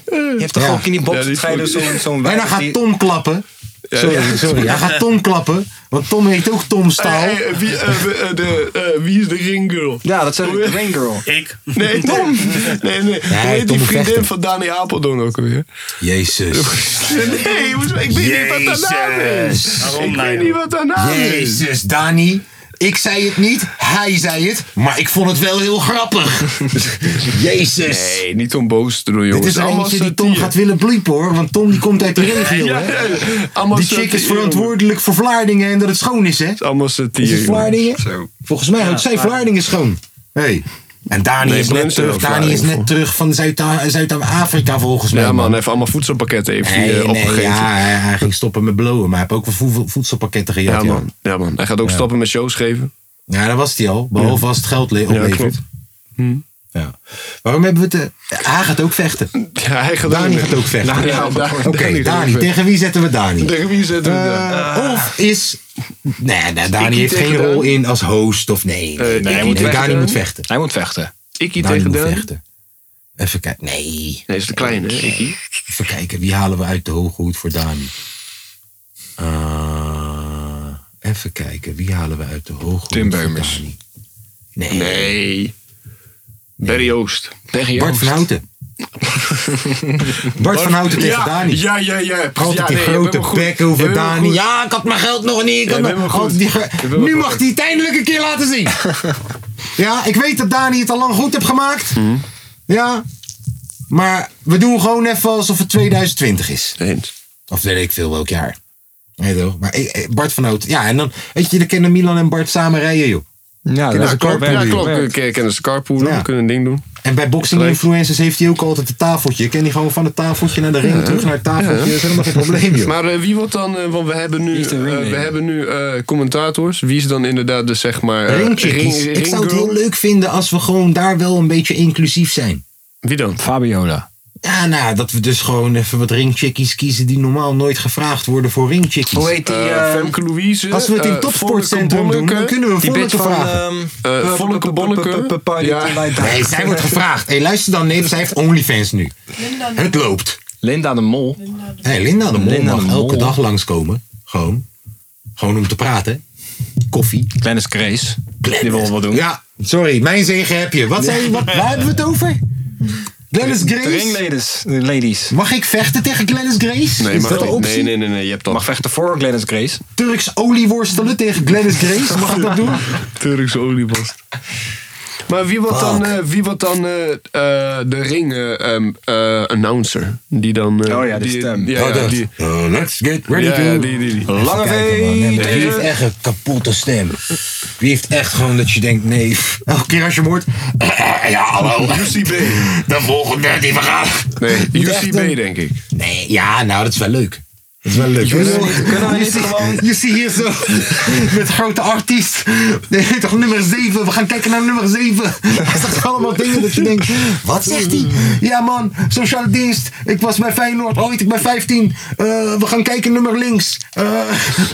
Je hebt toch Ja. ook in die boxstrijden zo'n... zo'n en dan wijf gaat die- Tom klappen. Ja, Sorry, ja. sorry. Hij gaat Tom klappen. Want Tom heet ook Tom Staal. Hey, hey, wie, eh, we- eh, de, eh, wie is de ringgirl? Ja, dat zijn de ringgirl. Ik. Nee, Tom. Nee, nee. Hoe heet Tom die moet vriendin vechten. van Dani Appeldoorn ook alweer? Jezus. Nee, jongens, maar ik weet niet wat haar naam is. nou? Ik weet niet wat haar naam is. Jezus, Dani. Ik zei het niet, hij zei het, maar ik vond het wel heel grappig. Jezus. Nee, niet om boos te doen, jongens. Dit is een Allemaal eentje die Tom satire. gaat willen bliepen hoor, want Tom die komt uit de regio. Ja, hè? ja, allemaal die chick satire, is verantwoordelijk voor Vlaardingen en dat het schoon is, hè? Het is allemaal Is satire, het Vlaardingen? jongens. Volgens mij houdt zij Vlaardingen schoon. Hey. En Dani Nee, is net mensen terug, hebben Dani is Vlaardingen net terug van Zuid- Zuid-Afrika volgens mij. Ja, man. man, even allemaal voedselpakketten heeft hij Nee, eh, nee, opgegeten. ja, hij, hij ging stoppen met blowen, maar hij heeft ook wel voe- voedselpakketten gejat. Ja, joh. man. ja, man. Hij gaat ook Ja. stoppen met shows geven. Ja, dat was hij al. Behalve Ja. als het geld le- Ja, oplevert. klopt. Hm. Ja. Waarom hebben we het... eh, Hij gaat ook vechten. Ja, hij gaat Dani ook- gaat ook vechten. Dani, ja, Dani- Oké, Dani Dani. gaat ook vechten. Tegen wie zetten we Dani? Tegen wie zetten we Eh, Dani? Of is... Nee, nee Dani Ah. Ikkie heeft tegen geen Dani? rol in als host of nee. Nee, nee, Ikkie nee, tegen Dani Dani? moet vechten. Hij moet vechten. Ikkie Dani tegen moet Dani? vechten. Even kijken. Nee. Nee, is de kleine, hè, Ikkie? Even kijken. Wie halen we uit de hoge hoed voor Dani? Eh, even kijken. Wie halen we uit de hoge hoed Tim voor Beumers. Dani? Nee. Barry Oost. Barry Bart van Houten. Bart van Houten tegen ja, Dani. Ja, ja, ja. Altijd die grote bek over Dani. Ja, ik had mijn geld nog niet. Ik had mijn- altijd die ge- nu mag hij het eindelijk een keer laten zien. ja, ik weet dat Dani het al lang goed heeft gemaakt. Ja, maar we doen gewoon even alsof het 2020 is. Of weet ik veel welk jaar. Weet je wel. Maar eh, eh, Bart van Houten. Ja, en dan, weet je, dan kunnen Milan en Bart samen rijden, joh. Ja, Kunnen ze carpoolen, Ja, joh. klopt. We kunnen- Kennen ze carpoolen, Ja. we kunnen een ding doen. En bij boxing influencers heeft hij ook altijd een tafeltje. Ken die gewoon van het tafeltje naar de ring, terug naar het tafeltje. Dat is helemaal geen probleem, joh. Maar eh, wie wordt dan, eh, want we hebben nu, eh, we hebben nu eh, commentators. Wie is dan inderdaad de zeg maar. eh, Ringchickies. ring- ik zou het ringgirl? heel leuk vinden als we gewoon daar wel een beetje inclusief zijn. Wie dan? Fabiola. Ja, nou, dat we dus gewoon even wat ringchickies kiezen die normaal nooit gevraagd worden voor ringchickies. Hoe heet die? eh, Femke Louise. Als we het in eh, topsportcentrum Vonneke doen, eh, dan kunnen we die bitch Vonneke van... vragen. ehm, Eh, Vonneke Bonneke. Ja. Nee, zij wordt gevraagd. Hé, luister dan, nee, zij heeft OnlyFans nu. Het loopt. Linda de Mol. Hé, Linda de Mol Linda mag de Mol. elke dag langskomen. Gewoon. Gewoon om te praten. Koffie. Glennis Grace. Die wil wat doen. Ja, sorry, mijn zegen heb je. Wat zei je? Wat, waar hebben we het over? Glennis De Grace? ringledes, de ladies. Mag ik vechten tegen Glennis Grace? Nee, Is mag dat een niet. optie? Nee, nee, nee, nee, je hebt dat. Mag vechten voor Glennis Grace. Turks olieworstelen tegen Glennis Grace? Mag ik dat doen? Turkse oliepost. Maar wie wordt dan, eh, wie wordt dan eh, eh, de ring eh, ehm, eh, announcer? Die dan. eh, Oh ja, die stem. Ja, Oh, ja, dat. die, Oh, let's get ready Ja, to... ja, die- die- die. Even Lange kijken, man. Nee, maar V tegen- Wie heeft echt een kapotte stem? Wie heeft echt gewoon dat je denkt, nee... Elke keer als je hem hoort... Ja, hallo. UCB. De volgende die we gaan... Nee, Moet echt UCB een- denk ik. Nee, ja, nou, dat is wel leuk. Dat is wel leuk. Je ziet hier zo met grote artiest. Nee, toch nummer 7. We gaan kijken naar nummer 7. Hij zegt allemaal dingen dat je denkt. Wat zegt hij? Ja man, sociale dienst. Ik was bij Feyenoord ooit. Ik ben 15. Eh, we gaan kijken nummer links. Eh,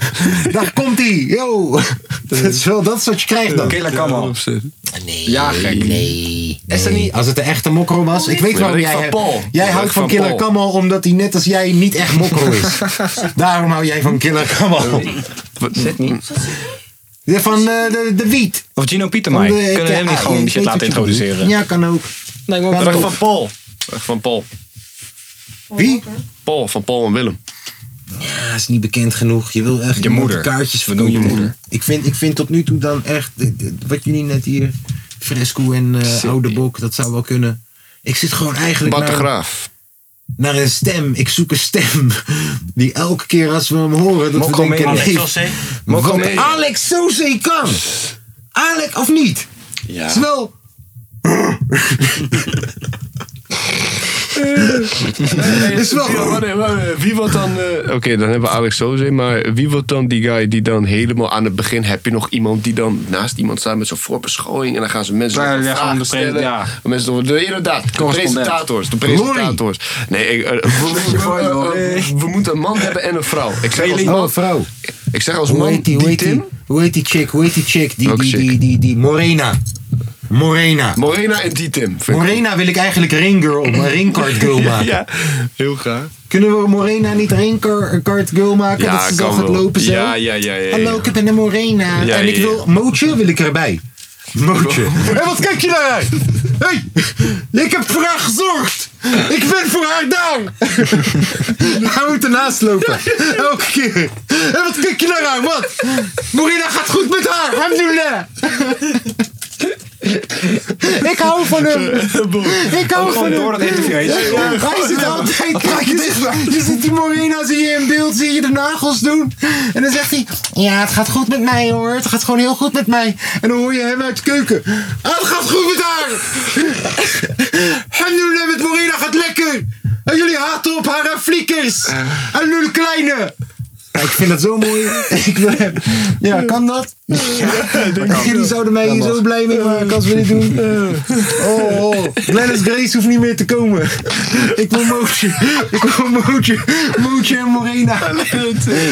daar komt hij. Yo. Dat is wel dat is wat je krijgt dan. Killer Kamal. Opzet. Nee. Ja, gek. Nee. Is dat niet... Als het een echte mokro was. Ik weet Ja, waarom Rick jij... eh, van Pol. Jij Rick houdt van, van Killer Pol. Kamal omdat hij net als jij niet echt mokro is. Daarom hou jij van Killer Kamal. Zit niet. Ja, Van eh, de, de wiet. Of Gino Pietermijn. Van de- Kunnen we hem niet ja, gewoon ik die shit weet laten wat je bedoelt. introduceren? Ja, kan ook. Nee, maar Recht van Pol. Recht van Pol. Wie? Paul, van Paul en Willem. Ja, Ah, is niet bekend genoeg. Je wil echt Je iemand moeder. de kaartjes We doen je verkopen. moeder. Ik vind, ik vind tot nu toe dan echt, eh, eh, wat jullie net hier, Fresco en eh, Oude Bok, dat zou wel kunnen. Ik zit gewoon eigenlijk Bart de naar, Graaf. naar een stem. Ik zoek een stem die elke keer als we hem horen, dat Mokko we denken, Meeuwis. nee. Alex Sosé. Wat Mokko Meeuwis. Alex Sosé kan. Alex, of niet? Ja. Het is wel... Is Wie wordt dan... eh, Oké, dan hebben we Alex Soze. Maar wie wordt dan die guy die dan helemaal aan het begin... Heb je nog iemand die dan naast iemand staat met zo'n voorbeschouwing... En dan gaan ze mensen Ja, nog ja, gewoon vragen de pre- stellen. ja. En Mensen nog, de, inderdaad, de Correspondent. presentators. De presentators. Nee, ik, eh, we, we- we- we moeten een man hebben en een vrouw. Ik zeg als man... Oh, vrouw. Ik zeg als Hoe man heet die, hoe die heet die, Tim... hoe heet die chick, hoe heet die chick, die, Welke die, chick? die, die, die Morena. Morena. Morena en die Tim. Vind ik- Morena wil ik eigenlijk Ringgirl, een Ringcard Girl maken. ja, heel graag. Kunnen we Morena niet Ringcard Girl maken? Ja, dat ze zo kan gaat wel. lopen zo? Ja, ja, ja, ja, ja. Hallo, ik ben een Morena. Ja, en ik ja, ja. wil Mootje wil ik erbij. Mootje. Hé, wat kijk je naar uit? Hé, ik heb voor haar gezorgd. Ik ben voor haar daar. Hij moet ernaast lopen. Elke keer. Hé, wat kijk je naar uit? Wat? Morena gaat goed met haar. Alhamdulillah. Ik hou van hem. Ik hou van hem. door dat interview heen. Ja, hij zit altijd. Kijk, je, ziet, je ziet die Morena, zie je in beeld, zie je de nagels doen. En dan zegt hij: Ja, het gaat goed met mij hoor. Het gaat gewoon heel goed met mij. En dan hoor je hem uit de keuken: ah, Het gaat goed met haar. Alhamdulillah met Morena gaat lekker. En jullie haten op haar en flikkers. En nu de kleine. Ja, ik vind dat zo mooi. Ik wil hem. Ja, kan dat? Ja, Jullie zouden mij hier zo blij mee maken als we dit doen. Oh, oh. Glennis Grace hoeft niet meer te komen. Ik wil Mootje. Ik wil Mootje. Mootje en Morena.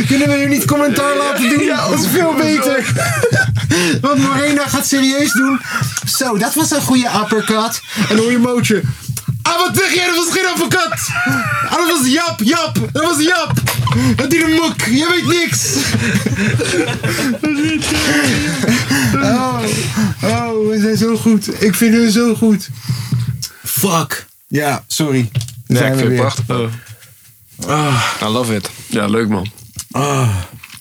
Kunnen we u niet commentaar laten doen? Ja, dat is veel beter. Want Morena gaat serieus doen. Zo, dat was een goede uppercut. En hoor je Mootje. Ah, wat zeg jij? Dat was geen uppercut. Ah, dat was Jap, Jap. Dat was Jap. Dat die de mok. Jij weet niks. Oh, oh, we zijn zo goed. Ik vind hun zo goed. Fuck. Ja, sorry. Ja, ik Zijn we vind het weer. prachtig. Ah, I love it. Ja, leuk man. ah.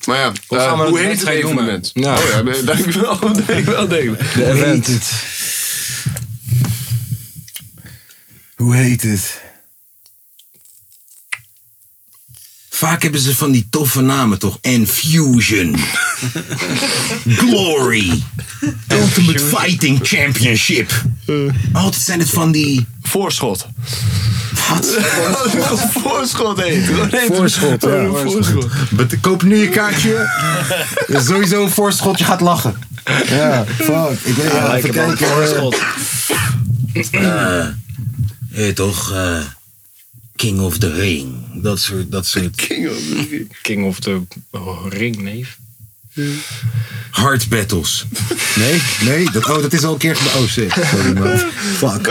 Maar ja, Hoe hoe, gaan we hoe dat heet het wedstrijd noemen? evenement? Ja. Oh ja, nee, dankjewel. Dankjewel, dankjewel. De event. Heet het. Hoe heet het? Vaak hebben ze van die toffe namen toch? Enfusion. Glory. Ultimate Fighting Championship. Eh. Altijd zijn het van die... Voorschot. Wat? Voorschot heet. Hoe heet het? Voorschot, ja. Oh, Voorschot. Bet- Koop nu je kaartje. Er is sowieso een voorschot, je gaat lachen. Ja, fuck. Ik weet Ja, ja, lekker even man. kijken. Voorschot. Eh, eh, toch, eh, King of the Ring. Dat soort, dat soort. King of the Ring. King of the Ring, neef. Hard battles. Nee, nee, dat, oh, dat is al een keer gedaan. Oh shit, sorry man. Fuck.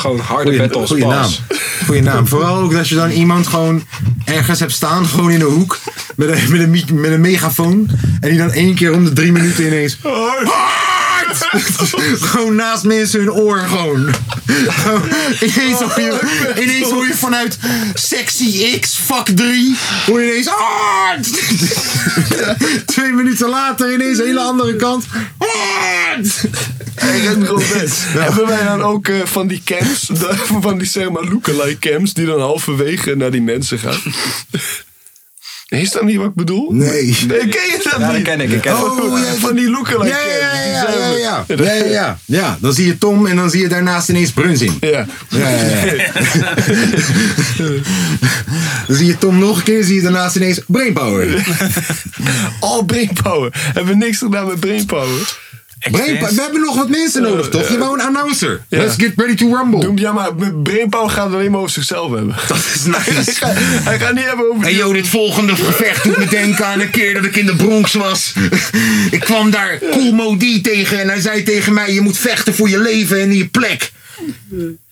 Gewoon harde Goeie- battles. goeie naam. pas. Goeie naam. Vooral ook dat je dan iemand gewoon ergens hebt staan, gewoon in een hoek, met een, met een, mic- met een megafoon. En die dan één keer om de drie minuten ineens. gewoon naast mensen hun oor gewoon. Gewoon, ineens, hoor je, ineens hoor je vanuit Sexy X, fuck 3. Hoor je ineens. Hard! Twee minuten later ineens een hele andere kant. Hard! Hij rent gewoon best. Hebben wij dan ook eh, van die camps, de- van die zeg maar lookalike camps, die dan halverwege naar die mensen gaan? Is dat niet wat ik bedoel? Nee. Ken je dat Ja, dat niet? ken ik, ik ken oh, het. ja, van die lookalike Ja, ja, camps. ja, die ja, zijn we. ja, ja, ja, ja, ja. Ja, dan zie je Tom en dan zie je daarnaast ineens Brunzing. Ja. Ja, ja, ja. dan zie je Tom nog een keer, zie je daarnaast ineens Brainpower. Al brainpower. Hebben we niks gedaan met brainpower? Brainpower- we hebben nog wat mensen Eh, nodig, toch? Je wou een announcer. Let's get ready to rumble. Doe, ja, maar Brainpower gaat het alleen maar over zichzelf hebben. Dat is nice. hij, gaat, hij gaat niet hebben over... En joh, dit volgende gevecht doet me denken aan een keer dat ik in de Bronx was. ik kwam daar Cool Mo D tegen en hij zei tegen mij: Je moet vechten voor je leven en je plek.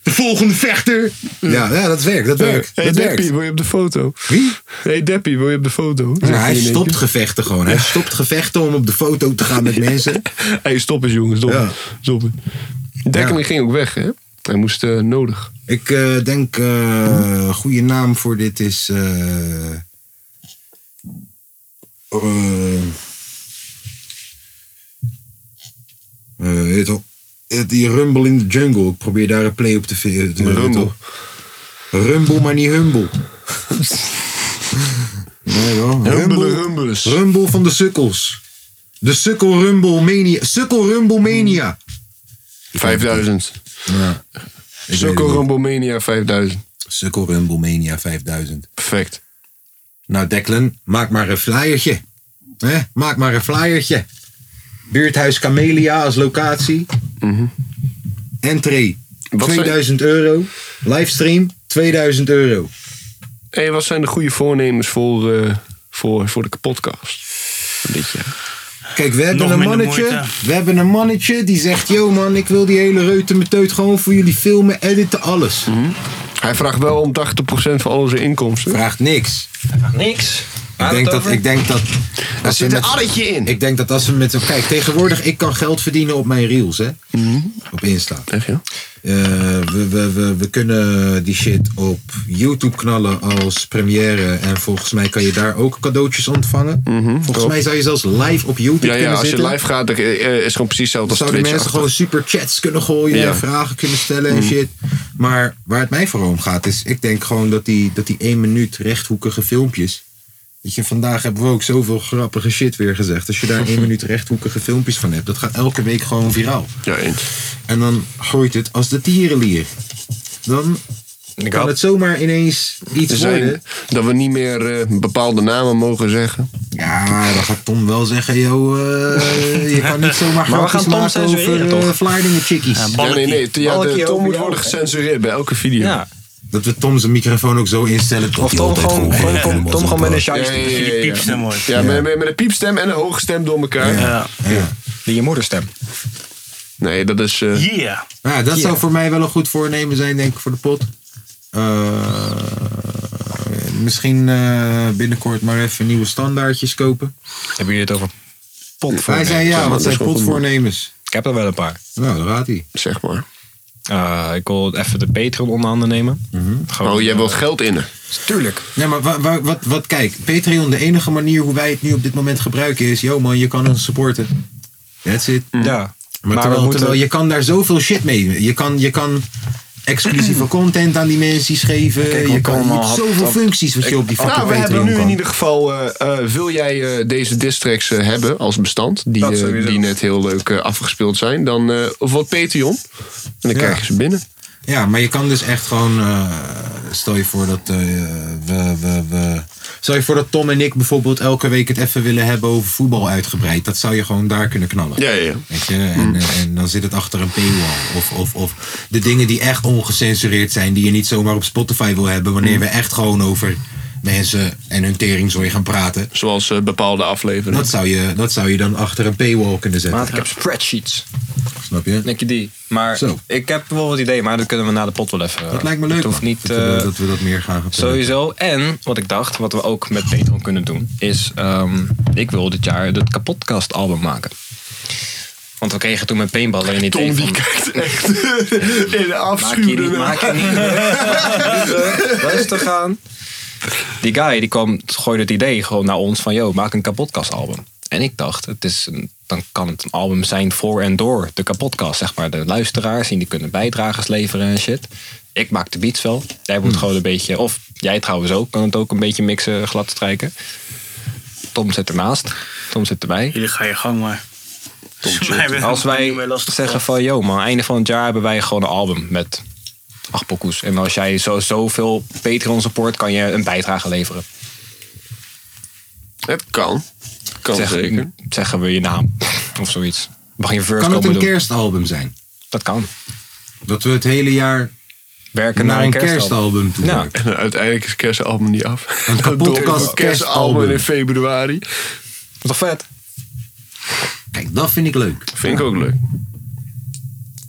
De volgende vechter. Ja, ja dat werkt, dat werkt. Hey dat Deppie, werkt. wil je op de foto? Wie? Hey Deppie, wil je op de foto? Nou, hij stopt gevechten gewoon. Hij stopt gevechten om op de foto te gaan met mensen. hey, stop eens jongens, stop. stop. Dekkeling ging ook weg, hè? Hij moest eh, nodig. Ik eh, denk, eh goede naam voor dit is. eh eh, eh, weet al- het- die Rumble in de Jungle. Ik probeer daar een play op te vinden. Rumble. Rumble, maar niet humble. nee, hoor. Rumble, Rumble van de sukkels. De sukkel Rumble Mania. Sukkel Rumble Mania. 5000. Ja. Sukkel Rumblemania 5000. Sukkel Rumblemania 5000. Perfect. Nou, Declan, maak maar een flyertje. Hè? Maak maar een flyertje. Buurthuis Camelia als locatie. Entree Mhm. Wat 2000 euro. Livestream 2000 euro. Hey, wat zijn de goede voornemens voor, eh, voor, voor de podcast? Dit jaar. Kijk, we hebben Nog een minder mannetje. moeite. We hebben een mannetje die zegt: Yo man, ik wil die hele reutemeteut gewoon voor jullie filmen, editen, alles. Mhm. Hij vraagt wel om 80% van al zijn inkomsten. Vraagt niks. Niks. Ik denk, dat, ik denk dat. als zit we een met- addertje in. Ik denk dat als we met. Kijk, tegenwoordig, ik kan geld verdienen op mijn reels, hè? Op Insta. Eh, we, we, we, we kunnen die shit op YouTube knallen als première. En volgens mij kan je daar ook cadeautjes ontvangen. Volgens klopt. mij zou je zelfs live op YouTube Mhm, Ja, kunnen ja als je zitten. live gaat, dan, eh, eh, is gewoon precies hetzelfde als Zouden Twitch. mensen gewoon super chats kunnen gooien Ja. Mm. en vragen kunnen stellen en shit. Maar waar het mij vooral om gaat is, ik denk gewoon dat die, dat die één minuut rechthoekige filmpjes. Weet je, vandaag hebben we ook zoveel grappige shit weer gezegd. Als je daar één minuut rechthoekige filmpjes van hebt, dat gaat elke week gewoon viraal. Ja, eens. En dan groeit het als de tierenlier. Dan kan had- het zomaar ineens iets Er zijn worden. Dat we niet meer eh, bepaalde namen mogen zeggen. Ja, dan gaat Tom wel zeggen, joh, eh, je kan niet zomaar Maar we grapjes gaan Tom maken over censureren, eh, toch? Vlaardingen chickies. nee, nee, nee. Ja, de, Tom moet worden gecensureerd bij elke video. Ja. Dat we Tom zijn microfoon ook zo instellen dat hij altijd gewoon... Tom gewoon met een sjaal- Die piepstem hoor. Ja, Met, met, met een piepstem en een hoge stem door elkaar. Ja. Die je moederstem. Nee, dat is... eh, Ja, dat Yeah. zou voor mij wel een goed voornemen zijn, denk ik, voor de pot. Eh, misschien eh, binnenkort maar even nieuwe standaardjes kopen. Hebben jullie het over potvoornemens? Wij zijn ja, wat Dat zijn is wel goed. potvoornemens? Ik heb er wel een paar. Eh, Nou, daar gaat hij. Zeg maar. ik wil even de Patreon onder handen nemen. oh, jij wilt geld innen? Tuurlijk. Nee, maar wa- wa- wat, wat, kijk, Patreon, de enige manier hoe wij het nu op dit moment gebruiken is, yo man, je kan ons supporten. That's it. Mm. Ja. Maar, Maar terwijl, we moeten- terwijl je kan daar zoveel shit mee. Je kan, je kan exclusieve content aan die mensen geven. Kijk, je wat kan je allemaal hebt had- zoveel had- functies wat je op die nou, we fucking hebben Patreon nu kan. in ieder geval, eh, eh, wil jij eh, deze distracts eh, hebben als bestand, die, eh, die net heel leuk eh, afgespeeld zijn, dan eh, of wat Patreon. En dan krijg je ze binnen. Ja, maar je kan dus echt gewoon. eh, stel je voor dat eh, we, we, we. Stel je voor dat Tom en ik bijvoorbeeld elke week het even willen hebben over voetbal uitgebreid. Dat zou je gewoon daar kunnen knallen. Ja, ja. Weet je? En, Mm. eh, en dan zit het achter een paywall. Of, of, of de dingen die echt ongecensureerd zijn, die je niet zomaar op Spotify wil hebben, Mm. wanneer we echt gewoon over mensen en hun teringzooi gaan praten. Zoals eh, bepaalde afleveringen. Dat zou, je, dat zou je dan achter een paywall kunnen zetten. Maat, ik heb spreadsheets. Snap je? Nicky die. Maar Zo. ik heb wel wat ideeën, maar dat kunnen we na de pot wel even. Dat lijkt me leuk. Het hoeft man. niet. dat, we, eh, dat we dat meer gaan gaan praten. Sowieso. En wat ik dacht, wat we ook met Patreon kunnen doen, is ehm, ik wil dit jaar het kapotkast album maken. Want we kregen toen met paintballen een idee Tom, van... die kijkt echt in afschuw. Maak je niet, maak je niet. Rustig aan. Die guy die kwam, gooide het idee gewoon naar ons van... ...joh, maak een kapotkastalbum. En ik dacht, het is een, dan kan het een album zijn voor en door de kapotkast. Zeg maar de luisteraars en die kunnen bijdragers leveren en shit. Ik maak de beats wel. Jij moet gewoon een beetje... Of jij trouwens ook, kan het ook een beetje mixen, glad strijken. Tom zit ernaast. Tom zit erbij. Jullie gaan je gang maar. Als wij zeggen van, yo man, einde van het jaar hebben wij gewoon een album met acht pokoes. En als jij zo, zoveel Patreon support, kan je een bijdrage leveren. Het kan. Kan zeggen, zeker. Zeggen we je naam of zoiets. Mag je verse Kan het komen een doen? kerstalbum zijn? Dat kan. Dat we het hele jaar werken naar een kerstalbum toe Ja. werken. En uiteindelijk is het kerstalbum niet af. Een kapotkast kerstalbum. kerstalbum in februari. Toch vet? Kijk, dat vind ik leuk. Vind ik ook leuk.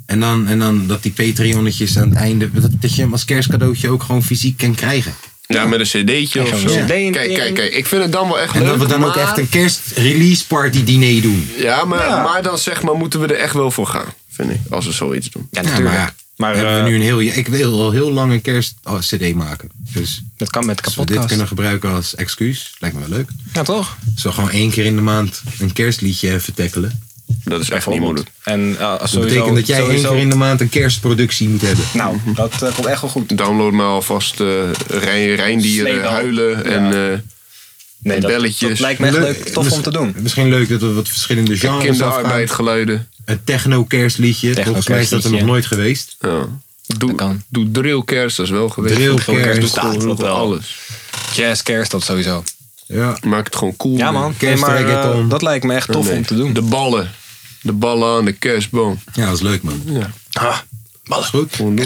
En dan, en dan dat die Patreonnetjes aan het einde, dat, dat je hem als kerstcadeautje ook gewoon fysiek kan krijgen. Ja, met een cd'tje Kijk, of gewoon zo. een Kijk, kijk, kijk. Ik vind het dan wel echt En leuk. dat we dan ook maar- echt een kerstrelease party diner doen. Ja maar, maar dan zeg maar moeten we er echt wel voor gaan. Vind ik. Als we zoiets doen. Ja, maar, hebben eh, we nu een heel, ik wil al heel lang een kerst-cd maken. Dus dat kan met Als we dit kapotkast. kunnen gebruiken als excuus, lijkt me wel leuk. Ja, toch? Zo gewoon één keer in de maand een kerstliedje even tackelen. Dat is echt niet moeilijk. En uh, Dat betekent dat jij één keer in de maand een kerstproductie moet hebben. Nou, dat komt echt wel goed. Download maar alvast eh rein, reindieren, Sleepwel. huilen en, Ja. eh, en dat- belletjes. dat lijkt me echt leuk, tof om te doen. Misschien leuk dat we wat verschillende genres Kinderarbeid, afgaan. geluiden. Een techno-kerstliedje. Volgens mij is dat er nog nooit geweest. Ja. Doe, doe drillkerst, dat is wel geweest. Drillkerst, Drillkerst bestaat Gewoon nog wel. Alles. Jazzkerst, dat sowieso. Ja. Maak het gewoon cool. Oh, Ja, man. Nee, maar, eh, dat lijkt me echt tof om te doen. De ballen. De ballen aan de kerstboom. Ja, dat is leuk, man. Ja. Alles goed. Vind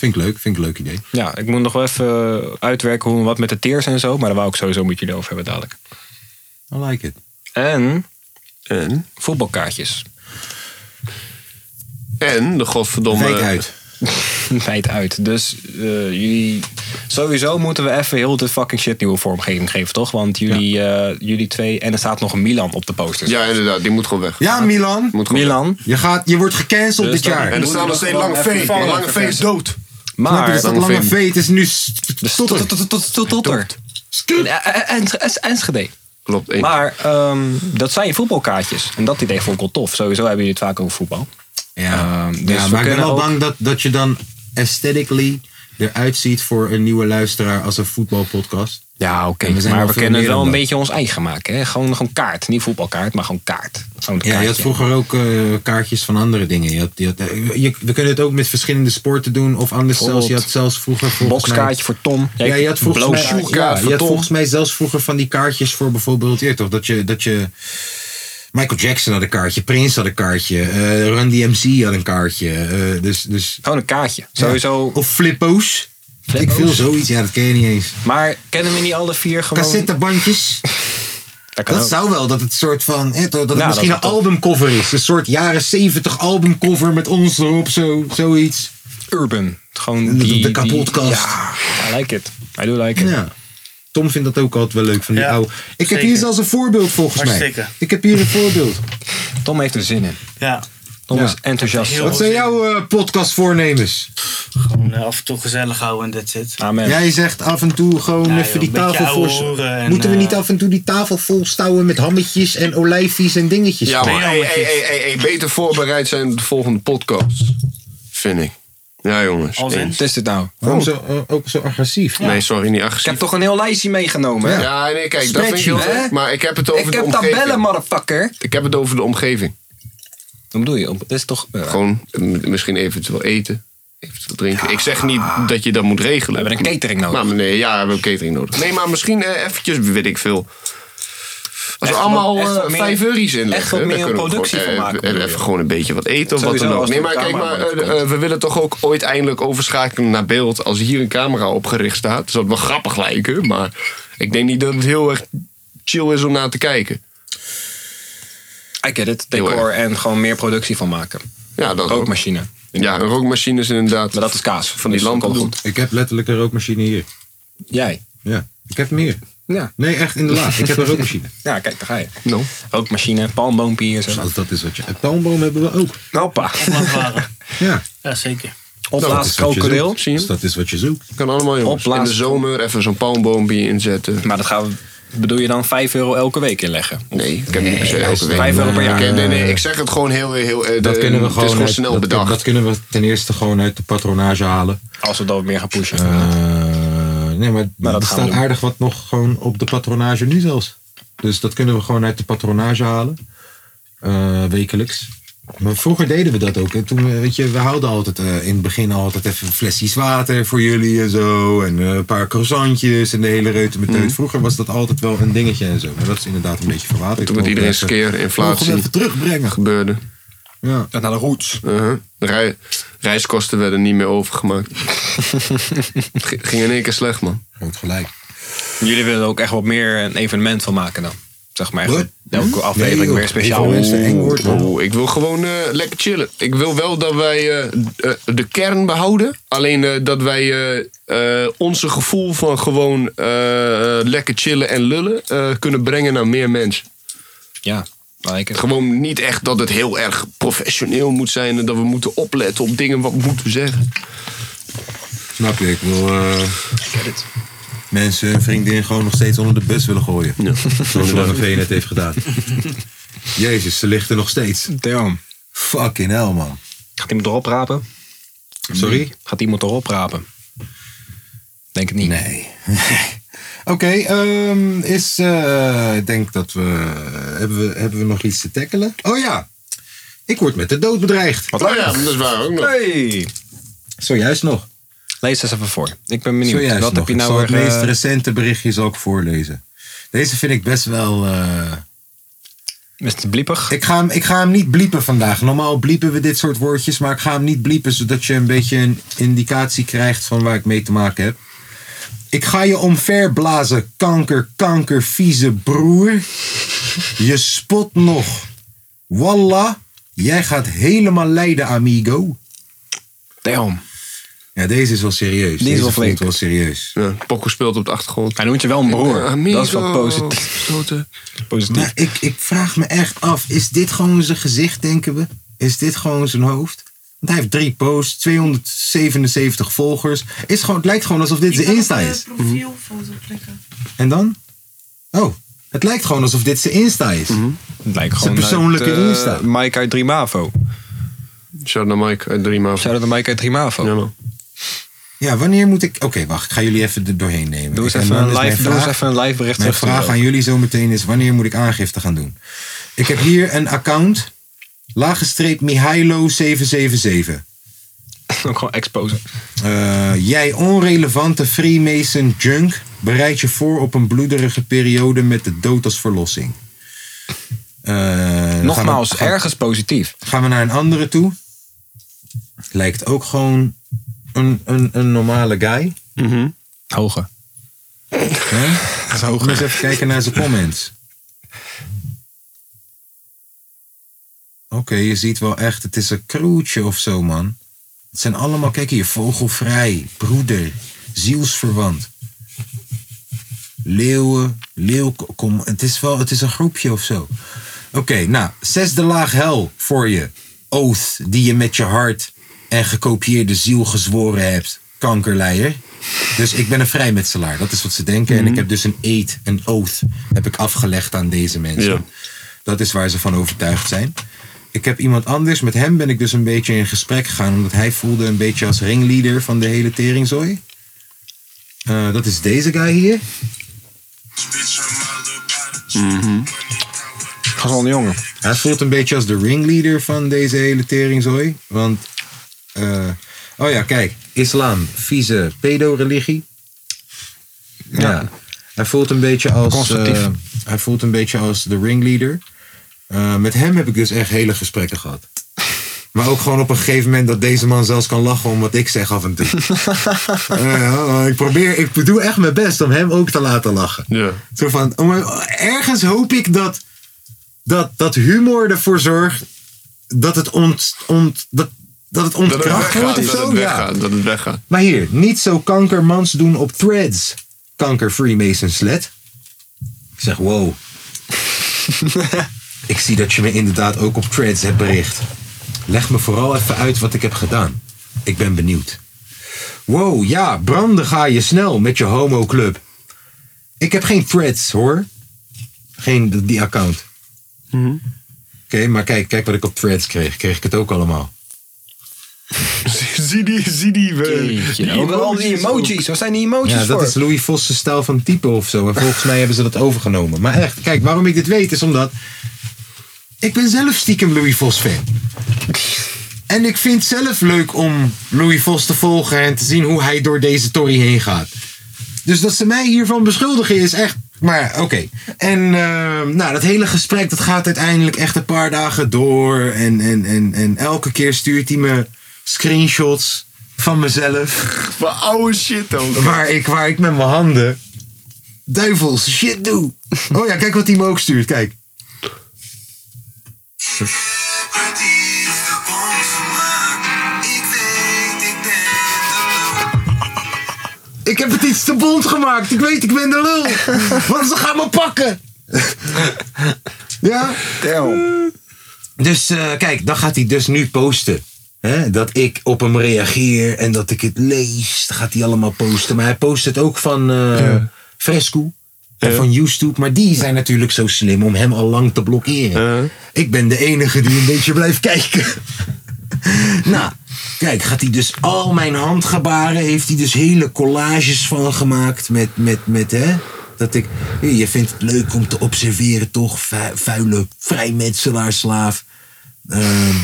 ik leuk, vind ik een leuk idee. Ja, ik moet nog wel even uitwerken hoe wat met de teers en zo. Maar daar wou ik sowieso met jullie over hebben dadelijk. I like it. En, en? voetbalkaartjes. En de godverdomme... Wijd uit. Wijd uit. Dus eh, jullie... Sowieso moeten we even heel de fucking shit nieuwe vormgeving geven, toch? Want jullie, eh, jullie twee... En er staat nog een Milan op de poster. Ja, inderdaad. Die moet gewoon weg. Ja, Milan. Milan. Je, gaat, je wordt gecanceld Dus dit dan- jaar. en er staat nog steeds Lange Vee. Lange Vee is dood. Maar- Maar dat Lange lange Vee- veet is nu Tot, tot, tot, tot, totter. En- en- en- en- Enschede. Klopt. Maar ehm, dat zijn je voetbalkaartjes. En dat idee vond ik wel tof. Sowieso hebben jullie het vaak over voetbal. Ja, Ehm, ja, we maar ik ben kunnen wel ook- bang dat, dat je dan aesthetically eruit ziet voor een nieuwe luisteraar als een voetbalpodcast. Ja, oké. En we zijn maar wel we veel kunnen het meer wel dan een dat. beetje ons eigen maken. Hè? Gewoon, gewoon kaart. Niet voetbalkaart, maar gewoon kaart. Gewoon een Ja, je had kaartje. vroeger ook eh, kaartjes van andere dingen. Je had, je had, eh, je- we kunnen het ook met verschillende sporten doen. Of anders zelfs, je had Bijvoorbeeld zelfs vroeger volgens mij- bokskaartje voor Tom. Ja, je had volgens mij, ja, blowshoekaart je voor had Tom. volgens mij zelfs vroeger van die kaartjes voor bijvoorbeeld... Ja, toch, dat, je, dat je... Michael Jackson had een kaartje, Prince had een kaartje, eh Run DMC had een kaartje. eh, dus, dus, Gewoon een kaartje. Sowieso. Of flippo's. Ik Flippo's. veel zoiets, ja, dat ken je niet eens. Maar kennen we niet alle vier gewoon... Cassettebandjes. Dat, kan Dat ook. zou wel, dat het soort van. Hè, dat het Nou, misschien dat een albumcover is. Een soort jaren 70 albumcover met ons erop, zo, zoiets. Urban. Gewoon de, die- de die- kapotkast. Ja, I like it. I do like it. Ja. Tom vindt dat ook altijd wel leuk van die oude. Ik heb zeker. hier zelfs een voorbeeld volgens Hartstikke. mij. Ik heb hier een voorbeeld. Tom heeft er zin in. Ja. Tom Ja. is enthousiast. Wat zijn jouw eh, podcastvoornemens? Gewoon eh, af en toe gezellig houden en that's it. Amen. Jij zegt af en toe gewoon Ja, joh, even die een beetje tafel ouwe vol. hoeren en, Moeten we eh, niet af en toe die tafel vol stouwen met hammetjes en olijfjes en dingetjes? Ja, maar hey, hey, hey, hey, hey, beter voorbereid zijn op de volgende podcast. Vind ik. Ja, jongens. Als in? Eens. Wat is dit nou? Waarom zo, eh, ook zo agressief? Nee, sorry, niet agressief. Ik heb toch een heel lijstje meegenomen. hè? Ja, nee, kijk, dat vind ik heel Spreadsheet, hè? leuk, Maar ik heb het over Ik de heb omgeving. tabellen, motherfucker. Ik heb het over de omgeving. Wat bedoel je? Dat is toch... eh, Gewoon eh, misschien eventueel eten. Eventueel drinken. Ik zeg niet dat je dat moet regelen. We hebben een catering nodig. Maar nee, ja, we hebben een catering nodig. Nee, maar misschien eh, eventjes, weet ik veel. Als we Echt allemaal wat- echt wat eh, meer- vijf euro's inleggen. echt wat hè, dan meer kunnen we productie gewoon, van eh, maken, eh, bedoel je? Even gewoon een beetje wat eten of Sowieso, wat dan ook. als Nee, er maar een kijk camera maar. bij eh, eh, we willen toch ook ooit eindelijk overschakelen naar beeld. Als hier een camera opgericht staat. Zou het wel grappig lijken. Maar ik denk niet dat het heel erg chill is om naar te kijken. I get it. Decor en gewoon meer productie van maken. Ja, dat Rookmachine. Ja, een rookmachine is inderdaad. Maar dat is kaas. Van die Dus dat lampen komt goed. Ik heb letterlijk een rookmachine hier. Jij? Ja, ik heb meer. Ja. Nee, echt in de laag. Ik heb een rookmachine. Ja, kijk, daar ga je. No. Rookmachine, palmboompie en zo. dat is wat je... Palmboom hebben we ook. Hoppa. Ja. Ja, zeker. Nou, Opblaas krokodil. dat is wat je zoekt. Kan allemaal jongens. Opblaas- In de zomer even zo'n palmboompje inzetten. Maar dat gaan we... Bedoel je dan 5 euro elke week inleggen? Nee, ik heb niet per se elke week. 5 euro per jaar. Oké, nee, nee, ik zeg het gewoon heel... heel eh, Dat de- kunnen we het gewoon, is gewoon uit- snel dat, bedacht. Dat kunnen we ten eerste gewoon uit de patronage halen. Als we dat wat meer gaan pushen. Eh, nee, maar, Maar dat er gaan we staat doen. aardig wat nog gewoon op de patronage nu zelfs. Dus dat kunnen we gewoon uit de patronage halen. Eh, wekelijks. Maar vroeger deden we dat ook. hè. Toen, we- weet je, we houden altijd eh, in het begin altijd even flesjes water voor jullie en zo. En eh, een paar croissantjes en de hele reutemeteut. Mhm. Vroeger was dat altijd wel een dingetje en zo. Maar dat is inderdaad een beetje verwaterd. Toen met iedereen Even- skeer, Mogen we inflatie. even terugbrengen. Gebeurde. Ja. naar de roots. Uh-huh. de rei- reiskosten werden niet meer overgemaakt. G- ging in één keer slecht, man. Groot gelijk. Jullie willen er ook echt wat meer een evenement van maken dan? Zeg maar echt elke aflevering Nee, weer speciaal. joh. Oh, Oeh, ik wil gewoon eh, lekker chillen. Ik wil wel dat wij eh, d- eh, de kern behouden. Alleen eh, dat wij eh, eh, onze gevoel van gewoon eh, lekker chillen en lullen eh, kunnen brengen naar meer mensen. Ja, Gewoon niet echt dat het heel erg professioneel moet zijn en dat we moeten opletten op dingen wat moeten we zeggen. Snap je, ik wil eh, mensen hun vriendin gewoon nog steeds onder de bus willen gooien. Zoals inderdaad. Lange Veen het heeft gedaan. Jezus, ze ligt er nog steeds. Damn. Fucking hell, man. Gaat iemand erop rapen? Mm. Sorry? Gaat iemand erop rapen? Denk het niet. Nee. Oké, ehm, is, eh, ik denk dat we, hebben we, hebben we nog iets te tackelen? Oh ja, ik word met de dood bedreigd. Oh ja, dat is waar ook nog. Hey. Zojuist nog. Lees eens even voor. Ik ben benieuwd. Zojuist Wat nog. heb je ik nou zal weer... het meest eh, recente berichtje zal ik voorlezen. Deze vind ik best wel... eh Best bliepig? Ik ga, hem, ik ga hem niet bliepen vandaag. Normaal bliepen we dit soort woordjes, maar ik ga hem niet bliepen... zodat je een beetje een indicatie krijgt van waar ik mee te maken heb. Ik ga je omverblazen, kanker, kanker, vieze broer. Je spot nog. Wallah, jij gaat helemaal lijden, amigo. Damn. Ja, Dus deze is wel serieus. Die is wel flink. voelt wel serieus. Ja, Poco speelt op de achtergrond. Hij noemt je wel een broer. Dat is wel positief. Positief. Maar Nou, ik, ik vraag me echt af, is dit gewoon zijn gezicht, denken we? Is dit gewoon zijn hoofd? Want hij heeft drie posts, 277 volgers. Is gewoon, het lijkt gewoon alsof dit zijn Insta is. profielfoto klikken. En dan? Oh, het lijkt gewoon alsof dit zijn Insta is. Mhm. Het lijkt Zijn persoonlijke Insta. eh, Mike uit Drimavo. Shout naar Mike uit Drimavo. Shout out naar Mike uit Drimavo. Ja, wanneer moet ik... Oké, wacht, ik ga jullie even er doorheen nemen. Doe eens En even dan een is live- mijn doe eens even een live bericht Mijn terug te vraag doen. aan jullie zo meteen is, wanneer moet ik aangifte gaan doen? Ik heb hier een account, lagestreep Mihailo777. Ook gewoon exposen. Eh, jij onrelevante Freemason junk, bereid je voor op een bloederige periode met de dood als verlossing. Eh, dan gaan we- Nogmaals, gaan- ergens positief. Gaan we naar een andere toe. Lijkt ook gewoon een, een, een normale guy. Hoger. Hoger. Eens even kijken naar zijn comments. Oké, je ziet wel echt, het is een kroetje of zo, man. Het zijn allemaal, kijk hier, vogelvrij, broeder, zielsverwant. Leeuwen, leeuw, kom, het is wel, het is een groepje of zo. Oké, nou, zesde laag hel voor je. Oath die je met je hart en gekopieerde ziel gezworen hebt, kankerleier. Dus ik ben een vrijmetselaar, dat is wat ze denken. En ik heb dus een eed, een oath, heb ik afgelegd aan deze mensen. Dat is waar ze van overtuigd zijn. Ik heb iemand anders, met hem ben ik dus een beetje in gesprek gegaan, omdat hij voelde een beetje als ringleader van de hele teringzooi. Eh, dat is deze guy hier. Gewoon een jongen. Hij voelt een beetje als de ringleader van deze hele teringzooi. Want, eh, oh ja, kijk, islam, vieze pedo-religie. Ja. Hij voelt een beetje als. Conservatief. eh, hij voelt een beetje als de ringleader. Eh, met hem heb ik dus echt hele gesprekken gehad. Maar ook gewoon op een gegeven moment dat deze man zelfs kan lachen om wat ik zeg af en toe. Eh, ik probeer, ik doe echt mijn best om hem ook te laten lachen. Ja. Zo van, oh, maar ergens hoop ik dat, dat, dat humor ervoor zorgt dat het, ont, ont, dat, dat het Dat het ontkracht weggaat, wordt of dat zo. het Ja. weggaat, dat het weggaat. Maar hier, niet zo kankermans doen op threads. Kanker Freemason slet. Ik zeg, wow. ik zie dat je me inderdaad ook op threads hebt bericht. Leg me vooral even uit wat ik heb gedaan. Ik ben benieuwd. Wow, ja, branden ga je snel met je homoclub. Ik heb geen threads, hoor. Geen die account. Oké, maar kijk, kijk wat ik op threads kreeg. Kreeg ik het ook allemaal. zie die, zie die. eh, die al die emojis. Wat zijn die emojis Ja, dat voor? is Louis Vossen's stijl van type of zo. En volgens mij hebben ze dat overgenomen. Maar echt, kijk, waarom ik dit weet is omdat... Ik ben zelf stiekem Louis Vos fan. En ik vind het zelf leuk om Louis Vos te volgen en te zien hoe hij door deze tory heen gaat. Dus dat ze mij hiervan beschuldigen is echt Maar oké. En eh, nou, dat hele gesprek dat gaat uiteindelijk echt een paar dagen door. En, en, en, en elke keer stuurt hij me screenshots van mezelf. Van oude shit ook. Waar ik, waar ik met mijn handen duivels shit doe. Oh ja, kijk wat hij me ook stuurt. Kijk. Ik heb het iets te bond gemaakt. Ik weet, ik ben de lul. Want ze gaan me pakken. ja? Dus eh, kijk, dan gaat hij dus nu posten. Hè? Dat ik op hem reageer en dat ik het lees. Dat gaat hij allemaal posten. Maar hij post het ook van eh, Fresco. En van YouTube, maar die zijn natuurlijk zo slim om hem al lang te blokkeren. Ik ben de enige die een beetje blijft kijken. nou, kijk, gaat hij dus al mijn handgebaren, heeft hij dus hele collages van gemaakt met, met, met hè? Dat ik, hé, je vindt het leuk om te observeren toch, Vu- vuile vrijmetselaarslaaf. Ehm,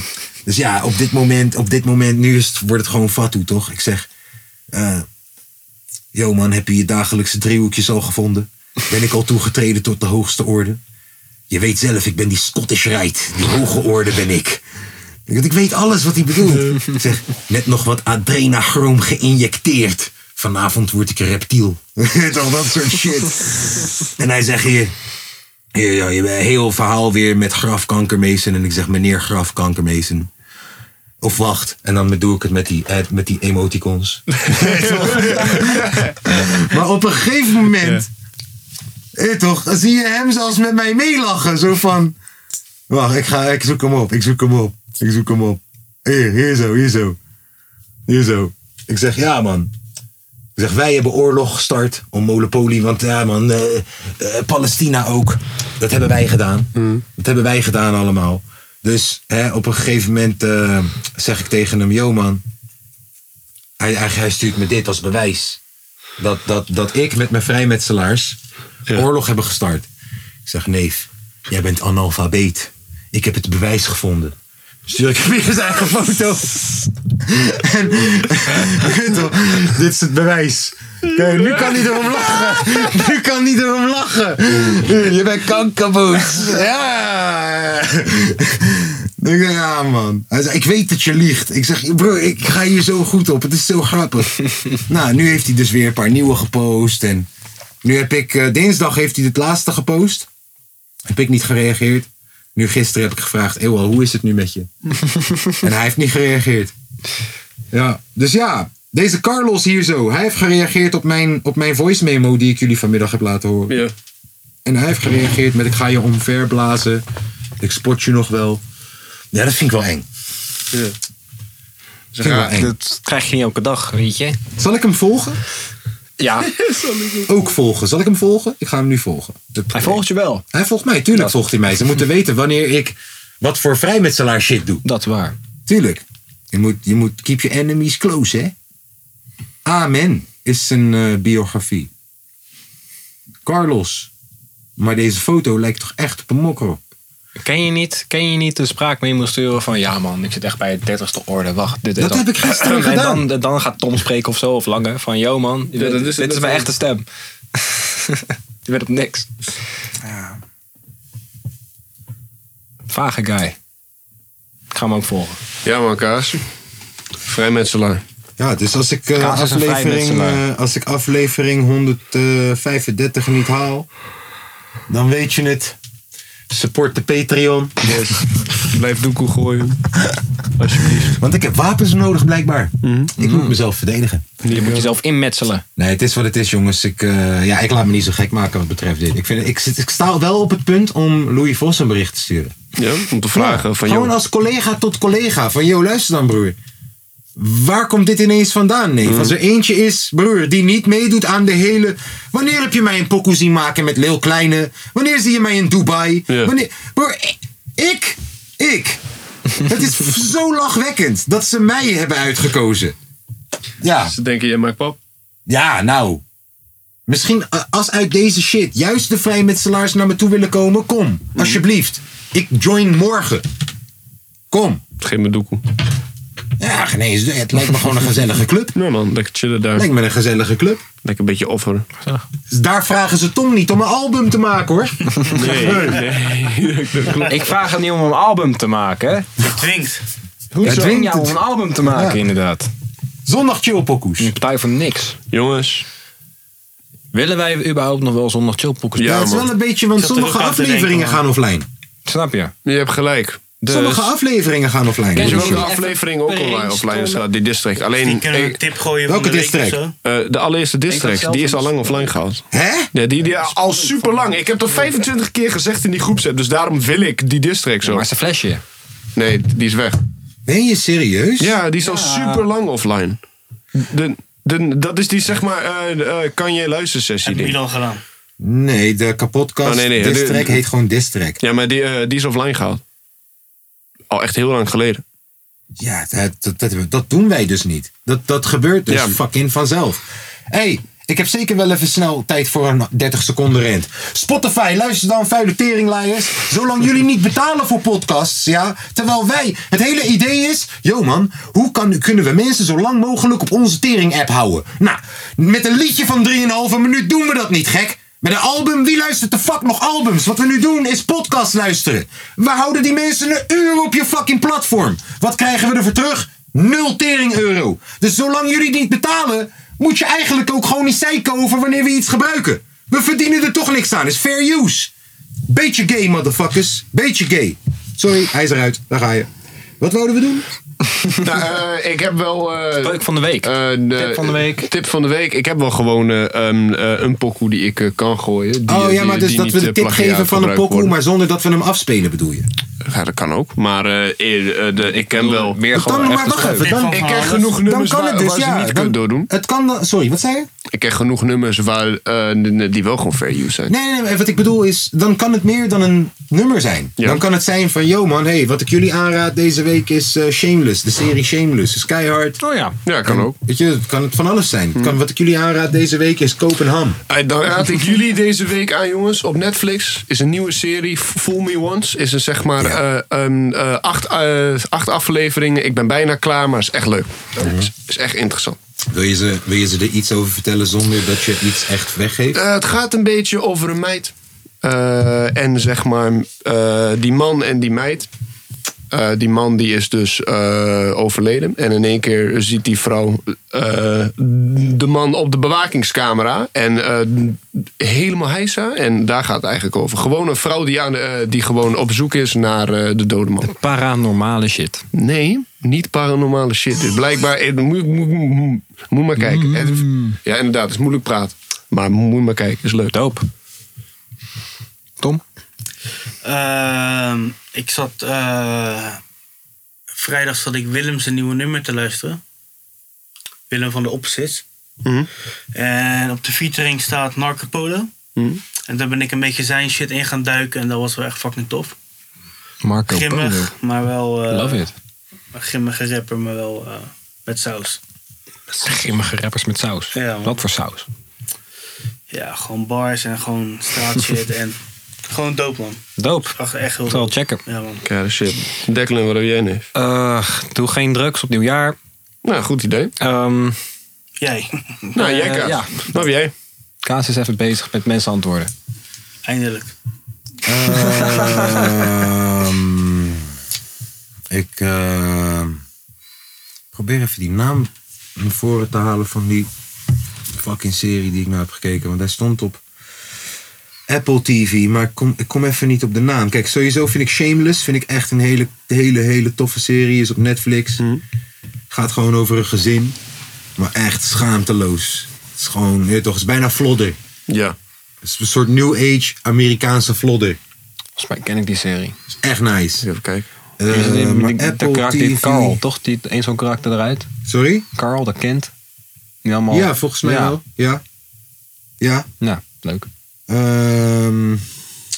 dus ja, op dit moment, op dit moment nu is het, wordt het gewoon fatu, toch? Ik zeg, eh, Yo man, heb je je dagelijkse driehoekjes al gevonden? Ben ik al toegetreden tot de hoogste orde? Je weet zelf, ik ben die Scottish Rite. Die hoge orde ben ik. Want ik weet alles wat hij bedoelt. Ik zeg, net nog wat adrenachroom geïnjecteerd. Vanavond word ik een reptiel. Toch dat soort shit. En hij zegt hier... hier, joh, je bent een heel verhaal weer met grafkankermezen. En ik zeg, meneer grafkankermezen. Of wacht. En dan doe ik het met die, eh, met die emoticons. maar op een gegeven moment. eh, toch, dan zie je hem zelfs met mij meelachen. Zo van. Wacht, ik, ga, ik zoek hem op. Ik zoek hem op. Ik zoek hem op. Hier, hier zo, hier zo. Hier zo. Ik zeg ja, man. Ik zeg, wij hebben oorlog gestart om monopolie. Want ja, man, eh, eh, Palestina ook. Dat hebben wij gedaan. Dat hebben wij gedaan allemaal. Dus hè, op een gegeven moment eh, zeg ik tegen hem, yo man. Hij, hij, hij stuurt me dit als bewijs. Dat, dat, dat ik met mijn vrijmetselaars oorlog hebben gestart. Ik zeg, neef, jij bent analfabeet. Ik heb het bewijs gevonden. Stuur ik hem weer zijn eigen foto. en, weet je wel, eh, dit is het bewijs. Kijk, nu kan hij erom lachen. Nu kan hij erom lachen. Je bent kankerboos. Ja. Ik zeg, Ah. ja man. Hij zei, ik weet dat je liegt. Ik zeg, bro, ik ga hier zo goed op. Het is zo grappig. nou, nu heeft hij dus weer een paar nieuwe gepost. En nu heb ik, eh, dinsdag heeft hij het laatste gepost. Heb ik niet gereageerd. Nu gisteren heb ik gevraagd, Ewal, hoe is het nu met je? en hij heeft niet gereageerd. Ja, dus ja, deze Carlos hier zo. Hij heeft gereageerd op mijn, op mijn voice memo die ik jullie vanmiddag heb laten horen. En hij heeft gereageerd met ik ga je omverblazen. Ik spot je nog wel. Ja, dat vind ik wel eng. Vind ik wel Ja, eng. dat krijg je niet elke dag, weet je. Zal ik hem volgen? Ja. Ook volgen. Zal ik hem volgen? Ik ga hem nu volgen. Hij volgt je wel. Hij volgt mij. Tuurlijk volgt hij mij. Ze moeten weten wanneer ik wat voor vrijmetselaar shit doe. Dat waar. Tuurlijk. Je moet, je moet keep your enemies close, hè? Amen is zijn eh, biografie. Carlos. Maar deze foto lijkt toch echt op een mokro? Ken je niet, ken je niet de spraakmemo sturen van ja man, ik zit echt bij de dertigste orde, wacht. Dit, en Dat heb ik gisteren en gedaan. Dan, dan gaat Tom spreken of zo, of Lange, van yo man, Ja, dat is dit, het dit is mijn natuurlijk. echte stem. Je werd op niks. Vage guy. Ik ga hem ook volgen. Ja man, Kaas. Vrijmetselaar. Ja, dus als ik, eh, Kaas is een aflevering, vrijmetselaar. eh, als ik aflevering 135 niet haal, dan weet je het. Support de Patreon. Blijf doekoe gooien. Alsjeblieft. Want ik heb wapens nodig, blijkbaar. Mhm. Ik moet mezelf verdedigen. Je moet jezelf inmetselen. Nee, het is wat het is, jongens. Ik, eh, ja, ik laat me niet zo gek maken wat betreft dit. Ik, vind, ik, zit, ik sta wel op het punt om Louis Vos een bericht te sturen. Ja, om te vragen van Gewoon joh. als collega tot collega. Van, yo, luister dan, broer. Waar komt dit ineens vandaan, neef? Mm. Als er eentje is, broer, die niet meedoet aan de hele... Wanneer heb je mij een pokoe zien maken met Lil Kleine? Wanneer zie je mij in Dubai? Ja. Wanneer... Broer, ik- ik... Ik... Het is zo lachwekkend dat ze mij hebben uitgekozen. Ja. Ze denken, jij maakt pap. Ja, nou. Misschien eh, als uit deze shit juist de vrijmetselaars naar me toe willen komen, Mm. kom. Alsjeblieft. Ik join morgen. Kom. Geef me doekoe. Ja, geen eens. Het lijkt me gewoon een gezellige club. Ja man, lekker chillen daar. Lijkt me een gezellige club. Lekker een beetje offer. Dus Daar vragen ze Tom niet om een album te maken hoor. Nee, Ik vraag hem niet om een album te maken, hè? Je dwingt. Hoe Hij dwing dwingt jou om het. een album te maken, Ja. inderdaad? Zondag chillpokoes. Een partij van niks. Jongens. Willen wij überhaupt nog wel zondag chillpokoes? Ja, het is wel een beetje, want sommige afleveringen gaan offline. Snap je? Je hebt gelijk. Dus- Sommige afleveringen gaan offline. Ken je Dat wel is de zo. aflevering ook online, offline staat? Die district. Alleen, Dus kunnen we een ik- tip gooien Welke van de week district? of zo? eh, de allereerste Ik district, had die is zelf al lang offline gehaald. Hè? Ja, die, die al super lang. Ik heb dat 25 keer gezegd in die groepsapp, dus daarom wil ik die district zo. maar is een flesje. Nee, die is weg. Ben je serieus? Ja, die is al super lang offline. eh, De, de, dat is die zeg maar, eh, eh, kan je luistersessie ding. Milan gedaan. Nee, de kapotkast Oh, nee, nee, district de- heet gewoon district. Ja, maar die, eh, die is offline gehaald. Al echt heel lang geleden. Ja, dat, dat, dat, dat doen wij dus niet. Dat, dat gebeurt dus Ja. fucking vanzelf. Hé, hey, ik heb zeker wel even snel tijd voor een 30 seconden rent. Spotify, luister dan, vuile teringlaaiers. Zolang jullie niet betalen voor podcasts, ja. Terwijl wij, het hele idee is... Yo man, hoe kan, kunnen we mensen zo lang mogelijk op onze tering-app houden? Nou, met een liedje van 3,5 minuut doen we dat niet, gek. Met een album, wie luistert de fuck nog albums? Wat we nu doen is podcast luisteren. We houden die mensen een uur op je fucking platform. Wat krijgen we ervoor terug? Nul tering euro. Dus zolang jullie niet betalen, moet je eigenlijk ook gewoon niet zeiken over wanneer we iets gebruiken. We verdienen er toch niks aan, is fair use. Beetje gay, motherfuckers. Beetje gay. Sorry, hij is eruit. Daar ga je. Wat wouden we doen? nou, eh, ik heb wel. eh Leuk van de week. tip van de week. Tip van de week. Ik heb wel gewoon eh, ehm, eh, een pokoe die ik eh, kan gooien. Die, oh eh, ja, maar die- dus die dat niet, we de eh, tip plagiaat geven van een gebruikt pokoe, worden. maar zonder dat we hem afspelen, bedoel je? Ja, dat kan ook. Maar eh, eh, eh, de- ik ken wel. Meer Dan, maar wacht even. Dan, ik ken genoeg nummers dan kan waar, het waar dus, ja, ze niet dan- kunnen doordoen. Het kan dan, sorry, wat zei je? Ik ken genoeg nummers waar, eh, n- n- die wel gewoon fair use zijn. Nee, nee, nee, wat ik bedoel is, dan kan het meer dan een nummer zijn. Ja. Dan kan het zijn van, yo man, hey, wat ik jullie aanraad deze week is eh, Shameless. De serie Shameless, is keihard. Oh ja. Hmm. Ja, kan ook. Weet je, het kan het van alles zijn. Het Kan, wat ik jullie aanraad deze week is Kopenham. Eh, Dan raad ik jullie deze week aan, jongens. Op Netflix is een nieuwe serie, Fool Me Once. Is een zeg maar eh, ehm, eh, acht, eh, acht afleveringen. Ik ben bijna klaar, maar is echt leuk. Is, is echt interessant. Wil je, ze, wil je ze er iets over vertellen zonder dat je iets echt weggeeft? Eh, het gaat een beetje over een meid. Eh, en zeg maar, eh, die man en die meid. Eh, die man die is dus eh, overleden. En in één keer ziet die vrouw eh, de man op de bewakingscamera. En eh, helemaal hijsa. En daar gaat het eigenlijk over. Gewoon een vrouw die, aan, de- eh, die gewoon op zoek is naar eh, de dode man. Paranormale shit. Nee, niet paranormale shit. Dus blijkbaar, eh, moet, moet, moet, moet maar Mm. kijken. Het- Ja, inderdaad, het is moeilijk praten. Maar moet maar kijken, is leuk. Doop. Ehm, ik zat. eh, vrijdag zat ik Willem zijn nieuwe nummer te luisteren. Willem van de Opposites. En op de featuring staat Marco Polo. En daar ben ik een beetje zijn shit in gaan duiken. En dat was wel echt fucking tof. Marco Polo. Grimmig, maar wel. eh, Love it. Een grimmige rapper, maar wel eh, met saus. Grimmige rappers met saus. Ja, man. Wat voor saus? Ja, gewoon bars en gewoon straatshit. en gewoon dope, man. Doop. Echt, echt heel Ik zal dope. het checken. Ja, man. Ja, shit. Declan, wat heb jij nu? doe geen drugs op nieuwjaar. Ehm, Nou, goed idee. Jij. nou, jij Kaas. Eh, ja. Wat heb jij? Kaas is even bezig met mensen antwoorden. Eindelijk. Ehm, ik ehm, probeer even die naam naar voren te halen van die fucking serie die ik nou heb gekeken. Want hij stond op Apple TV, maar ik kom, ik kom even niet op de naam. Kijk, sowieso vind ik Shameless vind ik echt een hele, hele, hele toffe serie. Is op Netflix. Mhm. Gaat gewoon over een gezin. Maar echt schaamteloos. Het is gewoon, je weet toch, het is bijna vlodder. Ja. Het is een soort New Age Amerikaanse vlodder. Volgens mij ken ik die serie. is echt nice. Eh, Even kijken. Is het die- maar die- dat Apple karakter heet TV. Carl, toch? Die, een zo'n karakter eruit. Sorry? Carl, dat kent. Die allemaal- Ja, volgens mij Ja. wel. Ja. Ja. Ehm, Nou, leuk.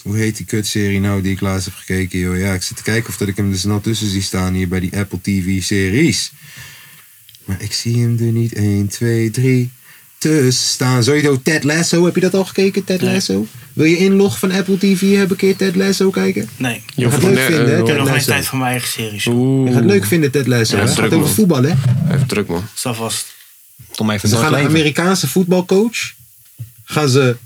hoe heet die kutserie nou die ik laatst heb gekeken? Joh? Ja, ik zit te kijken of dat ik hem er snel tussen zie staan hier bij die Apple TV-series. Maar ik zie hem er niet. 1, 2, 3. Tussen staan. Sowieso Ted Lasso. Heb je dat al gekeken, Ted Lasso? Wil je inlog van Apple TV hebben? Keer Ted Lasso kijken? Nee. Je gaat het leuk vinden, hè, Ik heb nog Ted eh, geen Lasso. tijd voor mijn eigen series. Je gaat het leuk vinden, Ted Lasso. Ja, hè? dat is het gaat druk, over man. voetbal, hè? Even druk, man. Sta vast. Tom even Ze gaan een Amerikaanse voetbalcoach gaan ze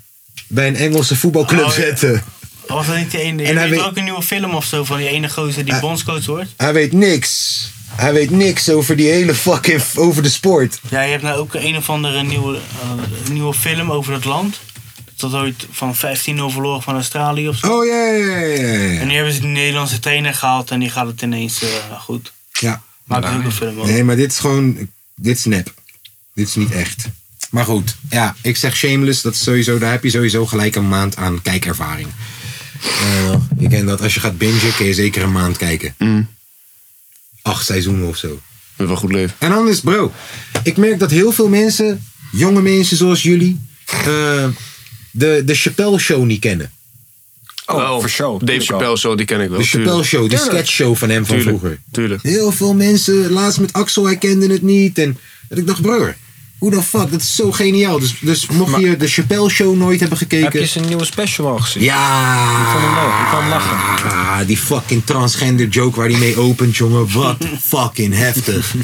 bij een Engelse voetbalclub Oh, ja. zetten. Was dat niet de ene? En En hij hij weet- ook een nieuwe film of zo van die ene gozer die bondscoach wordt? Hij weet niks. Hij weet niks over die hele fucking... over de sport. Ja, je hebt nou ook een of andere nieuwe, eh, nieuwe film over dat land. Dat ooit van 15-0 verloren van Australië of zo. Oh ja, ja, ja, ja. En nu hebben ze die Nederlandse trainer gehaald en die gaat het ineens eh, goed. Ja. Maakt ook een film over. Nee, maar dit is gewoon... Dit is nep. Dit is niet echt. Maar goed, ja, ik zeg shameless. Dat is sowieso, daar heb je sowieso gelijk een maand aan kijkervaring. Eh, je kent dat. Als je gaat bingen, kun je zeker een maand kijken. Acht seizoenen of zo. Dat Mm. wel goed leven. En anders, bro. Ik merk dat heel veel mensen, jonge mensen zoals jullie, eh, de, de Chappelle Show niet kennen. Oh, voor show. Dave Chappelle Show, die ken ik wel. De Chappelle tuurlijk. Show, die Tuurlijk. sketchshow van hem van Tuurlijk, vroeger. Tuurlijk. Heel veel mensen, laatst met Axel, hij kende het niet. En dat ik dacht, broer, hoe de fuck, dat is zo geniaal. Dus, dus mocht je de Chappelle Show nooit hebben gekeken. Heb je zijn nieuwe special al gezien? Ja! Ik vond hem leuk. Ik kwam lachen. Ah, die fucking transgender joke waar hij mee opent, jongen. Wat fucking heftig.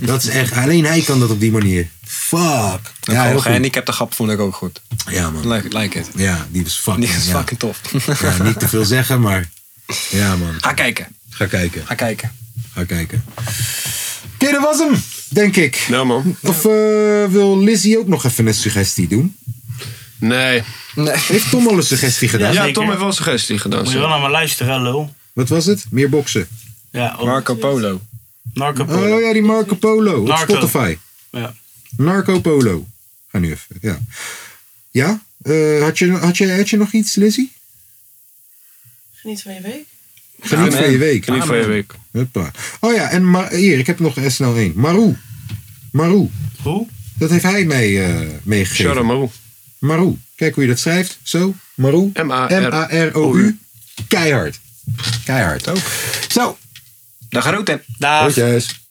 Dat is echt, alleen hij kan dat op die manier. Fuck. Ja, heel gewoon goed. gehandicapte grap vond ik ook goed. Ja, man. Like, like it. Ja, die was fucking, Die is ja. fucking tof. Ja, niet te veel zeggen, maar ja, man. Ga kijken. Ga kijken. Ga kijken. Ga kijken. Oké, dat was hem, denk ik. Nou, man. Of eh, wil Lizzie ook nog even een suggestie doen? Nee. Heeft Tom al een suggestie gedaan? Ja, Tom heeft wel een suggestie gedaan. Moet je wel zo. naar me luisteren, hè, lul. Wat was het? Meer boksen. Ja, op- Marco Polo. Marco Polo. Oh ja, die Marco Polo op Narco. Spotify. Ja. Narco Polo. Ga nu even, ja. Ja? Eh, had, je, had, je, had je nog iets, Lizzie? Geniet van je week. Geniet Amen. van je week. Geniet van je week. Huppa. Oh ja, en Ma- hier, ik heb nog eh, snel één. Marou. Marou. Hoe? Dat heeft hij mee, eh meegegeven. Shout out Marou. Marou. Kijk hoe je dat schrijft. Zo. Marou. M-A-R-O-U. Keihard. Keihard. Ook. Zo. Dag groeten. Groetjes.